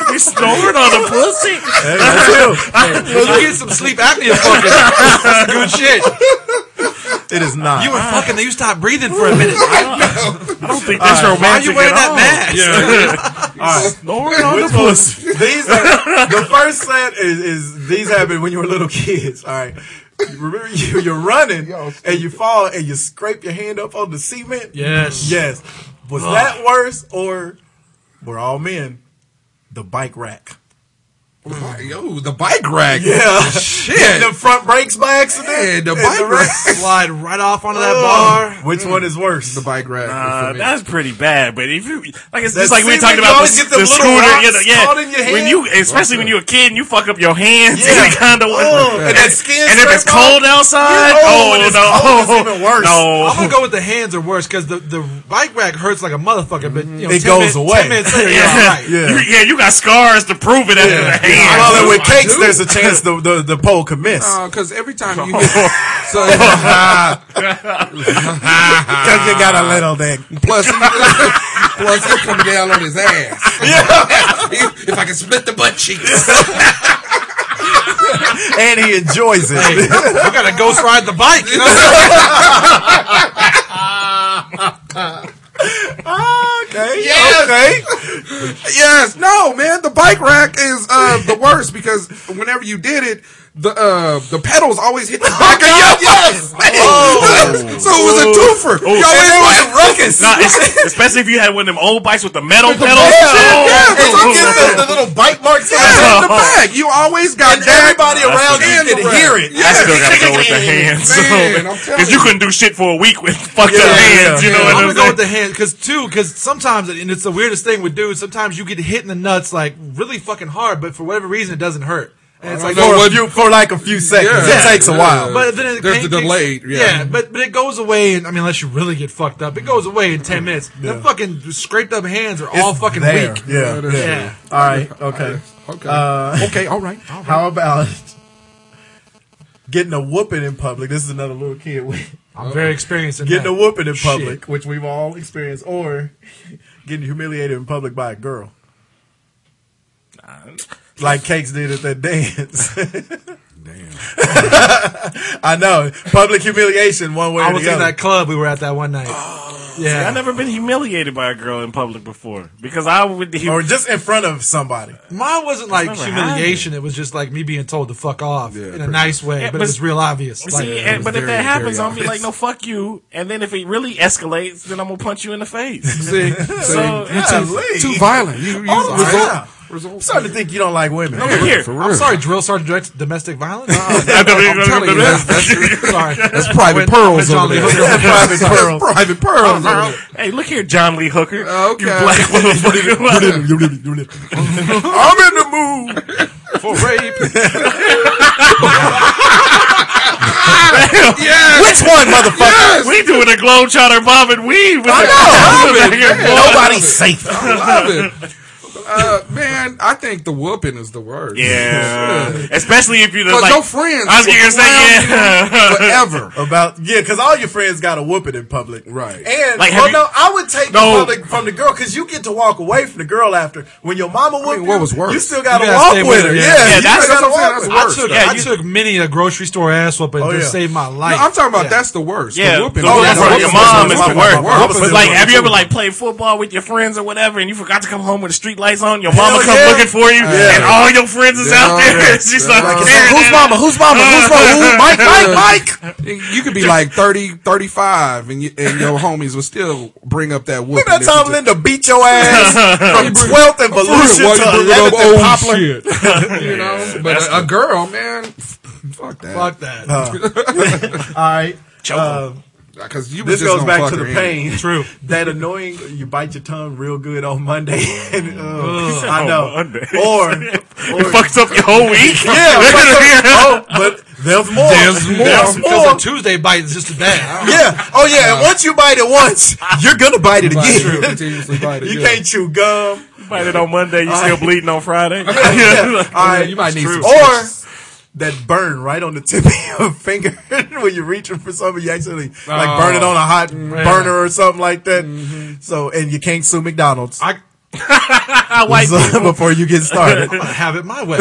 You snoring on the pussy? Hey, that's you. you get some sleep apnea fucking. That's some good shit. It is not. You were fucking. Then you stopped breathing for a minute. I don't think that's romantic Why are you wearing at that all. mask? Snoring on the Which pussy. was- These are, the first set is, is these happen when you were little kids. All right. You Remember you, you're running and you fall and you scrape your hand up on the cement. Yes. Yes. Was that worse or we're all men? The bike rack. Yo, the bike rack. Yeah. Shit. the front brakes by accident. Yeah, the And bike wreck. rack. Slide right off onto that Ugh. bar. Which one is worse? The bike rack. Uh, for me. that's pretty bad, but if you like, it's That's- just like we see, were talking you about always the, get them the little scooter. rocks yeah, the- yeah. caught in your when hand. you, especially when you're a kid, and you fuck up your hands, Yeah. yeah. kind of. Ugh. And that skin. and if it's scrape cold off. outside, Yeah, oh, oh, when it's no, cold, it's even worse. I'm gonna No, go with the hands are worse because the, the bike rack hurts like a motherfucker, but you know, It 10 goes minutes- away. 10 minutes later, you're all yeah, right. yeah. You, yeah, you got scars to prove it after the hand. Well, then with cakes, there's a chance the, the, the pole could miss. Because every time you hit, so Because you got a little dick. plus plus he'll come down on his ass. if I can split the butt cheeks. and he enjoys it. I gotta ghost ride the bike. You know what okay. Yes. Okay. yes, no, man. The bike rack is uh, the worst because whenever you did it, the uh, the pedals always hit the back of your yes. Oh. so it was a twofer. Yo, it was a ruckus. Nah, it's, especially if you had one of them old bikes with the metal pedals. pedal, Oh, yeah, oh, oh, that's what I'm oh, saying. oh. the little bite marks on Yeah, in the Oh. back. You always got and that. everybody around and you the can hear it. I still gotta go with the hands. Man, I'm telling Because you couldn't do shit for a week with fucked Yeah, up yeah, hands. You know I'm what I'm gonna go with saying? the hand because too because sometimes and it's the weirdest thing with dudes. Sometimes you get hit in the nuts like really fucking hard, but for whatever reason it doesn't hurt. And it's like know For, what- a few, for like a few seconds. Yeah. It takes a Yeah. while. But then it, There's pain kicks- the delay, yeah. but but it goes away, and I mean, unless you really get fucked up, it goes away in ten minutes. The fucking scraped up hands are all fucking there. weak. Yeah. yeah. Yeah. All right. Okay. Okay. okay. All right. All right. How about getting a whooping in public? This is another little kid. I'm very experienced in getting that. a whooping in Shit. public, which we've all experienced, or getting humiliated in public by a girl. Like Cakes did at that dance. Damn. I know. Public humiliation, one way I or was the in other. that club we were at that one night. yeah, I've never been humiliated by a girl in public before because I Oh, would. He, or just in front of somebody. mine wasn't like never humiliation. It was just like me being told to fuck off Yeah, in a pretty nice way, Yeah, but, but- it was real obvious. See, Like, and- but if very, that happens, very I'll be like, obvious. "No, fuck you!" And then if it really escalates, then I'm gonna punch you in the face. See, see, So, you're too, golly. too violent. You, you Oh, result, yeah. I'm result. starting to think you don't like women. Over here, For real. I'm sorry, drill sergeant direct domestic violence. I'm telling you, that's- sorry, That's private pearls John over Lee there. Hooker. That's private pearls. Hey, look here, John Lee Hooker. You Okay. black motherfucker. I'm in the mood. for rape. Yes. Which one, motherfucker? Yes. we doing a globetrotter bob and weave. With I know. I mean, man, Nobody's safe. Love it. Uh, man, I think the whooping is the worst. Yeah, especially if you But just like your friends I was will gonna say clown yeah. Forever. About yeah, because all your friends got a whooping in public, Right. And Like, have you- well, no, I would take No. the public from the girl because you get to walk away from the girl after when your mama whooped what you, was worse? You still got to You gotta walk stay with, with her. her, Yeah, yeah. Yeah, you that's still what I'm gotta saying, walk that's with worse. her. I took Yeah, I you- took many a grocery store ass whooping Oh, just yeah. saved my No, life. I'm talking about that's the worst. Yeah, the whooping. the whooping Oh, that's from the your worst. mom The is the whooping is worst. the worst. But like, have you ever like played football with your friends or whatever, and you forgot to come home with the street lights on? Your mama Hell come yeah. looking for you, and all your friends is Yeah. out Yeah. there. It's just Yeah. like, Like, "Damn, Who's damn." mama? Who's mama? Who's mama? Who? Mike, Mike, Mike. You could be like 30, 35, and, you, and your homies would still bring up that whooping. Remember that time Linda beat your ass from 12th and Volusia Why to you bring up 11th and old Poplar? shit? you know, but a, a girl, man, fuck that. Fuck that. Uh, All right. Choke 'em. Um, Because you was this just goes gonna back fuck to the her anyway. pain. True. That annoying, you bite your tongue real good on Monday. and, uh, I On know. "Oh, Monday. Or, It or fucks up your whole week. yeah, but, oh, but there's more. There's more. There's Because more. a Tuesday bite is just as bad. Yeah. Oh, yeah. and once you bite it once, you're going to bite it Bite it, true, again. continuously bite it, you yeah. can't chew gum. Bite it on Monday, you still bleeding on Friday. All right. you might need some or that burn right on the tip of your finger when you're reaching for something. You actually like burn Oh. it on a hot burner or something like that. Mm-hmm. So, and you can't sue McDonald's I So, before you get started. I have it my way.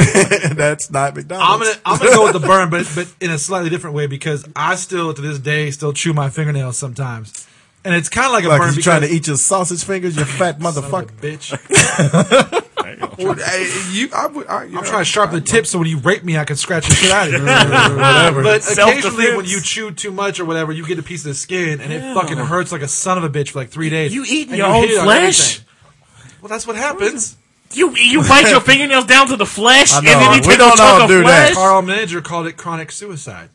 That's not I'm McDonald's. gonna I'm gonna go with the burn, but but in a slightly different way because I still to this day still chew my fingernails sometimes, and it's kind of like a Like, burn. you because- trying to eat your sausage fingers, you fat Son motherfucker. of a bitch. Or, hey, you, I would, I, you know, I'm trying to sharpen the tip so when you rape me, I can scratch the shit out of you. But occasionally, Self-defense. when you chew too much or whatever, you get a piece of the skin and it fucking hurts like a son of a bitch for like three days. You eating And your you own hit it on flesh? everything. Well, that's what happens. You you bite your fingernails down to the flesh, I and know. then you We take don't a chunk all of do that. flesh. Carl Manager called it chronic suicide.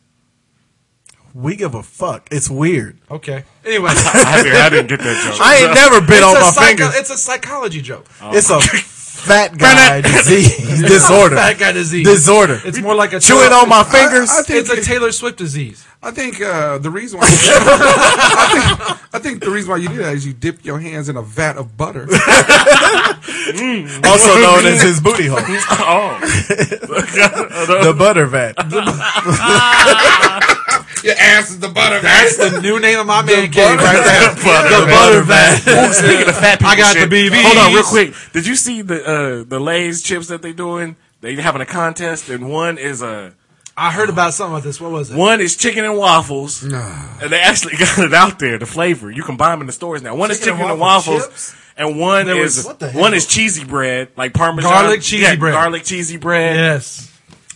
We give a fuck. It's weird. Okay. Anyway, I didn't get that joke. I ain't never been on it's, my a psycho- fingers. it's a psychology joke. It's a fat guy disease It's disorder. not a fat guy disease. Disorder. It's more like a Chewing on my fingers. I- I think- It's a Taylor Swift disease. I think uh, the reason why I, think, I think the reason why you do that is you dip your hands in a vat of butter. also known as his booty hole. the butter vat. your ass is the butter. That's the new name of my man cave butter- right there. Butter. the butter vat. Ooh, Speaking of fat people, I got shit, the BVs. Hold on, real quick. Did you see the uh, the Lay's chips that they doing? They having a contest, and one is a I heard about something like this. What was it? One is chicken and waffles. And they actually got it out there, the flavor. You can buy them in the stores now. One is Chicken chicken and and waffle waffles. chips? And one was- is what the hell? one is cheesy bread, like parmesan, Garlic cheesy Yeah, bread. garlic cheesy bread, Yes.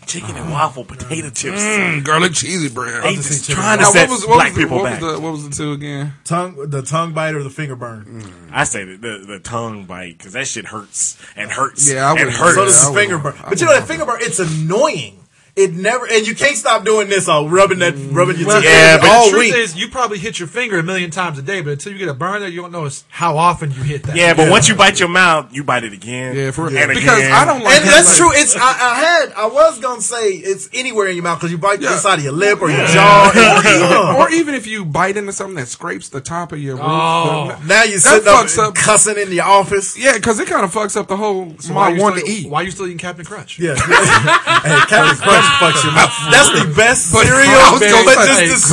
chicken and waffle, potato chips. Mm, garlic cheesy bread. They Now, just chicken trying to and what set was- what black was the- people what back. Was the, what was the two again? tongue, the tongue bite or the finger Mm. burn. I say the, the the tongue bite because that shit hurts and hurts. Yeah, I and would- hurts. Yeah, So does I the would- finger burn. I But you know that finger burn, it's annoying. It never, and you can't stop doing this. uh, All rubbing that, rubbing your Well, teeth Yeah, but- all the truth week. is, you probably hit your finger a million times a day, but until you get a burn there, you don't know it's how often you hit that. yeah, but once you bite your mouth, you bite it again. Yeah, for real. and Because again. I don't like and him, that's like- true. It's I, I had I was gonna say it's anywhere in your mouth because you bite Yeah. the side of your lip or your jaw. and- or even if you bite into something that scrapes the top of your roof. Oh. the- now you That sitting up, fucks up- cussing in the office. yeah, because it kind of fucks up the whole why my you want still- to eat. Why you still eating Captain Crunch? Yeah, hey, Captain Crunch fucks your mouth. That's the best But- cereal I was gonna that say, just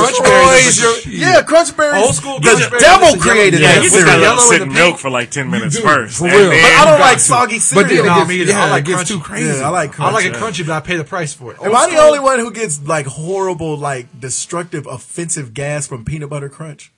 destroys Crunchberries is your. shit. Yeah, Crunchberries. Old school The Crunchberries is devil the yellow- created Yeah, that you just cereal. gotta let Yellow it and sit the in pink. milk for like ten minutes do. first. For and real. then- But I don't Got like to. soggy But then cereal. it No, gets, me either. yeah, I like it gets crunchy. too crazy. Yeah, I like I Crunch. like it crunchy, but I pay the price for it. Am I the only one who gets like horrible, like destructive, offensive gas from peanut butter crunch?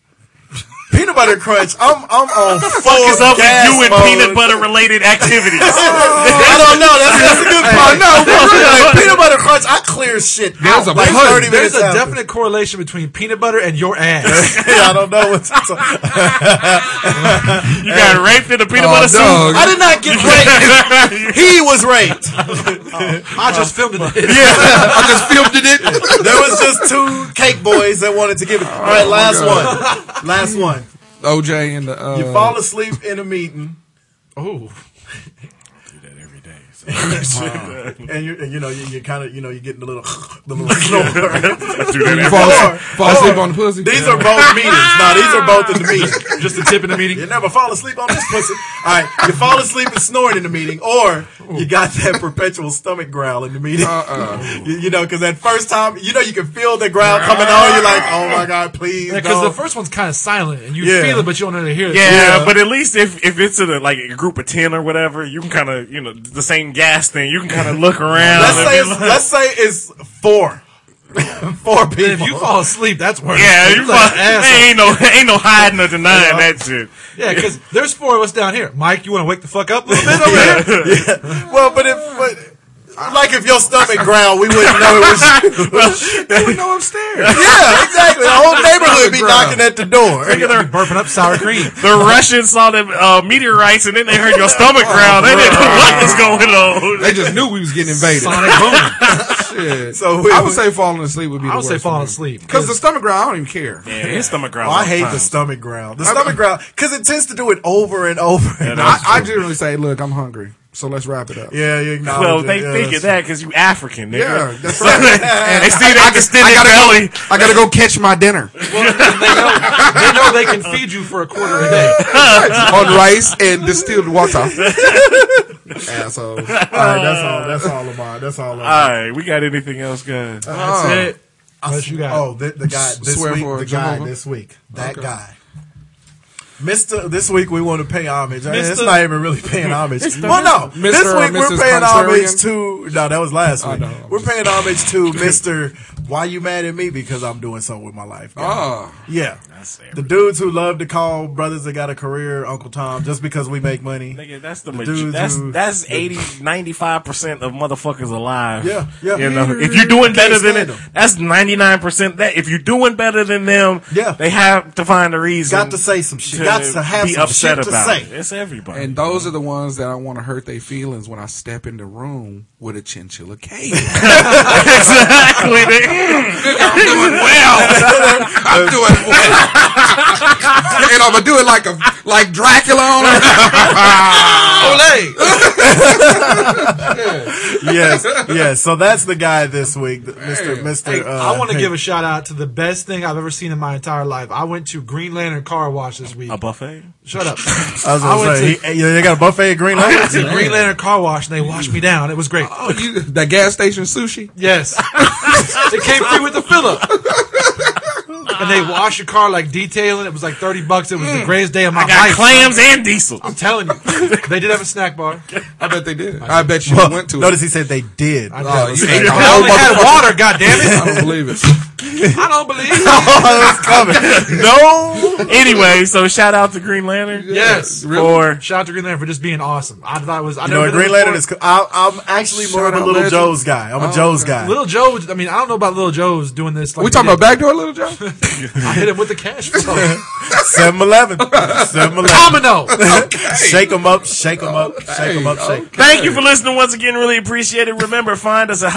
peanut butter crunch. I'm I'm on full fuck is up with gas you and mode. peanut butter related activities? I don't know. That's, that's a good point. No, but really, like, peanut butter crunch. I clear shit. There's out, a like pun. thirty minutes. There's a after. definite correlation between peanut butter and your ass. I don't know what. To talk. you got raped in a peanut Oh, butter dog. I did not get raped. soup. He was raped. I just filmed it. I just filmed it. There was just two cake boys that wanted to give it. All right, last one. Last one. OJ and the uh, You fall asleep in a meeting. Oh, and you and you know you, you kind of you know you getting the little the little snore. you fall, Or- fall asleep on the pussy. these are both meetings. No, these are both in the meeting. just a tip in the meeting. You never fall asleep on this pussy. All right, you fall asleep and snoring in the meeting, or you got that perpetual stomach growl in the meeting. Uh-uh. You, you know, because that first time, you know, you can feel the growl coming on. You're like, oh my god, please. Because no. the first one's kind of silent, and you Yeah. feel it, but you don't really hear it. Yeah, but at least if, if it's in a, like a group of ten or whatever, you can kind of you know the same gas thing. You can kind of look around. let's and say be it's, like- let's say it's four, four people. If you fall asleep, that's worse. yeah, you It's like fuck- ass. ain't no ain't no hiding or denying that shit. Yeah, because there's four of us down here. Mike, you want to wake the fuck up a little bit over here? well, but if but, like if your stomach growled, we wouldn't know it was you. you would know upstairs. Yeah, exactly. The whole neighborhood be Bruh. knocking at the door. burping up sour cream. The Russians saw them uh, meteorites and then they heard your stomach growl. They didn't know what was going on. They just knew we was getting invaded. Sonic boom. Shit. So we- I would say falling asleep would be. I would the say worst falling asleep. because the stomach growl. I don't even care. Yeah, his stomach growl. Oh, I hate the stomach growl. The stomach growl because it tends to do it over and over. And that's- yeah, I, I generally say, look, I'm hungry, so let's wrap it up. yeah, you acknowledge Well, it. they yeah, think of that because you African, Yeah, nigga. that's right. They see that I extended gotta belly. go. I gotta go catch my dinner They know they can feed you for a quarter a day. on rice and distilled water. Asshole. All right, that's all. That's all of mine. That's all of mine. All right, we got anything else, guys? Uh, That's it. Unless you got Oh, the, the guy S- this swear week. for The it, guy Jehovah. this week. That guy. Mister, this week we want to pay homage. I mean, it's Mister- not even really paying homage. well, no, Mister this or week we're Mrs. paying homage Contrarian? to. No, that was last week. know, I'm we're paying homage to Mister. Why you mad at me? Because I'm doing something with my life. guy. Oh, Yeah. The dudes who love to call brothers that got a career Uncle Tom just because we make money. Nigga, that's the, dudes majority. That's who- that's 80, 95 percent of motherfuckers alive. Yeah, yeah. You know, if you're doing better than stand them, them. that's ninety nine percent. That if you're doing better than them, Yeah. they have to find a reason. Got to say some shit. Got to have be some upset shit to about say. it. It's everybody. and those are the ones that I want to hurt their feelings when I step in the room with a chinchilla cake. exactly. nigga. I'm doing well. I'm doing well. and I'm gonna do it like a like Dracula on her. Olay. yes, yes. So that's the guy this week, Mister Mister. Hey, uh, I want to give a shout out to the best thing I've ever seen in my entire life. I went to Green Lantern Car Wash this week. a buffet. Shut up. I was I gonna went say, to- he- hey, they got a buffet at Green Lantern. to Green Lantern Car Wash and they washed me down. It was great. Oh, you that gas station sushi? Yes. it came free with the filler. and they wash your car like detailing. It was like thirty bucks. It was the greatest day of my I got life. clams and diesel. I'm telling you, they did have a snack bar. I bet they did. I bet you Well, went to notice it. he said they did. I, Oh, you they ain't- only had water. God I damn it! don't believe it. I don't believe. it. No. anyway, so shout out to Green Lantern. Yes. For Shout out to Green Lantern for just being awesome. I thought it was. I You know, never did it Green Lantern before. is. co- I, I'm actually more of Shout a out Little Legend. Joe's guy. I'm a Oh, Joe's okay. guy. Little Joe. I mean, I don't know about Little Joe's doing this. Like We he talking did. about backdoor, little John? I hit him with the cash flow. 7-Eleven. 7-Eleven. Domino. Shake them up, shake them up, shake them up, shake. Thank you for listening once again. Really appreciate it. Remember, find us at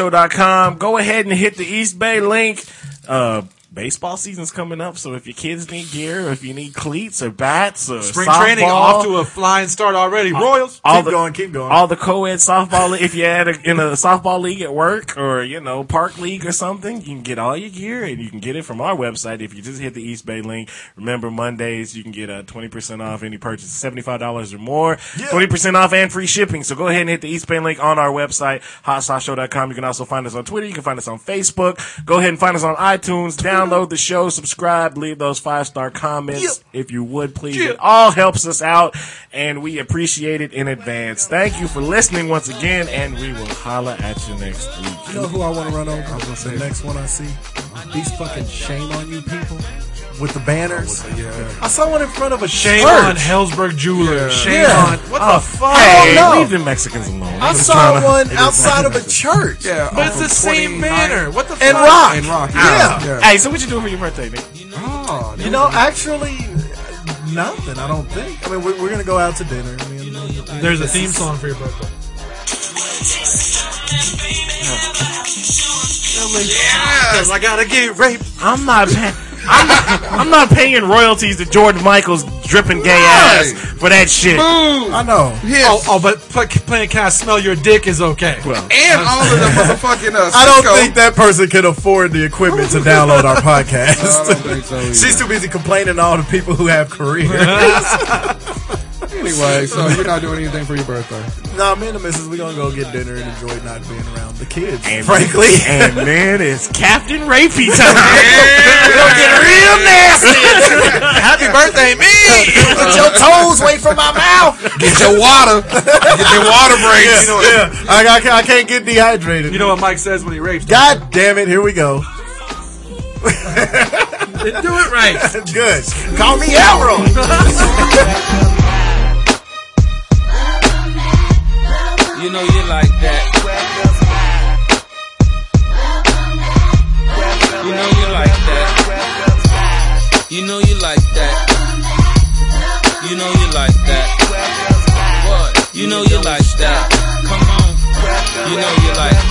hotsauceshow.com. Go ahead and hit the East Bay link. Uh, baseball season's coming up, so if your kids need gear, or if you need cleats or bats or Spring training off to a flying start already. Uh, Royals. all Keep the, going, keep going. all the co-ed softball le- if you're at a, in a softball league at work or you know park league or something you can get all your gear and you can get it from our website if you just hit the east bay link remember mondays you can get uh, 20% off any purchase $75 or more 20% off and free shipping so go ahead and hit the east bay link on our website hotsauceshow.com you can also find us on twitter you can find us on facebook go ahead and find us on itunes download the show subscribe leave those five star comments if you would please it all helps us out and we appreciate it in advance thank you for listening once again and we will holla at you next week You know who I want to run over? the next one I see. These fucking shame on you people with the banners. I saw one in front of a Shame church. on Hellsberg Jewelers. Shame Yeah. Oh. on what the fuck? hey no. leave the mexicans alone I saw one outside of a church. Yeah, But it's the same banner. What the And fuck? rock. And rock. Yeah. Yeah. hey so what you doing for your birthday man Oh, You know, actually, nothing, I don't think. I mean, we're, we're going to go out to dinner. I mean, There's a theme song for your birthday. Yes, I gotta get raped. i'm not paying I'm not, I'm not paying royalties to Jordan Michaels dripping gay ass for that shit. I know. hits. Oh, oh, but pl- playing "Can I Smell Your Dick" is okay. and all of the motherfucking uh, I don't Cisco. think that person can afford the equipment to download our I podcast. don't think so. Either. She's too busy complaining to all the people who have careers. anyway, so you're not doing anything for your birthday. nah, me and the missus, we're going to go get dinner and enjoy not being around the kids, And- frankly. And then it's Captain Rapey time. It'll get real Happy birthday, me! Put your toes away from my mouth. Get your water. Get your water breaks. Yeah, yeah. I, I, can't- I can't get dehydrated. You know what Mike says when he rapes? God damn it, here we go. do it right. Good. Call me Emerald. You know you like that. You know you like that. You know you like that. You know you like that. What? You know you like that. Come on. You know you like